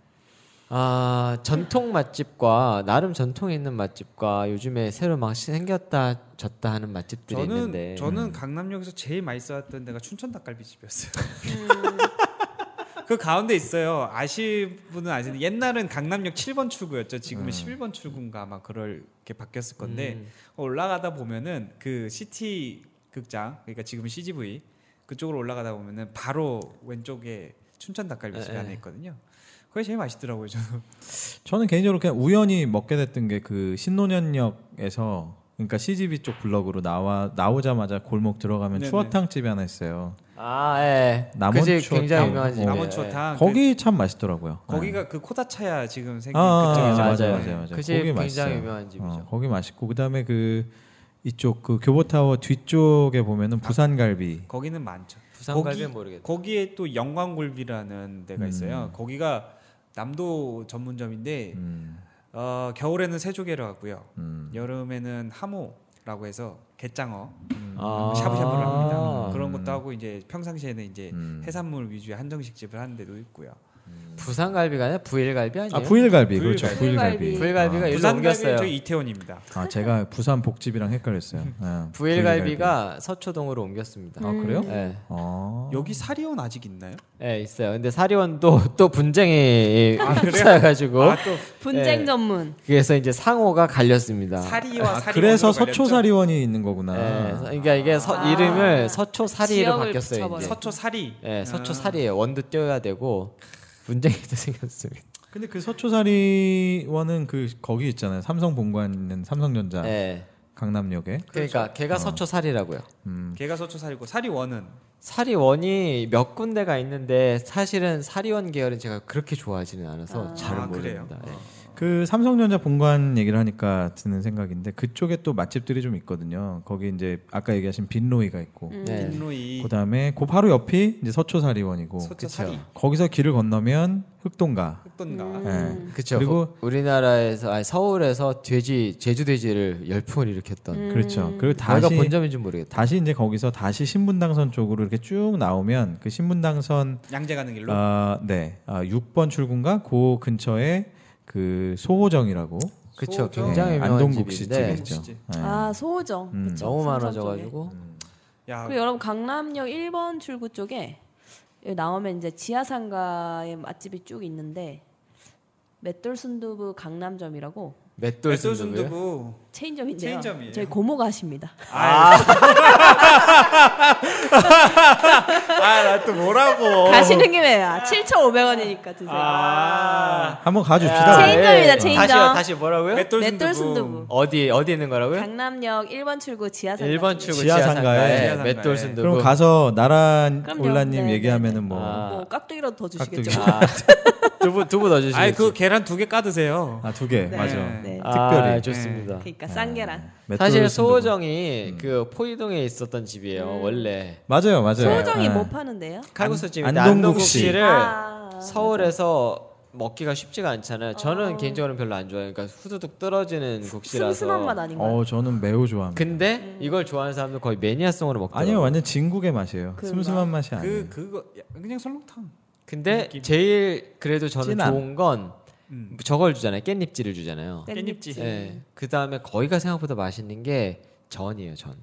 Speaker 2: 아 전통 맛집과 나름 전통이 있는 맛집과 요즘에 새로 막 시- 생겼다 졌다 하는 맛집들이
Speaker 3: 저는
Speaker 2: 있는데 음.
Speaker 3: 저는 강남역에서 제일 맛있었던 데가 춘천 닭갈비집이었어요.
Speaker 2: 음.
Speaker 3: [LAUGHS] 그 가운데 있어요. 아시 분은 아시는 옛날은 강남역 7번 출구였죠.
Speaker 2: 음.
Speaker 3: 지금은 11번 출구인가 아마 그럴 게 바뀌었을 건데 올라가다 보면은 그 시티 극장 그러니까 지금 은 CGV 그쪽으로 올라가다 보면은 바로 왼쪽에 춘천 닭갈비집
Speaker 2: 에,
Speaker 3: 이 하나 있거든요. 그게 제일 맛있더라고요. 저는.
Speaker 1: 저는 개인적으로 그냥 우연히 먹게 됐던 게 그 신논현역에서 그러니까 CGV 쪽 블럭으로 나와 나오자마자 골목 들어가면
Speaker 3: 네네.
Speaker 1: 추어탕 집이 하나 있어요.
Speaker 2: 아, 예.
Speaker 1: 남원
Speaker 2: 그 집
Speaker 1: 추어탕.
Speaker 2: 굉장히 유명한 집이에요. 예.
Speaker 3: 남원 초탕
Speaker 1: 거기 참 맛있더라고요. 네.
Speaker 3: 그, 아, 거기가 그 코다차야 지금 생긴
Speaker 1: 아,
Speaker 2: 예.
Speaker 3: 그쪽이죠.
Speaker 1: 맞아요,
Speaker 2: 맞아요.
Speaker 1: 맞아요, 맞아요.
Speaker 2: 그집
Speaker 1: 거기
Speaker 2: 굉장히
Speaker 1: 맛있어요.
Speaker 2: 유명한 집이죠.
Speaker 1: 어, 거기 맛있고 그다음에 그 이쪽 그 교보타워 뒤쪽에
Speaker 3: 아.
Speaker 1: 보면은 부산갈비
Speaker 3: 거기는 많죠.
Speaker 2: 부산
Speaker 3: 거기-
Speaker 2: 갈비는 모르겠다.
Speaker 3: 거기에 또 영광굴비라는
Speaker 1: 음.
Speaker 3: 데가 있어요. 거기가 남도 전문점인데
Speaker 1: 음,
Speaker 3: 어, 겨울에는 새조개를 하고요.
Speaker 1: 음.
Speaker 3: 여름에는 하모라고 해서 갯장어
Speaker 2: 아.
Speaker 3: 음. 뭐 샤브샤브를 합니다. 뭐
Speaker 1: 그럼-
Speaker 3: 그런 것도 하고 이제 평상시에는 이제
Speaker 1: 음.
Speaker 3: 해산물 위주의 한정식 집을 하는 데도 있고요.
Speaker 2: 부산 갈비가 아니라 부일갈비 아니에요?
Speaker 1: 아 부일갈비 그렇죠
Speaker 4: 부일갈비.
Speaker 1: 부일갈비
Speaker 2: 부일갈비가 일로
Speaker 3: 부산
Speaker 2: 옮겼어요.
Speaker 3: 갈비는 저희 이태원입니다.
Speaker 1: 아 제가 부산 복집이랑 헷갈렸어요. 아,
Speaker 2: 부일갈비가 서초동으로 옮겼습니다.
Speaker 3: 음.
Speaker 1: 아 그래요?
Speaker 4: 음.
Speaker 2: 예.
Speaker 1: 어.
Speaker 3: 여기 사리온 아직 있나요?
Speaker 2: 예, 있어요. 근데 사리원도 [LAUGHS] 또 분쟁이
Speaker 3: 아, 그래요?
Speaker 2: 휩싸여 가지고
Speaker 3: 아 또
Speaker 4: 분쟁
Speaker 2: 예.
Speaker 4: 전문.
Speaker 2: 그래서 이제 상호가 갈렸습니다.
Speaker 3: 사리와
Speaker 1: 아,
Speaker 3: 사리온
Speaker 1: 그래서 서초사리원이 있는 거구나.
Speaker 2: 예, 서- 그러니까 이게 서-
Speaker 4: 아.
Speaker 2: 이름을 서초 사리로
Speaker 4: 지역을
Speaker 2: 바뀌었어요. 이제.
Speaker 4: 붙여버려.
Speaker 3: 네. 서초 사리.
Speaker 2: 예, 서초
Speaker 3: 아.
Speaker 2: 사리에 원도 띄어야 되고 분쟁이 또 [LAUGHS] 생겼습니다.
Speaker 1: 근데 그 서초사리원은 그 거기 있잖아요. 삼성 본관 있는 삼성전자
Speaker 2: 예.
Speaker 1: 강남역에.
Speaker 2: 그러니까
Speaker 1: 어.
Speaker 2: 걔가 서초 사리라고요.
Speaker 1: 음.
Speaker 3: 걔가 서초 사리고 사리원은
Speaker 2: 사리원이 몇 군데가 있는데 사실은 사리원 계열은 제가 그렇게 좋아하지는 않아서
Speaker 4: 아.
Speaker 2: 잘
Speaker 3: 아, 그래요.
Speaker 2: 모릅니다. 예.
Speaker 1: 그 삼성전자 본관 얘기를 하니까 드는 생각인데 그쪽에 또 맛집들이 좀 있거든요. 거기 이제 아까 얘기하신 빈로이가 있고,
Speaker 4: 음.
Speaker 2: 네.
Speaker 3: 인로이
Speaker 1: 그다음에 그 바로 옆이 이제 서초사리원이고,
Speaker 3: 서초 사리
Speaker 1: 거기서 길을 건너면 흑동가.
Speaker 3: 흑돈가.
Speaker 1: 음.
Speaker 2: 그렇죠.
Speaker 1: 그리고-
Speaker 2: 거- 우리나라에서 아니 서울에서 돼지 제주 돼지를 열풍을 일으켰던
Speaker 4: 음.
Speaker 1: 그렇죠. 그리고
Speaker 2: 내가
Speaker 1: 다시
Speaker 2: 본점인지 모르겠다.
Speaker 1: 다시 이제 거기서 다시 신분당선 쪽으로 이렇게 쭉 나오면 그 신분당선
Speaker 3: 양재 가는
Speaker 2: 어.
Speaker 3: 길로.
Speaker 1: 아, 네. 아, 6번 출구인가? 그 근처에 그 소호정이라고
Speaker 2: 그렇죠.
Speaker 3: 소정.
Speaker 2: 굉장히
Speaker 1: 예,
Speaker 2: 유명한
Speaker 1: 안동국
Speaker 2: 집인데
Speaker 1: 씨집이죠.
Speaker 3: 안동국
Speaker 1: 예.
Speaker 4: 아 소호정.
Speaker 1: 음. 아.
Speaker 4: 그쵸,
Speaker 2: 너무
Speaker 4: 삼성
Speaker 2: 많아져
Speaker 4: 쪽에.
Speaker 2: 가지고
Speaker 3: 야,
Speaker 4: 그리고 여러분 강남역 1번 출구 쪽에 여기 나오면 이제 지하상가에 맛집이 쭉 있는데 맷돌순두부 강남점이라고
Speaker 2: 맷돌 순두부.
Speaker 3: 에솔순두부
Speaker 4: 체인점인데요.
Speaker 3: 체인점이에요.
Speaker 4: 저희 고모가 하십니다.
Speaker 3: 아, [LAUGHS] 아, 나 또 뭐라고?
Speaker 4: 가시는 김에 아, 7,500원이니까 드세요.
Speaker 3: 아,
Speaker 1: 한번 가줍시다. 네.
Speaker 4: 야, 체인점이다, 체인점.
Speaker 2: 예. 다시요. 다시 뭐라고요?
Speaker 4: 맷돌순두부.
Speaker 2: 어디 어디 있는 거라고요?
Speaker 4: 강남역 1번 출구 지하상가.
Speaker 2: 1번 출구
Speaker 1: 지하상가에.
Speaker 2: 지하상가에 네,
Speaker 3: 지하상가에.
Speaker 2: 맷돌 순두부.
Speaker 1: 그럼 가서 나란
Speaker 4: 그럼요.
Speaker 1: 올라님
Speaker 4: 네,
Speaker 1: 얘기하면은 뭐
Speaker 2: 뭐 아.
Speaker 4: 뭐 깍두기라도 더 주시겠죠.
Speaker 1: 깍두기.
Speaker 2: 아,
Speaker 1: [LAUGHS]
Speaker 2: 두부 두부 넣어 주시죠.
Speaker 3: 아니 그 계란 두 개 까드세요.
Speaker 1: 아, 두 개.
Speaker 4: 네.
Speaker 1: 맞아.
Speaker 4: 네.
Speaker 1: 특별히.
Speaker 2: 좋습니다.
Speaker 4: 그러니까 쌍계란.
Speaker 1: 맷돌 순두부. 음.
Speaker 2: 사실 소호정이 그 포이동에 있었던 집이에요.
Speaker 4: 음.
Speaker 2: 원래
Speaker 1: 맞아요, 맞아요.
Speaker 4: 소호정이
Speaker 1: 예.
Speaker 4: 뭐 파는데요?
Speaker 2: 칼국수 집
Speaker 1: 안동국
Speaker 2: 안동국
Speaker 1: 씨.
Speaker 2: 씨를
Speaker 4: 아, 어.
Speaker 2: 서울에서 먹기가 쉽지가 않잖아요. 저는 개인적으로 별로 안 좋아해요. 그러니까 후두둑 떨어지는 국시라서.
Speaker 4: 슴슴한 맛 아닌가요? 음.
Speaker 1: 어, 저는 매우 좋아합니다.
Speaker 2: 근데 이걸 좋아하는 사람들 거의 매니아성으로 그 먹더라고요.
Speaker 1: 아니요, 완전 진국의 맛이에요.
Speaker 4: 그
Speaker 1: 슴슴한 맛이 아니에요.
Speaker 3: 그 그거 야, 그냥 설렁탕.
Speaker 2: 근데
Speaker 3: 느낌.
Speaker 2: 제일 그래도 저는
Speaker 1: 진한.
Speaker 2: 좋은 건
Speaker 3: 음.
Speaker 2: 저걸 주잖아요. 깻잎질을 주잖아요.
Speaker 3: 깻잎지.
Speaker 2: 예. 그다음에 거기가 생각보다 맛있는 게 전이에요, 전.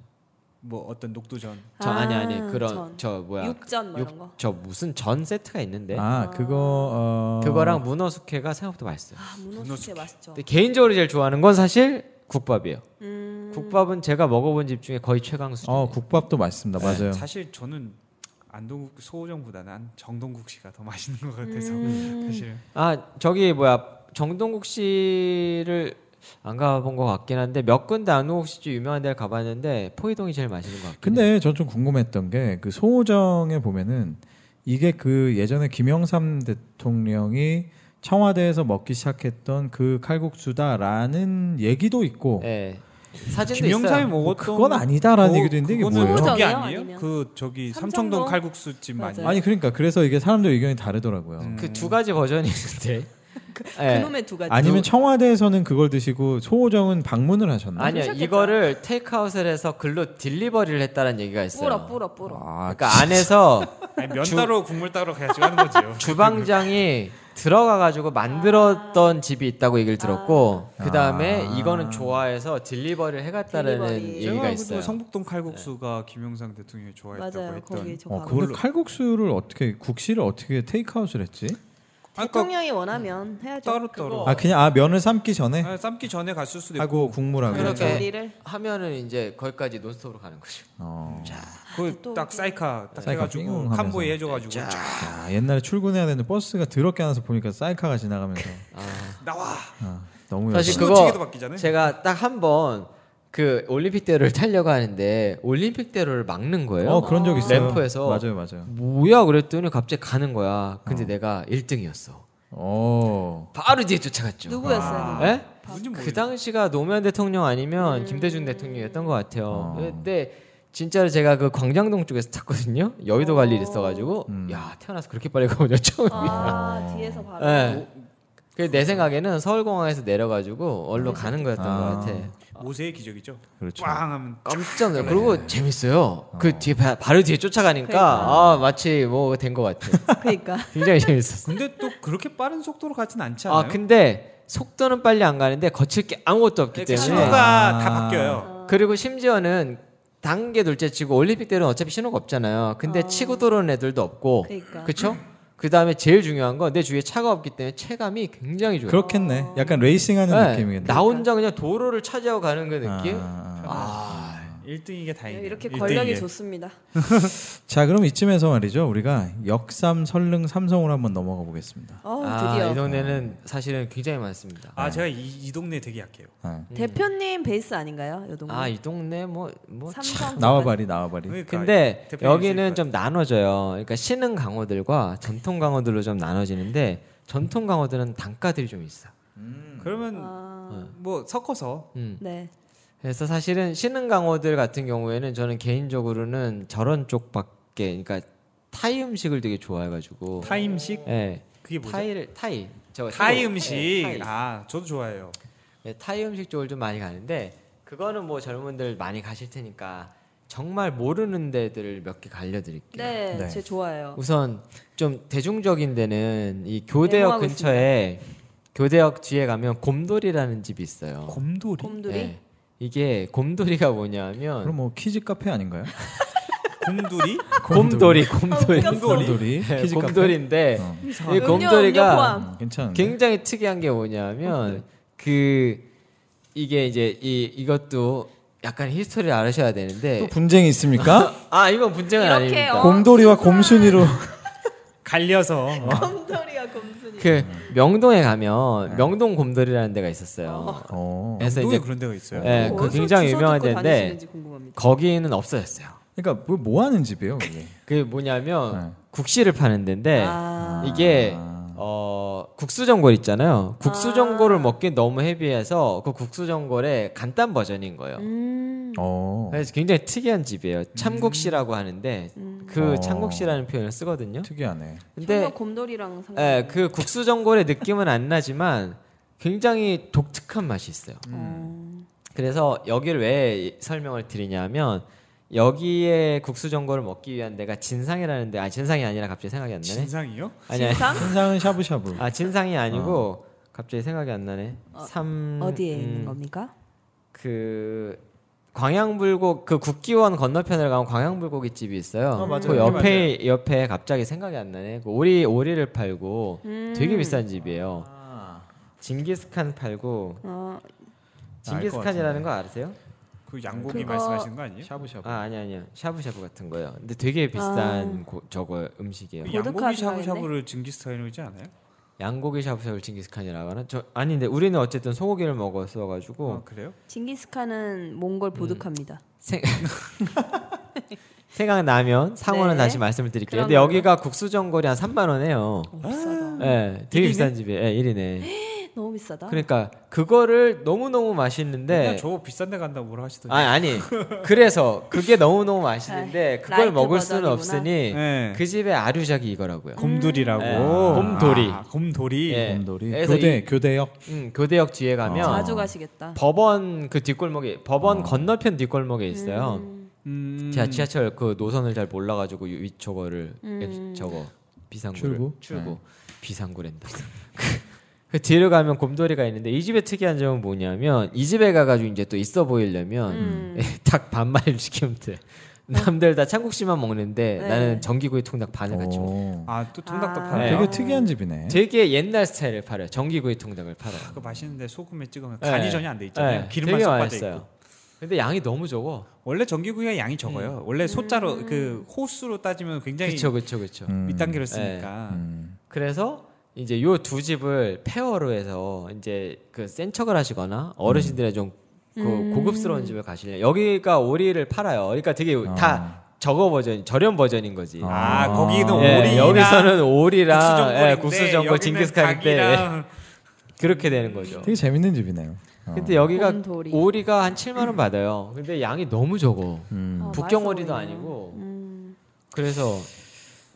Speaker 3: 뭐 어떤 녹두전.
Speaker 2: 저
Speaker 4: 아,
Speaker 2: 아니 아니 그런
Speaker 4: 전.
Speaker 2: 저 뭐야?
Speaker 4: 육전 뭐 이런
Speaker 2: 육-
Speaker 4: 거.
Speaker 2: 저 무슨 전 세트가 있는데
Speaker 1: 아, 그거 어
Speaker 2: 네. 그거랑 문어 숙회가 생각보다 맛있어요.
Speaker 4: 아, 문어수제 맛있죠.
Speaker 2: 근데 개인적으로 제일 좋아하는 건 사실 국밥이에요.
Speaker 4: 음.
Speaker 2: 국밥은 제가 먹어본 집 중에 거의 최강 수준.
Speaker 1: 어, 국밥도 맛있습니다.
Speaker 2: 네,
Speaker 1: 맞아요.
Speaker 3: 사실 저는 안동국 소호정보다는 정동국 씨가 더 맛있는 것 같아서
Speaker 4: 음.
Speaker 3: 사실.
Speaker 2: 아 저기 뭐야 정동국 씨를 안 가본 것 같긴 한데 몇 군데 안동국 씨집 유명한 데를 가봤는데 포이동이 제일 맛있는 것 같아요.
Speaker 1: 근데 전 좀 궁금했던 게 그 소호정에 보면은 이게 그 예전에 김영삼 대통령이 청와대에서 먹기 시작했던 그 칼국수다라는 얘기도 있고
Speaker 2: 예 사진도
Speaker 3: 김영삼이
Speaker 2: 있어요.
Speaker 1: 뭐
Speaker 3: 먹었던
Speaker 1: 그건
Speaker 2: 어,
Speaker 1: 아니다라는 얘기도 있는데 이게
Speaker 3: 그거는
Speaker 1: 뭐예요?
Speaker 3: 저기
Speaker 4: 소호정이요?
Speaker 3: 아니에요?
Speaker 4: 아니면?
Speaker 3: 그 저기
Speaker 4: 삼청동?
Speaker 3: 삼청동 칼국수집 많이.
Speaker 4: 맞아요.
Speaker 1: 아니 그러니까 그래서 이게 사람들 의견이 다르더라고요.
Speaker 2: 그 두 가지 버전이 있는데 예.
Speaker 4: 그놈의 두 가지.
Speaker 1: 아니면 청와대에서는 그걸 드시고 소호정은 방문을 하셨나?
Speaker 2: 아니요
Speaker 4: 괜찮겠죠?
Speaker 2: 이거를 테이크아웃을 해서 글로 딜리버리를 했다는 얘기가 있어요.
Speaker 4: 뿌러 뿌러 뿌러.
Speaker 1: 아,
Speaker 2: 그러니까 안에서
Speaker 3: 아니, 면
Speaker 2: 주-
Speaker 3: 따로 국물 따로 가지고 하는
Speaker 1: [LAUGHS]
Speaker 3: 거죠.
Speaker 2: 주방장이 들어가가지고 만들었던 집이 있다고 얘기를 들었고 그 다음에
Speaker 1: 아.
Speaker 2: 이거는 좋아해서 딜리버리를 해갔다라는
Speaker 4: 딜리버리.
Speaker 2: 얘기가 있어요.
Speaker 3: 제가 알기로
Speaker 1: 네.
Speaker 3: 성북동 칼국수가 김영삼 대통령이 좋아했다고
Speaker 4: 맞아요.
Speaker 3: 했던.
Speaker 4: 거기 저
Speaker 1: 어,
Speaker 4: 가.
Speaker 1: 그걸 칼국수를 어떻게 국시를 어떻게 테이크아웃을 했지?
Speaker 3: 그러니까
Speaker 4: 대통령이 원하면 해야죠.
Speaker 3: 따로
Speaker 2: 어.
Speaker 3: 따로.
Speaker 1: 아 그냥 아 면을 삶기 전에
Speaker 3: 아, 삶기 전에 갔을 수도 있고.
Speaker 1: 하고 국물하고
Speaker 2: 그렇죠.
Speaker 4: 그렇게 우리를
Speaker 2: 하면은 이제 거기까지 논스톱으로 가는 거죠.
Speaker 1: 어.
Speaker 4: 아, 또
Speaker 3: 그딱 사이카 딱
Speaker 1: 사이카 삥
Speaker 3: 해가지고
Speaker 1: 하면서.
Speaker 3: 캄보이 해줘가지고 쫙
Speaker 1: 야, 옛날에 출근해야 되는데 버스가 더럽게 나서 보니까 사이카가 지나가면서
Speaker 3: 나와.
Speaker 1: 아, 너무
Speaker 2: 사실
Speaker 1: 열받아.
Speaker 2: 그거
Speaker 3: 신호체계도 바뀌잖아요.
Speaker 2: 제가 딱 한 번 그 올림픽대로를 타려고 하는데 올림픽대로를 막는 거예요.
Speaker 1: 어 그런 적 있어요.
Speaker 2: 램프에서
Speaker 1: 맞아요, 맞아요.
Speaker 2: 뭐야 그랬더니 갑자기 가는 거야. 근데 내가 1등이었어.
Speaker 1: 어.
Speaker 2: 바로 뒤에 쫓아갔죠.
Speaker 4: 누구였어요?
Speaker 3: 아.
Speaker 2: 예?
Speaker 3: 뭔지 음.
Speaker 2: 그
Speaker 3: 모르겠.
Speaker 2: 당시가 노무현 대통령 아니면 김대중 대통령이었던 것 같아요.
Speaker 1: 어.
Speaker 2: 그때 진짜로 제가 그 광장동 쪽에서 탔거든요. 여의도 갈 일이
Speaker 4: 어.
Speaker 2: 있어가지고
Speaker 1: 음.
Speaker 2: 야 태어나서 그렇게 빨리 가보냐 처음.
Speaker 4: 아, 뒤에서
Speaker 2: [LAUGHS]
Speaker 4: 바로.
Speaker 2: 예. 그내 생각에는 서울공항에서 내려가지고 얼로 가는 거였던
Speaker 1: 아.
Speaker 2: 것 같아.
Speaker 3: 모세의 기적이죠.
Speaker 1: 그렇죠.
Speaker 3: 꽝 하면
Speaker 2: 깜짝 놀라. 그리고 재밌어요. 그 뒤에 바, 바로 뒤에 쫓아가니까
Speaker 3: 그러니까.
Speaker 2: 아 마치 뭐 된 것 같아.
Speaker 4: 그러니까.
Speaker 2: 굉장히 재밌었어.
Speaker 3: 근데 또 그렇게 빠른 속도로 가진 않지 않아요?
Speaker 2: 아 근데 속도는 빨리 안 가는데 거칠 게 아무것도 없기
Speaker 3: 그러니까
Speaker 2: 때문에
Speaker 3: 신호가
Speaker 1: 아.
Speaker 3: 다 바뀌어요.
Speaker 2: 그리고 심지어는 단계 둘째 치고 올림픽 때는 어차피 신호가 없잖아요. 근데 치고 들어오는 애들도 없고
Speaker 4: 그러니까.
Speaker 2: 그쵸? 그 다음에 제일 중요한 건 내 주위에 차가 없기 때문에 체감이 굉장히 좋아요.
Speaker 1: 그렇겠네. 약간 레이싱하는
Speaker 2: 네,
Speaker 1: 느낌이겠네.
Speaker 2: 나 혼자 그냥 도로를 차지하고 가는 그 느낌.
Speaker 1: 아.
Speaker 2: 아,
Speaker 3: 1등이게 다행이에요.
Speaker 4: 이렇게
Speaker 3: 일등이게.
Speaker 4: 권력이 좋습니다.
Speaker 1: 자, 그럼 이쯤에서 말이죠. 우리가 역삼, 설릉, 삼성으로 한번 넘어가 보겠습니다.
Speaker 4: 어,
Speaker 2: 아,
Speaker 4: 드디어.
Speaker 2: 이 동네는 사실은 굉장히 많습니다.
Speaker 3: 아 제가 이, 이 동네 되게 약해요.
Speaker 1: 아.
Speaker 4: 대표님 베이스 아닌가요? 요 동네.
Speaker 2: 아 이 동네 뭐뭐
Speaker 4: 삼성.
Speaker 1: 나와바리, 나와바리.
Speaker 3: 그러니까
Speaker 2: 근데
Speaker 3: 대표님
Speaker 2: 여기는
Speaker 3: 있을
Speaker 2: 좀 나눠져요. 그러니까 신흥 강호들과 전통 강호들로 좀 나눠지는데 전통 강호들은 단가들이 좀 있어.
Speaker 3: 거예요. 음. 그러면
Speaker 4: 아,
Speaker 3: 뭐 섞어서
Speaker 2: 음.
Speaker 4: 네.
Speaker 2: 그래서 사실은 신흥 강호들 같은 경우에는 저는 개인적으로는 저런 쪽밖에 그러니까 타이 음식을 되게 좋아해가지고
Speaker 3: 타이 음식
Speaker 2: 예
Speaker 3: 그게 뭐죠? 타이,
Speaker 2: 뭐. 타이를 타이 저
Speaker 3: 음식.
Speaker 2: 예, 타이.
Speaker 3: 아 저도 좋아해요.
Speaker 2: 네, 타이 음식 쪽을 좀 많이 가는데 그거는 뭐 젊은들 많이 가실 테니까 정말 모르는 데들을 몇 개 알려드릴게요.
Speaker 4: 네,
Speaker 1: 네.
Speaker 4: 제 좋아요.
Speaker 2: 우선 좀 대중적인 데는 이 교대역
Speaker 4: 애용하고
Speaker 2: 근처에 교대역 뒤에 가면 곰돌이라는 집이 있어요.
Speaker 3: 곰돌이?
Speaker 4: 곰돌이.
Speaker 2: 네. 이게 곰돌이가 뭐냐면
Speaker 1: 그럼 뭐 키즈 카페 아닌가요?
Speaker 3: 곰돌이?
Speaker 2: 곰돌이
Speaker 3: 어,
Speaker 2: 곰돌이
Speaker 1: 곰돌이. [LAUGHS]
Speaker 2: 네,
Speaker 1: 키즈 카페.
Speaker 2: 곰돌인데
Speaker 1: 어.
Speaker 2: 이
Speaker 4: 음료, 음료
Speaker 2: 곰돌이가
Speaker 4: 포함.
Speaker 1: 음, 괜찮은데.
Speaker 2: 굉장히 특이한 게
Speaker 1: 네.
Speaker 2: 뭐냐면 그 이게 이제 이 이것도 약간 히스토리를 알으셔야 되는데
Speaker 1: 또 분쟁이 있습니까?
Speaker 2: [LAUGHS] 아 이건 분쟁은
Speaker 4: 이렇게
Speaker 2: 아닙니다.
Speaker 4: 어.
Speaker 1: 곰돌이와 곰순이로
Speaker 3: 갈려서
Speaker 2: 어, 아.
Speaker 4: 곰돌이야 곰순이.
Speaker 2: 그 명동에
Speaker 1: 네.
Speaker 2: 가면 명동 곰돌이라는 데가 있었어요.
Speaker 1: 어.
Speaker 2: 그래서
Speaker 3: 곰돌이
Speaker 2: 이제
Speaker 3: 그런 데가 있어요.
Speaker 2: 예, 그
Speaker 4: 어디서
Speaker 2: 굉장히
Speaker 4: 주워
Speaker 2: 유명한
Speaker 4: 듣고
Speaker 2: 데인데
Speaker 4: 다니시는지 궁금합니다.
Speaker 2: 거기는 없어졌어요.
Speaker 1: 그러니까 뭐, 뭐 하는 집이에요, 이게?
Speaker 2: 그게 뭐냐면
Speaker 1: 네.
Speaker 2: 국시를 파는 데인데
Speaker 4: 아,
Speaker 2: 이게
Speaker 1: 아.
Speaker 2: 어 국수전골 있잖아요. 국수전골을 먹기 너무 헤비해서 그 국수전골의 간단 버전인 거예요.
Speaker 4: 음,
Speaker 1: 어.
Speaker 2: 그래서 굉장히 특이한 집이에요. 참국시라고 하는데
Speaker 4: 음.
Speaker 2: 그
Speaker 1: 어.
Speaker 2: 참국시라는 표현을 쓰거든요.
Speaker 1: 특이하네.
Speaker 4: 근데
Speaker 2: 근데
Speaker 4: 곰돌이랑 상관.
Speaker 2: 예, 그 국수전골의 느낌은 안 나지만 굉장히 독특한 맛이 있어요. 음. 그래서 여기를 왜 설명을 드리냐면 여기에 국수전골을 먹기 위한 데가 진상이라는 데, 아 진상이 아니라 갑자기 생각이 안 나네.
Speaker 3: 진상이요?
Speaker 2: 아니 아니.
Speaker 4: 상
Speaker 1: 신상은 어. 샤브샤브.
Speaker 2: 아 진상이 아니고 갑자기 생각이 안 나네. 삼
Speaker 4: 어, 어디에
Speaker 2: 음,
Speaker 4: 있는 겁니까?
Speaker 2: 그 광양불고 그 국기원 건너편을 가면 광양불고기 집이 있어요.
Speaker 1: 어, 맞아요.
Speaker 2: 그 옆에
Speaker 3: 맞아요.
Speaker 2: 옆에 갑자기 생각이 안 나네. 그 오리 오리를 팔고
Speaker 4: 음.
Speaker 2: 되게 비싼 집이에요. 징기스칸 팔고
Speaker 4: 어,
Speaker 2: 징기스칸이라는 거 아세요?
Speaker 3: 그 양고기
Speaker 4: 그거-
Speaker 3: 말씀하시는 거 아니에요?
Speaker 1: 샤브샤브.
Speaker 2: 아 아니 아니요 샤브샤브 같은 거예요. 근데 되게
Speaker 4: 아.
Speaker 2: 비싼 고- 저거 음식이에요.
Speaker 3: 그
Speaker 4: 고독한
Speaker 3: 양고기
Speaker 4: 사람이네.
Speaker 3: 샤브샤브를 징기 스타일이지 않아요?
Speaker 2: 양고기 샤브샤브 징기스칸이라고 하나? 저 아니 근데 우리는 어쨌든 소고기를 먹었어 가지고
Speaker 3: 아, 그래요?
Speaker 4: 징기스칸은
Speaker 2: 음.
Speaker 4: 몽골 보드카입니다.
Speaker 2: 생각나면 상호는
Speaker 4: 네.
Speaker 2: 다시 말씀을 드릴게요.
Speaker 4: 그런
Speaker 2: 근데 여기가 국수전골이 한 3만 원해요.
Speaker 4: 어, 비싸다.
Speaker 2: 예, 되게
Speaker 3: 일이네?
Speaker 2: 비싼 집이에요. 예, 1이네.
Speaker 4: 너무 비싸다.
Speaker 2: 그러니까 그거를 너무너무
Speaker 3: 그냥
Speaker 2: 맛있는데
Speaker 3: 저거 비싼 데 간다고 뭐라 하시던데.
Speaker 2: 아니 아니. 그래서 그게 너무너무 맛있는데
Speaker 4: 아,
Speaker 2: 그걸
Speaker 4: 라이트
Speaker 2: 먹을 수는
Speaker 4: 버전이구나.
Speaker 2: 없으니
Speaker 3: 네.
Speaker 2: 그 집의 아류작이 이거라고요.
Speaker 3: 곰돌이라고.
Speaker 2: 예, 곰돌이.
Speaker 3: 아, 곰돌이.
Speaker 2: 예.
Speaker 1: 곰돌이.
Speaker 2: 그래서
Speaker 1: 교대 교대역.
Speaker 2: 음, 교대역 뒤에 가면
Speaker 1: 아.
Speaker 4: 자주 가시겠다.
Speaker 2: 법원 그 뒷골목에 법원 건너편 뒷골목에 있어요.
Speaker 4: 음,
Speaker 3: 음.
Speaker 2: 제가 지하철 그 노선을 잘 몰라 가지고 위 저거를
Speaker 4: 음.
Speaker 2: 저거 비상구
Speaker 1: 출구?
Speaker 2: 출구 비상구랜다. [LAUGHS] 그 뒤로 가면 곰돌이가 있는데 이 집의 특이한 점은 [LAUGHS] 뭐냐면 이 집에 가가지고 이제 또 있어 보이려면
Speaker 4: 음.
Speaker 2: 닭 반말 시키면 돼. 남들 다 창국씨만 먹는데
Speaker 4: 네.
Speaker 2: 나는 전기구이 통닭 반을 같이 먹어.
Speaker 1: 오.
Speaker 3: 아또 통닭도
Speaker 4: 아.
Speaker 3: 팔아요. 네.
Speaker 1: 되게 특이한 집이네.
Speaker 2: 되게 옛날 스타일을 팔아요. 전기구이 통닭을 팔아요.
Speaker 3: 그거 맛있는데 소금에 찍으면
Speaker 2: 네.
Speaker 3: 간이 전혀 안 돼 있잖아요.
Speaker 2: 네,
Speaker 3: 기름만
Speaker 2: 되게
Speaker 3: 쏙 빠져
Speaker 2: 맛있어요.
Speaker 3: 있고.
Speaker 2: 근데 양이 너무 적어.
Speaker 3: 원래 전기구이가 양이 적어요. 원래 소자로 그 호수로 따지면
Speaker 2: 음.
Speaker 3: 굉장히
Speaker 2: 그렇죠, 그렇죠, 그렇죠.
Speaker 1: 음.
Speaker 3: 밑단계를 쓰니까
Speaker 1: 음.
Speaker 2: 그래서 이제 요 두 집을 페어로 해서 이제 그 센척을 하시거나 어르신들의 좀 그
Speaker 4: 음.
Speaker 2: 고급스러운 집을 가시려 여기가 오리를 팔아요. 그러니까 되게
Speaker 1: 아.
Speaker 2: 다 저거 버전, 저렴 버전인 거지.
Speaker 3: 아,
Speaker 1: 아.
Speaker 3: 거기는
Speaker 1: 예,
Speaker 3: 오리랑
Speaker 2: 네. 음. 여기서는 오리랑
Speaker 3: 국수전골인데
Speaker 2: 예, 국수전골 징기스칸인데 예,
Speaker 3: 닭이랑
Speaker 2: 그렇게 되는 거죠.
Speaker 1: 되게 재밌는 집이네요. 어.
Speaker 2: 근데 여기가
Speaker 4: 곰돌이.
Speaker 2: 오리가 한 7만 원 받아요. 근데 양이 너무 적어.
Speaker 1: 음.
Speaker 4: 어,
Speaker 2: 북경
Speaker 4: 맛있어
Speaker 2: 오리도
Speaker 4: 보이네요.
Speaker 2: 아니고.
Speaker 4: 음.
Speaker 2: 그래서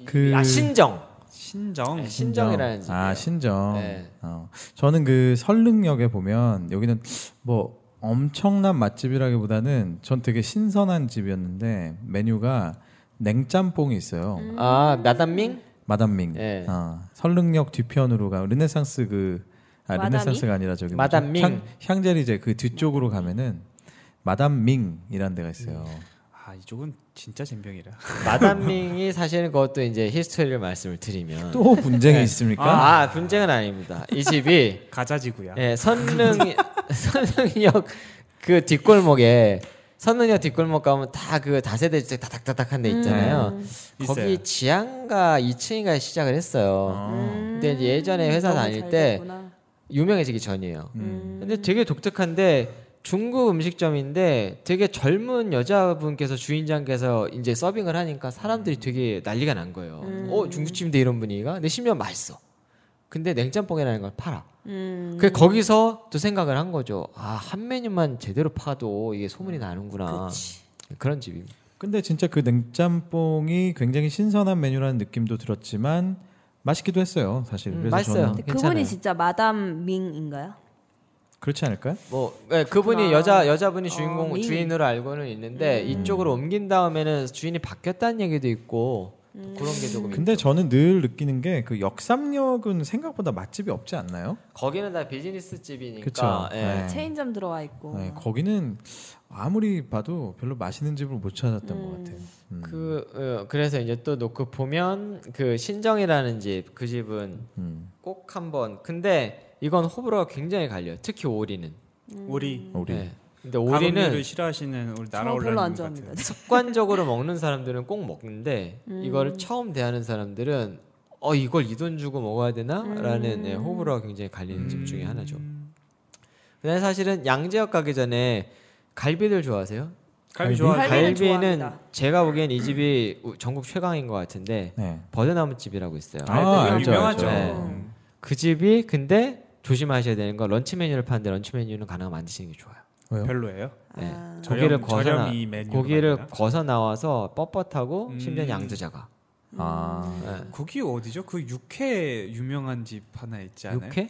Speaker 1: 그-
Speaker 2: 아, 신정.
Speaker 3: 신정
Speaker 2: 네, 신정이라는 집이에요.
Speaker 1: 아 신정.
Speaker 2: 네.
Speaker 1: 어. 저는 그 설릉역에 보면 여기는 뭐 엄청난 맛집이라기보다는 전 되게 신선한 집이었는데 메뉴가 냉짬뽕이 있어요.
Speaker 2: 아 나단밍?
Speaker 1: 마담밍.
Speaker 2: 네.
Speaker 1: 아, 설릉역 뒤편으로 가 르네상스 그 아,
Speaker 4: 마담이?
Speaker 1: 르네상스가 아니라 저기 뭐죠?
Speaker 2: 마담밍.
Speaker 1: 향, 향제리제 그 뒤쪽으로 가면은 마담밍이라는 데가 있어요.
Speaker 3: 아 이쪽은 진짜 젬병이라
Speaker 2: 마담밍이 사실은 그것도 이제 히스토리를 말씀을 드리면
Speaker 1: 또 분쟁이 있습니까?
Speaker 2: 음. 아, 아, 분쟁은 아닙니다. 이 집이
Speaker 3: 가자지구야
Speaker 2: 예, 선릉 선릉역 그 뒷골목에 선릉역 뒷골목 가면 다 그 다세대주택 다닥다닥한 데 있잖아요.
Speaker 4: 음.
Speaker 2: 거기
Speaker 3: 음. 네. 있어요.
Speaker 2: 지하인가 2층인가에 시작을 했어요. 근데 이제 예전에 회사
Speaker 4: 음. 너무
Speaker 2: 다닐
Speaker 4: 잘
Speaker 2: 때
Speaker 4: 됐구나.
Speaker 2: 유명해지기 전이에요.
Speaker 4: 음.
Speaker 2: 근데 되게 독특한데 중국 음식점인데 되게 젊은 여자분께서 주인장께서 이제 서빙을 하니까 사람들이 되게 난리가 난 거예요.
Speaker 4: 음.
Speaker 2: 어 중국집인데 이런 분위기가? 근데 심지어 맛있어. 근데 냉짬뽕이라는 걸 팔아.
Speaker 4: 음.
Speaker 2: 그 거기서 또 생각을 한 거죠. 아 한 메뉴만 제대로 파도 이게 소문이 나는구나. 그런 집입니다.
Speaker 1: 근데 진짜 그 냉짬뽕이 굉장히 신선한 메뉴라는 느낌도 들었지만 맛있기도 했어요, 사실.
Speaker 2: 음,
Speaker 1: 그래서
Speaker 2: 맛있어요.
Speaker 1: 저는
Speaker 4: 근데
Speaker 2: 괜찮아요.
Speaker 4: 그분이 진짜 마담 밍인가요?
Speaker 1: 그렇지 않을까요?
Speaker 2: 뭐 네, 그분이
Speaker 4: 그렇구나.
Speaker 2: 여자 여자분이
Speaker 4: 어,
Speaker 2: 주인공
Speaker 4: 미인. 음.
Speaker 2: 주인으로 알고는 있는데 이쪽으로 옮긴 다음에는 주인이 바뀌었다는 얘기도 있고
Speaker 4: 음.
Speaker 2: 그런 게 조금. 있-
Speaker 1: 근데 저는 늘 느끼는 게 그 역삼역은 생각보다 맛집이 없지 않나요?
Speaker 2: 거기는 다 비즈니스 집이니까.
Speaker 1: 그쵸.
Speaker 2: 예.
Speaker 1: 네.
Speaker 4: 체인점 들어와 있고.
Speaker 1: 네, 거기는 아무리 봐도 별로 맛있는 집을 못 찾았던 것 같아요. 음.
Speaker 2: 그 어, 그래서 이제 또 놓고 보면 그 신정이라는 집 그 집은
Speaker 1: 음.
Speaker 2: 꼭 한번 근데 이건 호불호가 굉장히 갈려요. 특히 오리는.
Speaker 3: 오리
Speaker 1: 우리
Speaker 2: 예. 근데
Speaker 3: 오리는
Speaker 2: 오리는
Speaker 3: 싫어하시는 우리
Speaker 4: 저
Speaker 3: 나라
Speaker 4: 별로
Speaker 3: 올라오는
Speaker 4: 안
Speaker 3: 것 같아요
Speaker 4: 좋아합니다.
Speaker 2: 습관적으로 먹는 사람들은 꼭 먹는데 이거를 처음 대하는 사람들은 어 이걸 이 돈 주고 먹어야 되나라는 예, 호불호가 굉장히 갈리는 집
Speaker 1: 음.
Speaker 2: 중에 하나죠. 근데 사실은 양재역 가기 전에 갈비들 좋아하세요?
Speaker 3: 갈비
Speaker 4: 좋아하죠.
Speaker 3: 좋아
Speaker 4: 갈비? 갈비는
Speaker 2: 갈비는
Speaker 4: 좋아합니다.
Speaker 2: 제가 보기엔 이 집이 전국 최강인 것 같은데
Speaker 1: 네.
Speaker 2: 버드나무 집이라고 있어요.
Speaker 1: 아, 알죠,
Speaker 3: 유명하죠
Speaker 2: 알죠.
Speaker 3: 음.
Speaker 2: 그 집이 근데 조심하셔야 되는 건 런치 메뉴를 파는데 런치 메뉴는 가능하면 안 드시는 게 좋아요.
Speaker 1: 왜요?
Speaker 3: 별로예요
Speaker 4: 아.
Speaker 2: 고기를
Speaker 3: 저렴-
Speaker 2: 거서나
Speaker 3: 저렴이 메뉴로
Speaker 2: 고기를
Speaker 3: 만드나?
Speaker 2: 거서 나와서 뻣뻣하고
Speaker 3: 음.
Speaker 2: 심지어 양주자가
Speaker 1: 아,
Speaker 2: 예.
Speaker 3: 거기 어디죠 그 육회 유명한 집 하나 있지 않아요
Speaker 2: 육회?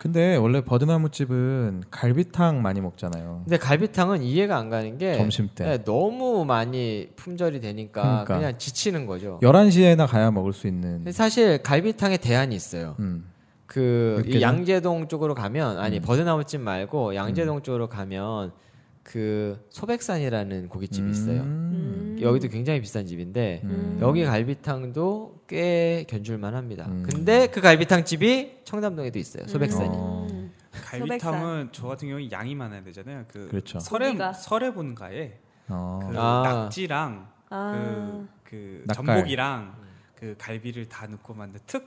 Speaker 1: 근데 원래 버드나무 집은 갈비탕 많이 먹잖아요.
Speaker 2: 근데 갈비탕은 이해가 안 가는 게
Speaker 1: 점심 때.
Speaker 2: 예, 너무 많이 품절이 되니까
Speaker 1: 그러니까.
Speaker 2: 그냥 지치는 거죠.
Speaker 1: 11시에나 가야 먹을 수 있는
Speaker 2: 근데 사실 갈비탕에 대안이 있어요.
Speaker 1: 음.
Speaker 2: 그이
Speaker 1: 육회는?
Speaker 2: 양재동 쪽으로 가면
Speaker 1: 음.
Speaker 2: 아니 버드나무집 말고 양재동 쪽으로 가면 그 소백산이라는 그 고깃집이 있어요.
Speaker 1: 음.
Speaker 4: 음.
Speaker 2: 여기도 굉장히 비싼 집인데
Speaker 1: 음.
Speaker 2: 여기 갈비탕도 꽤 견줄만합니다.
Speaker 1: 음.
Speaker 2: 근데 그 갈비탕 집이 청담동에도
Speaker 4: 음.
Speaker 2: 있어요. 소백산이.
Speaker 1: 어.
Speaker 3: 갈비탕은 저 같은 경우는 양이 많아야 되잖아요 그
Speaker 1: 그렇죠.
Speaker 3: 설해
Speaker 4: 고기가.
Speaker 3: 설해 본가에
Speaker 1: 어.
Speaker 3: 그
Speaker 2: 아.
Speaker 3: 낙지랑
Speaker 4: 아.
Speaker 3: 그, 그
Speaker 1: 낙갈.
Speaker 3: 전복이랑 그 갈비를 다 넣고 만든 특제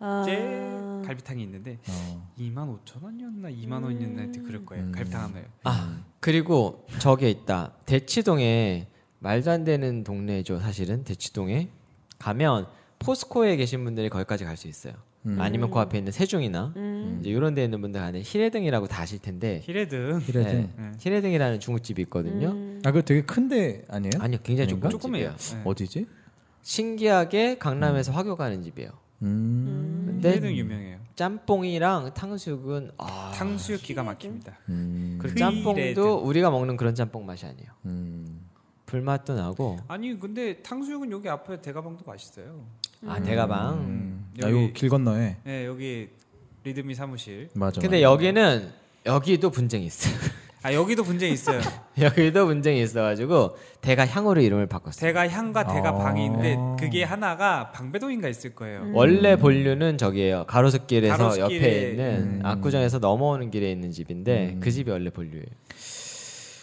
Speaker 4: 아.
Speaker 3: 갈비탕이 있는데
Speaker 1: 어.
Speaker 3: 25,000원이었나 2만 원이었나 하여튼 그럴 거예요.
Speaker 1: 음.
Speaker 3: 갈비탕 하나요.
Speaker 2: 아 그리고 저기에 있다 대치동에 말도 안 되는 동네죠 사실은 대치동에 가면 포스코에 계신 분들이 거기까지 갈 수 있어요
Speaker 1: 음.
Speaker 2: 아니면 그 앞에 있는 세중이나
Speaker 4: 음.
Speaker 2: 이제 이런 데 있는 분들 가는 히레등이라고 다 아실 텐데
Speaker 3: 히레든
Speaker 1: 히레등.
Speaker 3: 네.
Speaker 2: 히레등이라는 중국집이 있거든요
Speaker 4: 음.
Speaker 1: 아, 그거 되게 큰데 아니에요?
Speaker 2: 아니요 굉장히
Speaker 1: 아닌가?
Speaker 2: 조금
Speaker 3: 조금해요.
Speaker 2: 집이에요
Speaker 3: 네.
Speaker 1: 어디지?
Speaker 2: 신기하게 강남에서 화교 가는 집이에요
Speaker 1: 음.
Speaker 2: 근데
Speaker 3: 히레든 유명해요.
Speaker 2: 짬뽕이랑 탕수육은 아
Speaker 3: 탕수육 기가 막힙니다.
Speaker 1: 음.
Speaker 2: 그
Speaker 3: 히레등.
Speaker 2: 짬뽕도 우리가 먹는 그런 짬뽕 맛이 아니에요
Speaker 1: 음.
Speaker 2: 불맛도 나고
Speaker 3: 아니 근데 탕수육은 여기 앞에 대가방도 맛있어요.
Speaker 2: 아 대가방
Speaker 1: 아,
Speaker 3: 여기-
Speaker 1: 요길 건너에.
Speaker 3: 네 여기 리드미 사무실.
Speaker 1: 맞아.
Speaker 2: 근데
Speaker 1: 맞아.
Speaker 2: 여기는 여기도 분쟁이 있어요. [LAUGHS]
Speaker 3: 아 여기도 분쟁이 있어요.
Speaker 2: 여기도 분쟁이 있어가지고 대가 향으로 이름을 바꿨어요.
Speaker 3: 대가 향과 대가
Speaker 1: 아.
Speaker 3: 방이인데 그게 하나가 방배동인가 있을 거예요.
Speaker 2: 음. 원래 본류는 저기예요. 가로수길에서
Speaker 3: 가로수길에-
Speaker 2: 옆에 있는
Speaker 1: 음.
Speaker 2: 압구정에서 넘어오는 길에 있는 집인데
Speaker 1: 음.
Speaker 2: 그 집이 원래 본류예요.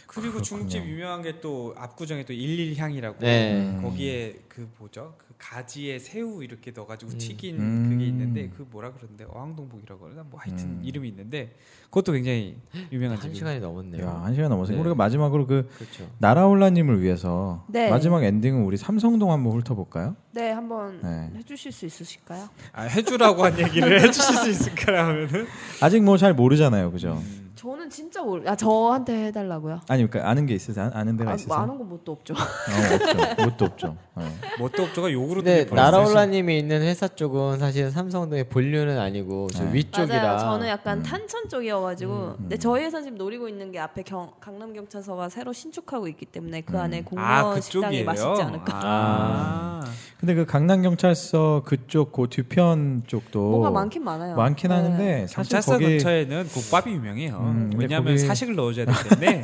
Speaker 3: 그리고 중국집 유명한 게 또 압구정에 또 일일향이라고
Speaker 2: 네.
Speaker 1: 음.
Speaker 3: 거기에 그 뭐죠? 그 가지에 새우 이렇게 넣어가지고
Speaker 2: 음.
Speaker 3: 튀긴
Speaker 1: 음.
Speaker 3: 그게 있는데 그 뭐라 그러는데 어항동복이라고 그러나 뭐 하여튼
Speaker 1: 음.
Speaker 3: 이름이 있는데 그것도 굉장히 유명한
Speaker 2: 한
Speaker 3: 집이에요.
Speaker 2: 시간이 넘었네요.
Speaker 1: 야, 한 시간 넘었어요.
Speaker 2: 네.
Speaker 1: 우리가 마지막으로 그
Speaker 2: 그렇죠.
Speaker 1: 나라올라님을 위해서
Speaker 4: 네.
Speaker 1: 마지막 엔딩은 우리 삼성동 한번 훑어볼까요?
Speaker 4: 네, 한번
Speaker 1: 네.
Speaker 4: 해주실 수 있으실까요?
Speaker 3: 아, 해주라고 한 얘기를 [LAUGHS] 해주실 수 있을까라면은
Speaker 1: 아직 뭐 잘 모르잖아요, 그죠?
Speaker 4: 저는 진짜 모르. 아 저한테 해달라고요.
Speaker 1: 아니, 그러니까 아는 게 있으세요? 아는 데가
Speaker 4: 아, 뭐
Speaker 1: 있으세요?
Speaker 4: 아는 건 뭣도 없죠.
Speaker 1: 어, 없죠. 뭣도 없죠. 네.
Speaker 3: 뭣도 없죠가 욕으로
Speaker 2: 근데
Speaker 3: 들릴 뻔했어요.
Speaker 2: 나라올라님이 있는 회사 쪽은 사실 삼성동의 본류는 아니고 저
Speaker 1: 네.
Speaker 2: 위쪽이라 음.
Speaker 4: 맞아요. 저는 약간 탄천 쪽이어가지고, 근데 저희 회사 지금 노리고 있는 게 앞에 경, 강남 경찰서가 새로 신축하고 있기 때문에
Speaker 2: 음.
Speaker 4: 그 안에 공무원
Speaker 3: 아
Speaker 4: 식당이
Speaker 3: 그쪽이에요.
Speaker 4: 맛있지 않을까. [LAUGHS]
Speaker 3: 아.
Speaker 1: 근데 그 강남 경찰서 그쪽 그 뒤편 쪽도
Speaker 4: 뭐가 많긴 많아요.
Speaker 1: 많긴
Speaker 4: 네.
Speaker 1: 하는데 사실
Speaker 3: 경찰서
Speaker 1: 거기
Speaker 3: 근처에는 국밥이 유명해요.
Speaker 1: 음, 근데
Speaker 3: 왜냐하면
Speaker 1: 거기-
Speaker 3: 사식을 넣어줘야 되기
Speaker 1: [LAUGHS]
Speaker 3: 때문에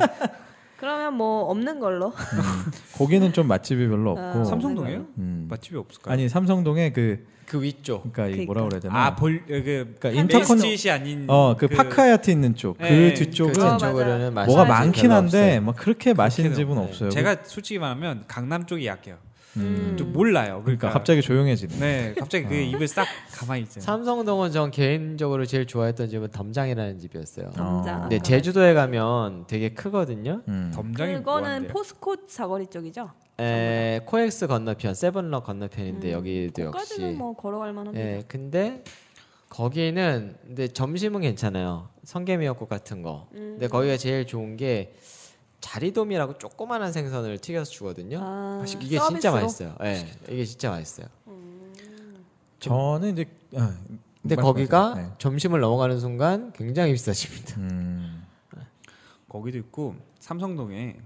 Speaker 4: 그러면 뭐 없는 걸로. [LAUGHS]
Speaker 2: 어.
Speaker 1: 거기는 좀 맛집이 별로
Speaker 4: 아,
Speaker 1: 없고
Speaker 3: 삼성동이에요?
Speaker 1: 뭐. 음.
Speaker 3: 맛집이 없을까요?
Speaker 1: 아니 삼성동에 그
Speaker 2: 그 위쪽.
Speaker 1: 그러니까 이 뭐라 그래야 되나?
Speaker 3: 아볼그
Speaker 1: 그러니까 인터컨
Speaker 3: 인터컨이 아닌
Speaker 1: 어그 파카야트 있는 쪽 그
Speaker 3: 네,
Speaker 1: 뒤쪽은
Speaker 2: 그
Speaker 4: 아,
Speaker 2: 쪽으로는 맛이
Speaker 1: 뭐가
Speaker 2: 아직
Speaker 1: 많긴
Speaker 2: 별로
Speaker 1: 한데
Speaker 2: 없어요.
Speaker 1: 막 그렇게 맛있는 집은
Speaker 3: 네.
Speaker 1: 없어요.
Speaker 3: 제가 솔직히 말하면 강남 쪽이 약해요.
Speaker 1: 음.
Speaker 3: 좀
Speaker 1: 그러니까
Speaker 3: 몰라요. 그러니까,
Speaker 1: 갑자기 아. 조용해지네.
Speaker 3: 네 갑자기 그 입을 싹 가만히
Speaker 4: 네.
Speaker 3: 있잖아요.
Speaker 2: 삼성동은 전 개인적으로 제일 좋아했던 집은 덤장이라는 집이었어요.
Speaker 4: 감자. 네.
Speaker 2: 근데 제주도에 가면 되게 크거든요.
Speaker 1: 음.
Speaker 3: 덤장이
Speaker 4: 그거는
Speaker 3: 뭐한데요?
Speaker 4: 포스코 사거리 쪽이죠.
Speaker 2: 에, 코엑스 건너편, 세븐럭 건너편인데
Speaker 4: 음,
Speaker 2: 여기도
Speaker 4: 거기까지는
Speaker 2: 역시.
Speaker 4: 뭐 걸어갈 만합니다.
Speaker 2: 예, 근데 거기는 근데 점심은 괜찮아요. 성게미역국 같은 거.
Speaker 4: 음.
Speaker 2: 근데 거기가 제일 좋은 게 자리돔이라고 조그만한 생선을 튀겨서 주거든요.
Speaker 4: 아,
Speaker 2: 이게 진짜
Speaker 4: 서비스로?
Speaker 2: 맛있어요. 예, 이게 진짜 맛있어요.
Speaker 1: 저는 이제 아,
Speaker 2: 근데
Speaker 1: 말씀하세요.
Speaker 2: 거기가
Speaker 1: 네.
Speaker 2: 점심을 넘어가는 순간 굉장히 비싸집니다.
Speaker 1: 음.
Speaker 3: 거기도 있고 삼성동에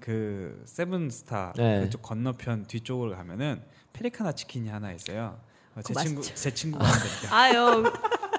Speaker 3: 그 세븐스타
Speaker 2: 네.
Speaker 3: 그쪽 건너편 뒤쪽으로 가면은 페리카나 치킨이 하나 있어요. 어, 제
Speaker 4: 그거
Speaker 3: 친구
Speaker 4: 맛있죠.
Speaker 3: 제 친구가 하는데
Speaker 4: 아유,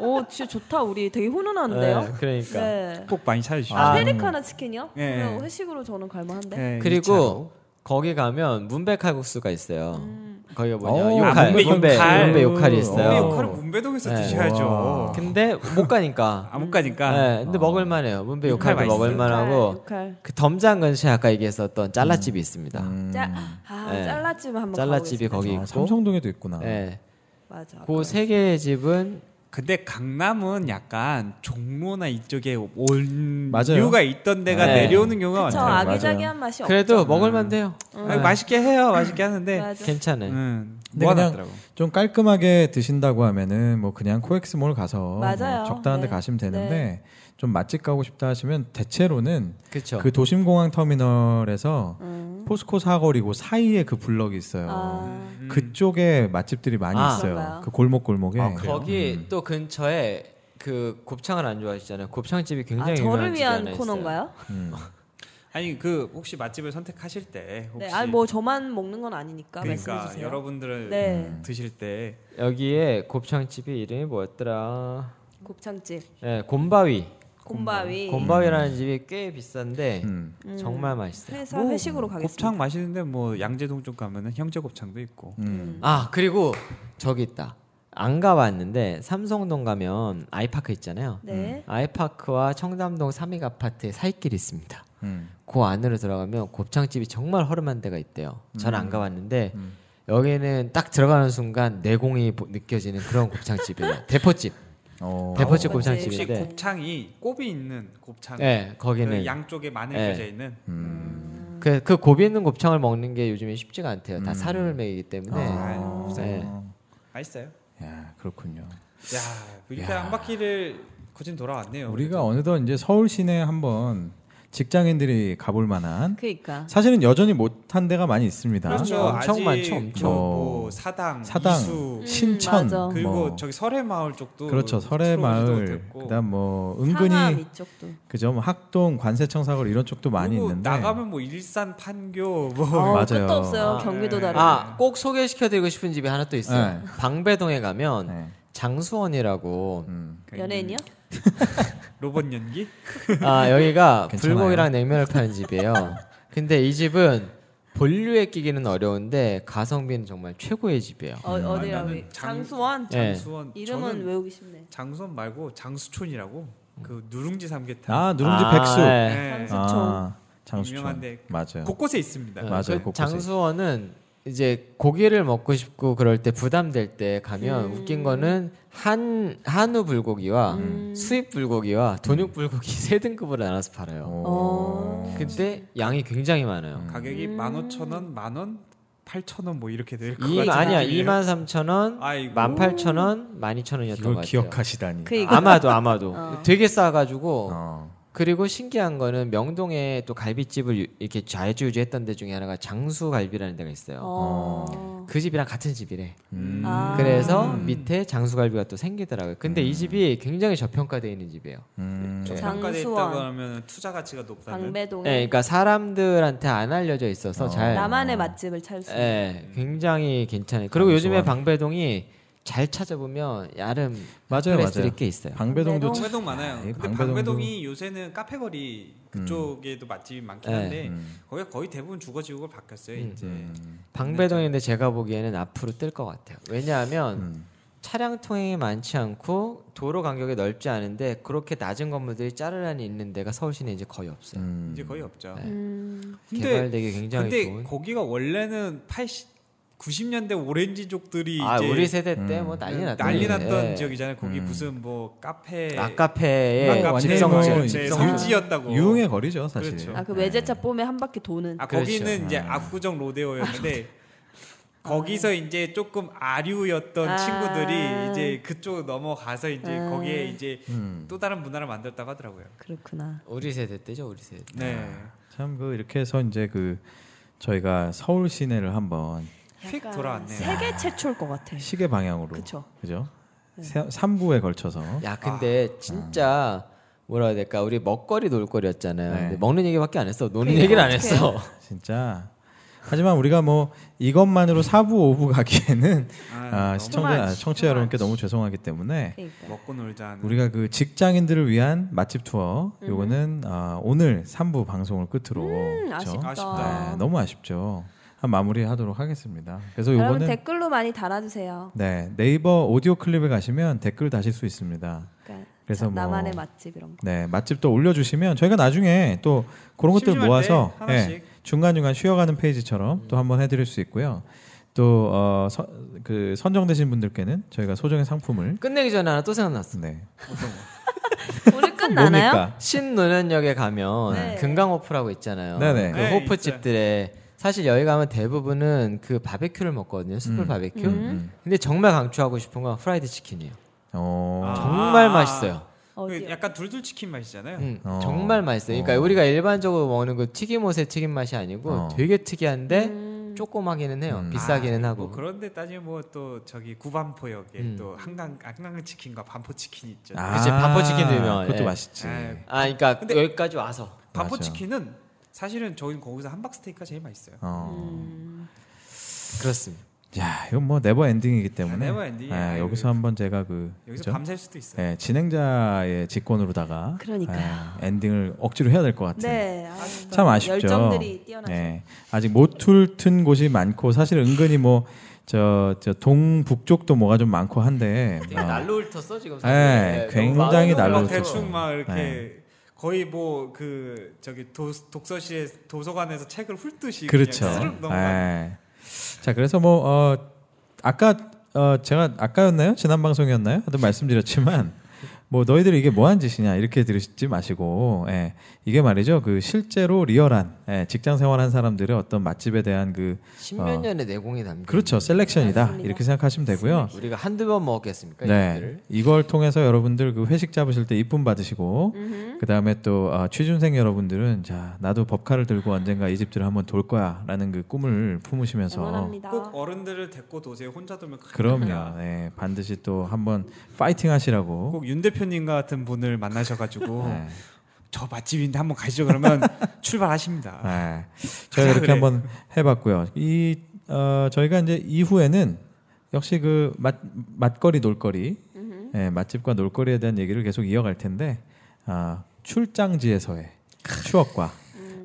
Speaker 4: 오 진짜 좋다. 우리 되게 훈훈한데요.
Speaker 2: 예, 그러니까. 음.
Speaker 4: 네.
Speaker 3: 꼭 많이 찾아주시고.
Speaker 4: 아,
Speaker 1: 아.
Speaker 4: 페리카나 치킨이요?
Speaker 3: 예.
Speaker 4: 그럼 회식으로 저는 갈만한데.
Speaker 3: 네, 이차로.
Speaker 2: 그리고 거기 가면 문백칼국수가 있어요.
Speaker 4: 음.
Speaker 2: 거기가 뭐냐?
Speaker 1: 오,
Speaker 2: 요칼,
Speaker 1: 아, 문백
Speaker 2: 문백,
Speaker 3: 요칼.
Speaker 2: 문백 요칼이
Speaker 3: 근데
Speaker 1: 문백
Speaker 2: 있어요.
Speaker 1: 요칼.
Speaker 3: 역할을 문배동에서
Speaker 2: 네.
Speaker 3: 드셔야죠.
Speaker 1: 와.
Speaker 2: 근데 못 가니까.
Speaker 3: 아무 가니까
Speaker 2: 네, 근데 먹을만해요. 문백
Speaker 3: 요칼
Speaker 2: 요칼도
Speaker 3: 맛있어요.
Speaker 2: 먹을만하고
Speaker 4: 육칼.
Speaker 2: 그 덤장 근처에 아까 얘기했었던 잘라집이 있습니다.
Speaker 1: 음.
Speaker 4: 짜, 아
Speaker 2: 네.
Speaker 4: 잘라집 한번
Speaker 2: 잘라집이
Speaker 4: 가보겠습니다.
Speaker 2: 거기
Speaker 1: 아,
Speaker 2: 있고.
Speaker 1: 삼성동에도 있구나.
Speaker 2: 네,
Speaker 4: 맞아.
Speaker 2: 그 세 개의 집은
Speaker 3: 근데 강남은 약간 종로나 이쪽에 온
Speaker 1: 맞아요.
Speaker 3: 이유가 있던 데가
Speaker 2: 네.
Speaker 3: 내려오는 경우가
Speaker 4: 그쵸
Speaker 3: 많아요.
Speaker 1: 맞아요.
Speaker 4: 아기자기한 맛이
Speaker 2: 그래도 네,
Speaker 4: 없죠. 음.
Speaker 2: 먹을만돼요.
Speaker 3: 아니, 맛있게 해요, 맛있게 하는데
Speaker 4: 맞아.
Speaker 2: 괜찮아요.
Speaker 3: 음,
Speaker 1: 근데
Speaker 3: 모아놨더라고.
Speaker 1: 좀 깔끔하게 드신다고 하면은 뭐 그냥 코엑스몰 가서
Speaker 4: 맞아요.
Speaker 1: 뭐 적당한 데
Speaker 4: 네.
Speaker 1: 가시면 되는데 좀 맛집 가고 싶다 하시면 대체로는
Speaker 2: 그렇죠.
Speaker 1: 그 도심공항 터미널에서
Speaker 4: 음.
Speaker 1: 포스코 사거리고 사이에 그 블럭이 있어요.
Speaker 4: 아,
Speaker 3: 음.
Speaker 1: 그쪽에 맛집들이 많이
Speaker 2: 아.
Speaker 1: 있어요.
Speaker 4: 그런가요?
Speaker 1: 그 골목 골목에.
Speaker 2: 아, 거기 또 근처에 그 곱창을 안 좋아하시잖아요. 곱창집이 굉장히
Speaker 4: 아,
Speaker 2: 유명한
Speaker 4: 저를
Speaker 2: 집이 하나
Speaker 4: 위한
Speaker 2: 있어요.
Speaker 4: 코너인가요?
Speaker 1: 음.
Speaker 3: 아니 그 혹시 맛집을 선택하실 때 혹시
Speaker 4: 네, 아니 뭐 저만 먹는 건 아니니까 말씀해
Speaker 3: 그러니까
Speaker 4: 주세요.
Speaker 3: 여러분들은
Speaker 4: 네,
Speaker 2: 음.
Speaker 3: 드실 때
Speaker 2: 여기에 곱창집이 이름이 뭐였더라?
Speaker 4: 곱창집,
Speaker 2: 예, 곰바위.
Speaker 4: 곰바위,
Speaker 2: 곰바위라는 집이 꽤
Speaker 3: 네.
Speaker 2: 비싼데
Speaker 1: 음.
Speaker 4: 음.
Speaker 2: 정말 맛있어요.
Speaker 4: 회사 회식으로 가겠습니다.
Speaker 3: 곱창 맛있는데 뭐 양재동 쪽 가면은 형제 곱창도 있고
Speaker 1: 음.
Speaker 2: 아 그리고 저기 있다. 안 가봤는데 삼성동 가면 아이파크 있잖아요.
Speaker 4: 네,
Speaker 2: 아이파크와 청담동 삼익 아파트의 사이길이 있습니다.
Speaker 1: 음.
Speaker 2: 그 안으로 들어가면 곱창집이 정말 허름한 데가 있대요. 저는 안
Speaker 3: 네.
Speaker 2: 가봤는데
Speaker 1: 음.
Speaker 2: 여기는 딱 들어가는 순간 내공이 보- 느껴지는 그런 곱창집이에요. 대포집.
Speaker 1: 어.
Speaker 2: 대포집
Speaker 4: 아,
Speaker 3: 혹시
Speaker 2: 곱창집인데.
Speaker 3: 곱창이 꼽이 있는 곱창
Speaker 2: 네, 거기는
Speaker 3: 그 양쪽에 마늘
Speaker 2: 네.
Speaker 3: 껴져 있는
Speaker 1: 음.
Speaker 2: 그, 그 고비 있는 곱창을 먹는 게 요즘에 쉽지가 않대요. 다 사료를 먹이기 때문에.
Speaker 3: 아,
Speaker 2: 네.
Speaker 3: 맛있어요.
Speaker 1: 야, 그렇군요.
Speaker 3: 야 이렇게 한 바퀴를 거진 돌아왔네요.
Speaker 1: 우리가 어느덧 이제 서울 시내 한번 직장인들이 가볼
Speaker 2: 음.
Speaker 1: 만한
Speaker 4: 그러니까
Speaker 1: 사실은 여전히 못한 데가 많이 있습니다.
Speaker 3: 그렇죠.
Speaker 2: 엄청
Speaker 3: 아직
Speaker 2: 많죠, 엄청.
Speaker 3: 뭐, 사당,
Speaker 1: 사당,
Speaker 3: 이수
Speaker 4: 음.
Speaker 1: 신천,
Speaker 4: 맞아.
Speaker 3: 음, 그리고
Speaker 1: 뭐
Speaker 3: 저기 설해 마을 쪽도
Speaker 1: 그렇죠. 설해 마을, 그다음 뭐
Speaker 4: 상암
Speaker 1: 은근히
Speaker 4: 이쪽도
Speaker 2: 어,
Speaker 1: 그죠. 뭐 학동, 관세청 사거리 이런 쪽도 많이 있는데
Speaker 3: 나가면 뭐 일산 판교 뭐
Speaker 4: 어,
Speaker 1: 맞아요.
Speaker 4: 끝도 없어요.
Speaker 2: 아,
Speaker 4: 경기도
Speaker 3: 네.
Speaker 4: 다르고.
Speaker 2: 아, 꼭 소개시켜드리고 싶은 집이 하나 또 있어요.
Speaker 1: 네.
Speaker 2: 방배동에 가면
Speaker 1: 네. 음.
Speaker 2: 장수원이라고
Speaker 1: [LAUGHS]
Speaker 3: 아,
Speaker 4: 연예인이요?
Speaker 3: 음. 그 로봇 연기?
Speaker 2: 아 여기가
Speaker 1: 그 괜찮아요.
Speaker 2: 불고기랑 냉면을 파는 집이에요. 근데 이 집은 본류에 끼기는 어려운데 가성비는 정말 최고의 집이에요.
Speaker 4: 어,
Speaker 1: 음.
Speaker 4: 어디라고?
Speaker 3: 아, 나는 장-
Speaker 4: 장수원.
Speaker 2: 예.
Speaker 3: 장수원.
Speaker 4: 이름은
Speaker 3: 저는
Speaker 4: 외우기 쉽네.
Speaker 3: 장수원 말고 장수촌이라고
Speaker 4: 음.
Speaker 3: 그 누룽지 삼계탕.
Speaker 1: 아 누룽지
Speaker 2: 아,
Speaker 1: 백숙.
Speaker 2: 예.
Speaker 3: 네.
Speaker 4: 장수- 장수촌.
Speaker 1: 아, 장수촌.
Speaker 3: 유명한데
Speaker 1: 맞아요.
Speaker 3: 곳곳에 있습니다.
Speaker 1: 네,
Speaker 4: 네,
Speaker 1: 맞아요,
Speaker 2: 그
Speaker 1: 곳곳에
Speaker 2: 장수원은 이제 고기를 먹고 싶고 그럴 때 부담될 때 가면
Speaker 4: 음.
Speaker 2: 웃긴 거는 한 한우 불고기와
Speaker 4: 음.
Speaker 2: 수입 불고기와 돈육 불고기 [LAUGHS] 세 등급으로 나눠서 팔아요.
Speaker 4: 어.
Speaker 2: 근데 양이 굉장히 많아요.
Speaker 3: 가격이
Speaker 4: 음.
Speaker 3: 15,000원, 만원, 8,000원 뭐 이렇게 될 것
Speaker 2: 이
Speaker 3: 같은
Speaker 2: 아니야
Speaker 3: 느낌이에요.
Speaker 2: 2만 3천 원,
Speaker 3: 아이고.
Speaker 2: 1만 8천 원, 1만 2천 원이었던 것
Speaker 1: 이걸
Speaker 2: 같아요.
Speaker 1: 기억하시다니.
Speaker 4: 그 이거
Speaker 2: 아마도 아마도
Speaker 4: 어.
Speaker 2: 되게
Speaker 1: 어.
Speaker 2: 싸가지고
Speaker 3: 아.
Speaker 2: 그리고 신기한 거는 명동에 또 갈비집을 유- 이렇게 좌지우지했던 데 중에 하나가 장수갈비라는 데가 있어요.
Speaker 4: 어.
Speaker 2: 그 집이랑 같은 집이래.
Speaker 1: 음.
Speaker 4: 아.
Speaker 2: 그래서
Speaker 3: 음.
Speaker 2: 밑에 장수갈비가 또 생기더라고요. 근데 이 집이 굉장히 저평가되어 있는 집이에요.
Speaker 1: 음.
Speaker 3: 좀
Speaker 4: 네.
Speaker 3: 평가돼
Speaker 4: 장수원.
Speaker 3: 있다고 하면 투자 가치가 높다는.
Speaker 4: 방배동에
Speaker 2: 예, 그러니까 사람들한테 안 알려져 있어서
Speaker 1: 어.
Speaker 2: 잘
Speaker 4: 나만의 맛집을 찰수 있는.
Speaker 2: 예, 굉장히 괜찮아요. 그리고
Speaker 1: 장수원.
Speaker 2: 요즘에 방배동이 잘 찾아보면 야름
Speaker 1: 맞아요,
Speaker 2: 플레이스들이
Speaker 1: 맞아요.
Speaker 2: 꽤 있어요.
Speaker 1: 방배동도 참-
Speaker 3: 방배동 많아요.
Speaker 1: 에이,
Speaker 3: 근데
Speaker 1: 방배동도-
Speaker 3: 방배동이 요새는 카페거리 그쪽에도 맛집이 많긴
Speaker 2: 네.
Speaker 3: 한데
Speaker 1: 음.
Speaker 3: 거기 거의 대부분 주거지구가 바뀌었어요.
Speaker 2: 음.
Speaker 3: 이제
Speaker 1: 음.
Speaker 2: 방배동인데 제가 보기에는 앞으로 뜰 것 같아요. 왜냐하면
Speaker 1: 음.
Speaker 2: 차량 통행이 많지 않고 도로 간격이 넓지 않은데 그렇게 낮은 건물들이 짜르르니 있는 데가 서울 시내 이제 거의 없어요.
Speaker 1: 음.
Speaker 3: 이제 거의 없죠.
Speaker 4: 음.
Speaker 3: 근데
Speaker 2: 개발되기 굉장히
Speaker 3: 근데
Speaker 2: 좋은.
Speaker 3: 거기가 원래는 80, 90년대 오렌지족들이
Speaker 2: 아
Speaker 3: 이제
Speaker 2: 우리 세대 때
Speaker 1: 음.
Speaker 2: 뭐 난리 났던
Speaker 3: 난리 났던
Speaker 2: 예.
Speaker 3: 지역이잖아요. 거기
Speaker 1: 음.
Speaker 3: 무슨 뭐 카페,
Speaker 2: 낙카페의
Speaker 1: 낙카페
Speaker 3: 완전히
Speaker 1: 집성지,
Speaker 3: 뭐
Speaker 2: 집성지,
Speaker 1: 집성지.
Speaker 3: 이제
Speaker 2: 집성지.
Speaker 3: 성지였다고.
Speaker 1: 유흥의 거리죠, 사실. 네.
Speaker 3: 그렇죠.
Speaker 4: 아그 외제차 뽐에 한 바퀴 도는.
Speaker 3: 아
Speaker 2: 그렇죠.
Speaker 3: 거기는 이제
Speaker 1: 아.
Speaker 3: 압구정 로데오였는데
Speaker 1: [LAUGHS]
Speaker 3: 거기서 이제 조금 아류였던
Speaker 4: 아.
Speaker 3: 친구들이 이제 그쪽 넘어가서 이제
Speaker 4: 아.
Speaker 3: 거기에 이제
Speaker 1: 음.
Speaker 3: 또 다른 문화를 만들었다고 하더라고요.
Speaker 4: 그렇구나.
Speaker 2: 우리 세대 때죠 우리 세대. 때.
Speaker 3: 네.
Speaker 1: 참 그 이렇게 해서 이제 그 저희가 서울 시내를 한번
Speaker 3: 휙
Speaker 4: 약간
Speaker 3: 돌아왔네요.
Speaker 4: 세계 최초일 것 같아.
Speaker 1: 시계 방향으로
Speaker 4: 네. 그쵸.
Speaker 1: 그죠?
Speaker 4: 네.
Speaker 1: 세- 삼부에 걸쳐서
Speaker 3: 네.
Speaker 2: 야
Speaker 3: 아.
Speaker 2: 근데 진짜 뭐라 해야 될까 우리 먹거리 놀거리였잖아요.
Speaker 1: 네.
Speaker 2: 근데 먹는 얘기밖에 안 했어. 노는
Speaker 4: 그러니까
Speaker 2: 얘기를 안
Speaker 4: 어떡해.
Speaker 2: 했어.
Speaker 1: 진짜 하지만 우리가 뭐 이것만으로 사부 오부 가기에는
Speaker 3: 아,
Speaker 1: 아,
Speaker 3: 너무
Speaker 1: 시청자 아,
Speaker 4: much.
Speaker 1: 청취자
Speaker 4: Too
Speaker 1: 여러분께 너무 죄송하기
Speaker 3: 네.
Speaker 1: 때문에
Speaker 4: 그러니까.
Speaker 3: 먹고 놀자 하는
Speaker 1: 우리가 그 직장인들을 위한 맛집 투어
Speaker 3: 음.
Speaker 1: 요거는 아, 오늘 3부 방송을 끝으로
Speaker 4: 음,
Speaker 1: 그쵸?
Speaker 4: 아쉽다.
Speaker 3: 아쉽다.
Speaker 1: 네, 너무 아쉽죠. 한 마무리하도록 하겠습니다. 그래서
Speaker 4: 여러분
Speaker 1: 요거는
Speaker 4: 댓글로 많이 달아주세요.
Speaker 1: 네, 네이버 오디오 클립에 가시면 댓글 다실 수 있습니다.
Speaker 4: 그러니까
Speaker 1: 그래서
Speaker 4: 참
Speaker 1: 뭐-
Speaker 4: 나만의 맛집 이런 거.
Speaker 1: 네, 맛집도 올려주시면 저희가 나중에 또 그런 것들
Speaker 3: 심심할
Speaker 1: 모아서
Speaker 3: 때 하나씩. 음.
Speaker 1: 예, 중간중간 쉬어가는 페이지처럼 또 한번 해드릴 수 있고요. 또 어, 서- 그 선정되신 분들께는 저희가 소정의 상품을
Speaker 2: [LAUGHS] 끝내기 전에 하나 또 생각났어.
Speaker 1: 네.
Speaker 3: 어떤
Speaker 1: [LAUGHS]
Speaker 3: 거.
Speaker 4: 오늘 끝나나요?
Speaker 2: 신논현역에 가면
Speaker 4: 네.
Speaker 2: 금강호프라고 있잖아요.
Speaker 1: 네네.
Speaker 2: 그
Speaker 3: 네,
Speaker 2: 호프집들에 사실 여기 가면 대부분은 그 바베큐를 먹거든요. 숯불
Speaker 1: 음.
Speaker 2: 바베큐.
Speaker 4: 음.
Speaker 2: 근데 정말 강추하고 싶은 건 프라이드 치킨이에요.
Speaker 1: 어,
Speaker 3: 아.
Speaker 2: 정말 맛있어요.
Speaker 3: 그
Speaker 4: 어디?
Speaker 3: 약간 둘둘 치킨 맛이잖아요.
Speaker 2: 음,
Speaker 1: 어.
Speaker 2: 정말 맛있어요. 그러니까
Speaker 1: 어.
Speaker 2: 우리가 일반적으로 먹는 그 튀김옷의 튀김 맛이 아니고
Speaker 1: 어.
Speaker 2: 되게 특이한데
Speaker 4: 음.
Speaker 2: 조그마기는 해요.
Speaker 1: 음.
Speaker 2: 비싸기는
Speaker 3: 아,
Speaker 2: 하고.
Speaker 3: 뭐 그런데 따지면 뭐 또 저기 구반포역에
Speaker 2: 음.
Speaker 3: 또 한강 한강 치킨과 반포 치킨이 있죠.
Speaker 1: 아,
Speaker 2: 그치, 밥포 치킨도 유명하죠.
Speaker 1: 그것도
Speaker 2: 예.
Speaker 1: 맛있지.
Speaker 3: 아유.
Speaker 2: 아, 그러니까
Speaker 3: 근데-
Speaker 2: 여기까지 와서
Speaker 3: 반포
Speaker 1: 맞아.
Speaker 3: 치킨은 사실은 저희는 거기서 함박 스테이크가 제일 맛있어요.
Speaker 1: 어.
Speaker 4: 음.
Speaker 2: 그렇습니다.
Speaker 1: 아. 야, 이건 뭐 네버 엔딩이기
Speaker 3: 아,
Speaker 1: 때문에
Speaker 3: 네버 엔딩이야.
Speaker 1: 예,
Speaker 3: 아유.
Speaker 1: 여기서 한번 제가 그
Speaker 3: 여기서
Speaker 1: 그죠?
Speaker 3: 밤샐 수도 있어요.
Speaker 1: 예, 진행자의 직권으로다가
Speaker 4: 그러니까요.
Speaker 1: 예, 엔딩을 억지로 해야 될 것 같은.
Speaker 4: 네. 아유,
Speaker 1: 참 아쉽죠.
Speaker 4: 열정들이 뛰어나죠.
Speaker 1: 예, 아직 못툴튼 곳이 많고 사실 은근히 뭐 저 저 동북쪽도 뭐가 좀 많고 한데
Speaker 2: 되게
Speaker 1: 어,
Speaker 2: 날로 훑었어 지금.
Speaker 1: 네,
Speaker 2: 사실.
Speaker 1: 굉장히
Speaker 2: 너무 마음이
Speaker 1: 날로
Speaker 3: 막
Speaker 1: 훑었어.
Speaker 3: 대충 막 이렇게
Speaker 1: 네.
Speaker 3: 거의 뭐 그 저기 도, 독서실에 도서관에서 책을 훑듯이
Speaker 1: 그렇죠.
Speaker 3: 그냥 스르륵 넘어가.
Speaker 1: 예. 자 그래서 뭐 어, 아까 어, 제가 아까였나요 지난 방송이었나요? 하여튼 말씀드렸지만 [LAUGHS] 뭐 너희들 이게 뭐한 짓이냐 이렇게 들으시지 마시고 예, 이게 말이죠 그 실제로 리얼한 예, 직장 생활한 사람들의 어떤 맛집에 대한 그
Speaker 2: 십몇 년의 내공이 담긴.
Speaker 1: 그렇죠 셀렉션이다
Speaker 4: 맞습니다.
Speaker 1: 이렇게 생각하시면 되고요.
Speaker 2: 우리가 한두번 먹었겠습니까?
Speaker 1: 네.
Speaker 4: 그러니까
Speaker 2: 이것들을?
Speaker 1: 이걸 통해서 여러분들 그 회식 잡으실 때 이쁨 받으시고 그다음에 또 아, 취준생 여러분들은 자, 나도 법카를 들고 언젠가 이집트를 한번 돌 거야라는 그 꿈을 품으시면서
Speaker 4: 응원합니다.
Speaker 3: 꼭 어른들을 데리고 도세요. 혼자 돌면 큰일 납니다.
Speaker 1: 네.
Speaker 3: [LAUGHS]
Speaker 1: 그럼요. 네. 반드시 또 한번 파이팅 하시라고.
Speaker 3: 꼭 윤 대표님 같은 분을 만나셔가지고
Speaker 1: [LAUGHS] 네.
Speaker 3: 저 맛집인데 한번 가시죠
Speaker 1: [LAUGHS]
Speaker 3: 그러면 출발하십니다.
Speaker 1: 네. 저희가 이렇게
Speaker 3: 아. 그래.
Speaker 1: 한번 해 봤고요. 이 어, 저희가 이제 이후에는 역시 그 맛, 맛거리 놀거리 예, 맛집과 놀거리에 대한 얘기를 계속 이어갈 텐데 아, 출장지에서의 추억과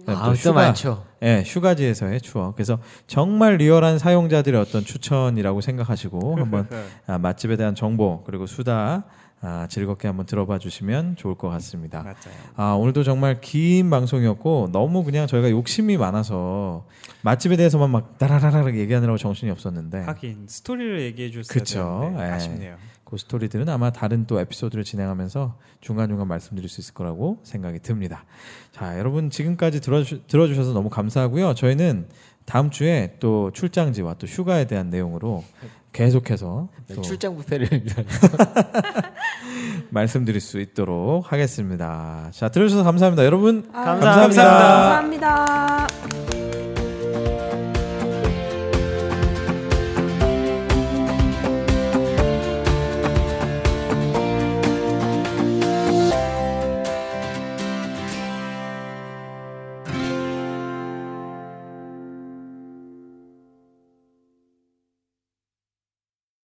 Speaker 1: 그다음에
Speaker 2: 아, 또
Speaker 1: 휴가-
Speaker 2: 많죠.
Speaker 1: 예, 휴가지에서의 추억. 그래서 정말 리얼한 사용자들의 어떤 추천이라고 생각하시고 한번
Speaker 3: 네.
Speaker 1: 아, 맛집에 대한 정보 그리고 수다 아, 즐겁게 한번 들어봐 주시면 좋을 것 같습니다.
Speaker 3: 맞아요.
Speaker 1: 아, 오늘도 정말 긴 방송이었고 너무 그냥 저희가 욕심이 많아서 맛집에 대해서만 막 따라라라 얘기하느라고 정신이 없었는데
Speaker 3: 하긴 스토리를 얘기해 줬어야
Speaker 1: 그쵸.
Speaker 3: 되는데
Speaker 1: 예.
Speaker 3: 아쉽네요.
Speaker 1: 그 스토리들은 아마 다른 또 에피소드를 진행하면서 중간중간 말씀드릴 수 있을 거라고 생각이 듭니다. 자, 여러분 지금까지 들어주, 들어주셔서 너무 감사하고요. 저희는 다음 주에 또 출장지와 또 휴가에 대한 내용으로 계속해서 또
Speaker 2: 네, 출장 부패를 위한
Speaker 1: 말씀드릴 수 있도록 하겠습니다. 자, 들어주셔서 감사합니다. 여러분
Speaker 4: 아,
Speaker 2: 감사합니다.
Speaker 4: 감사합니다.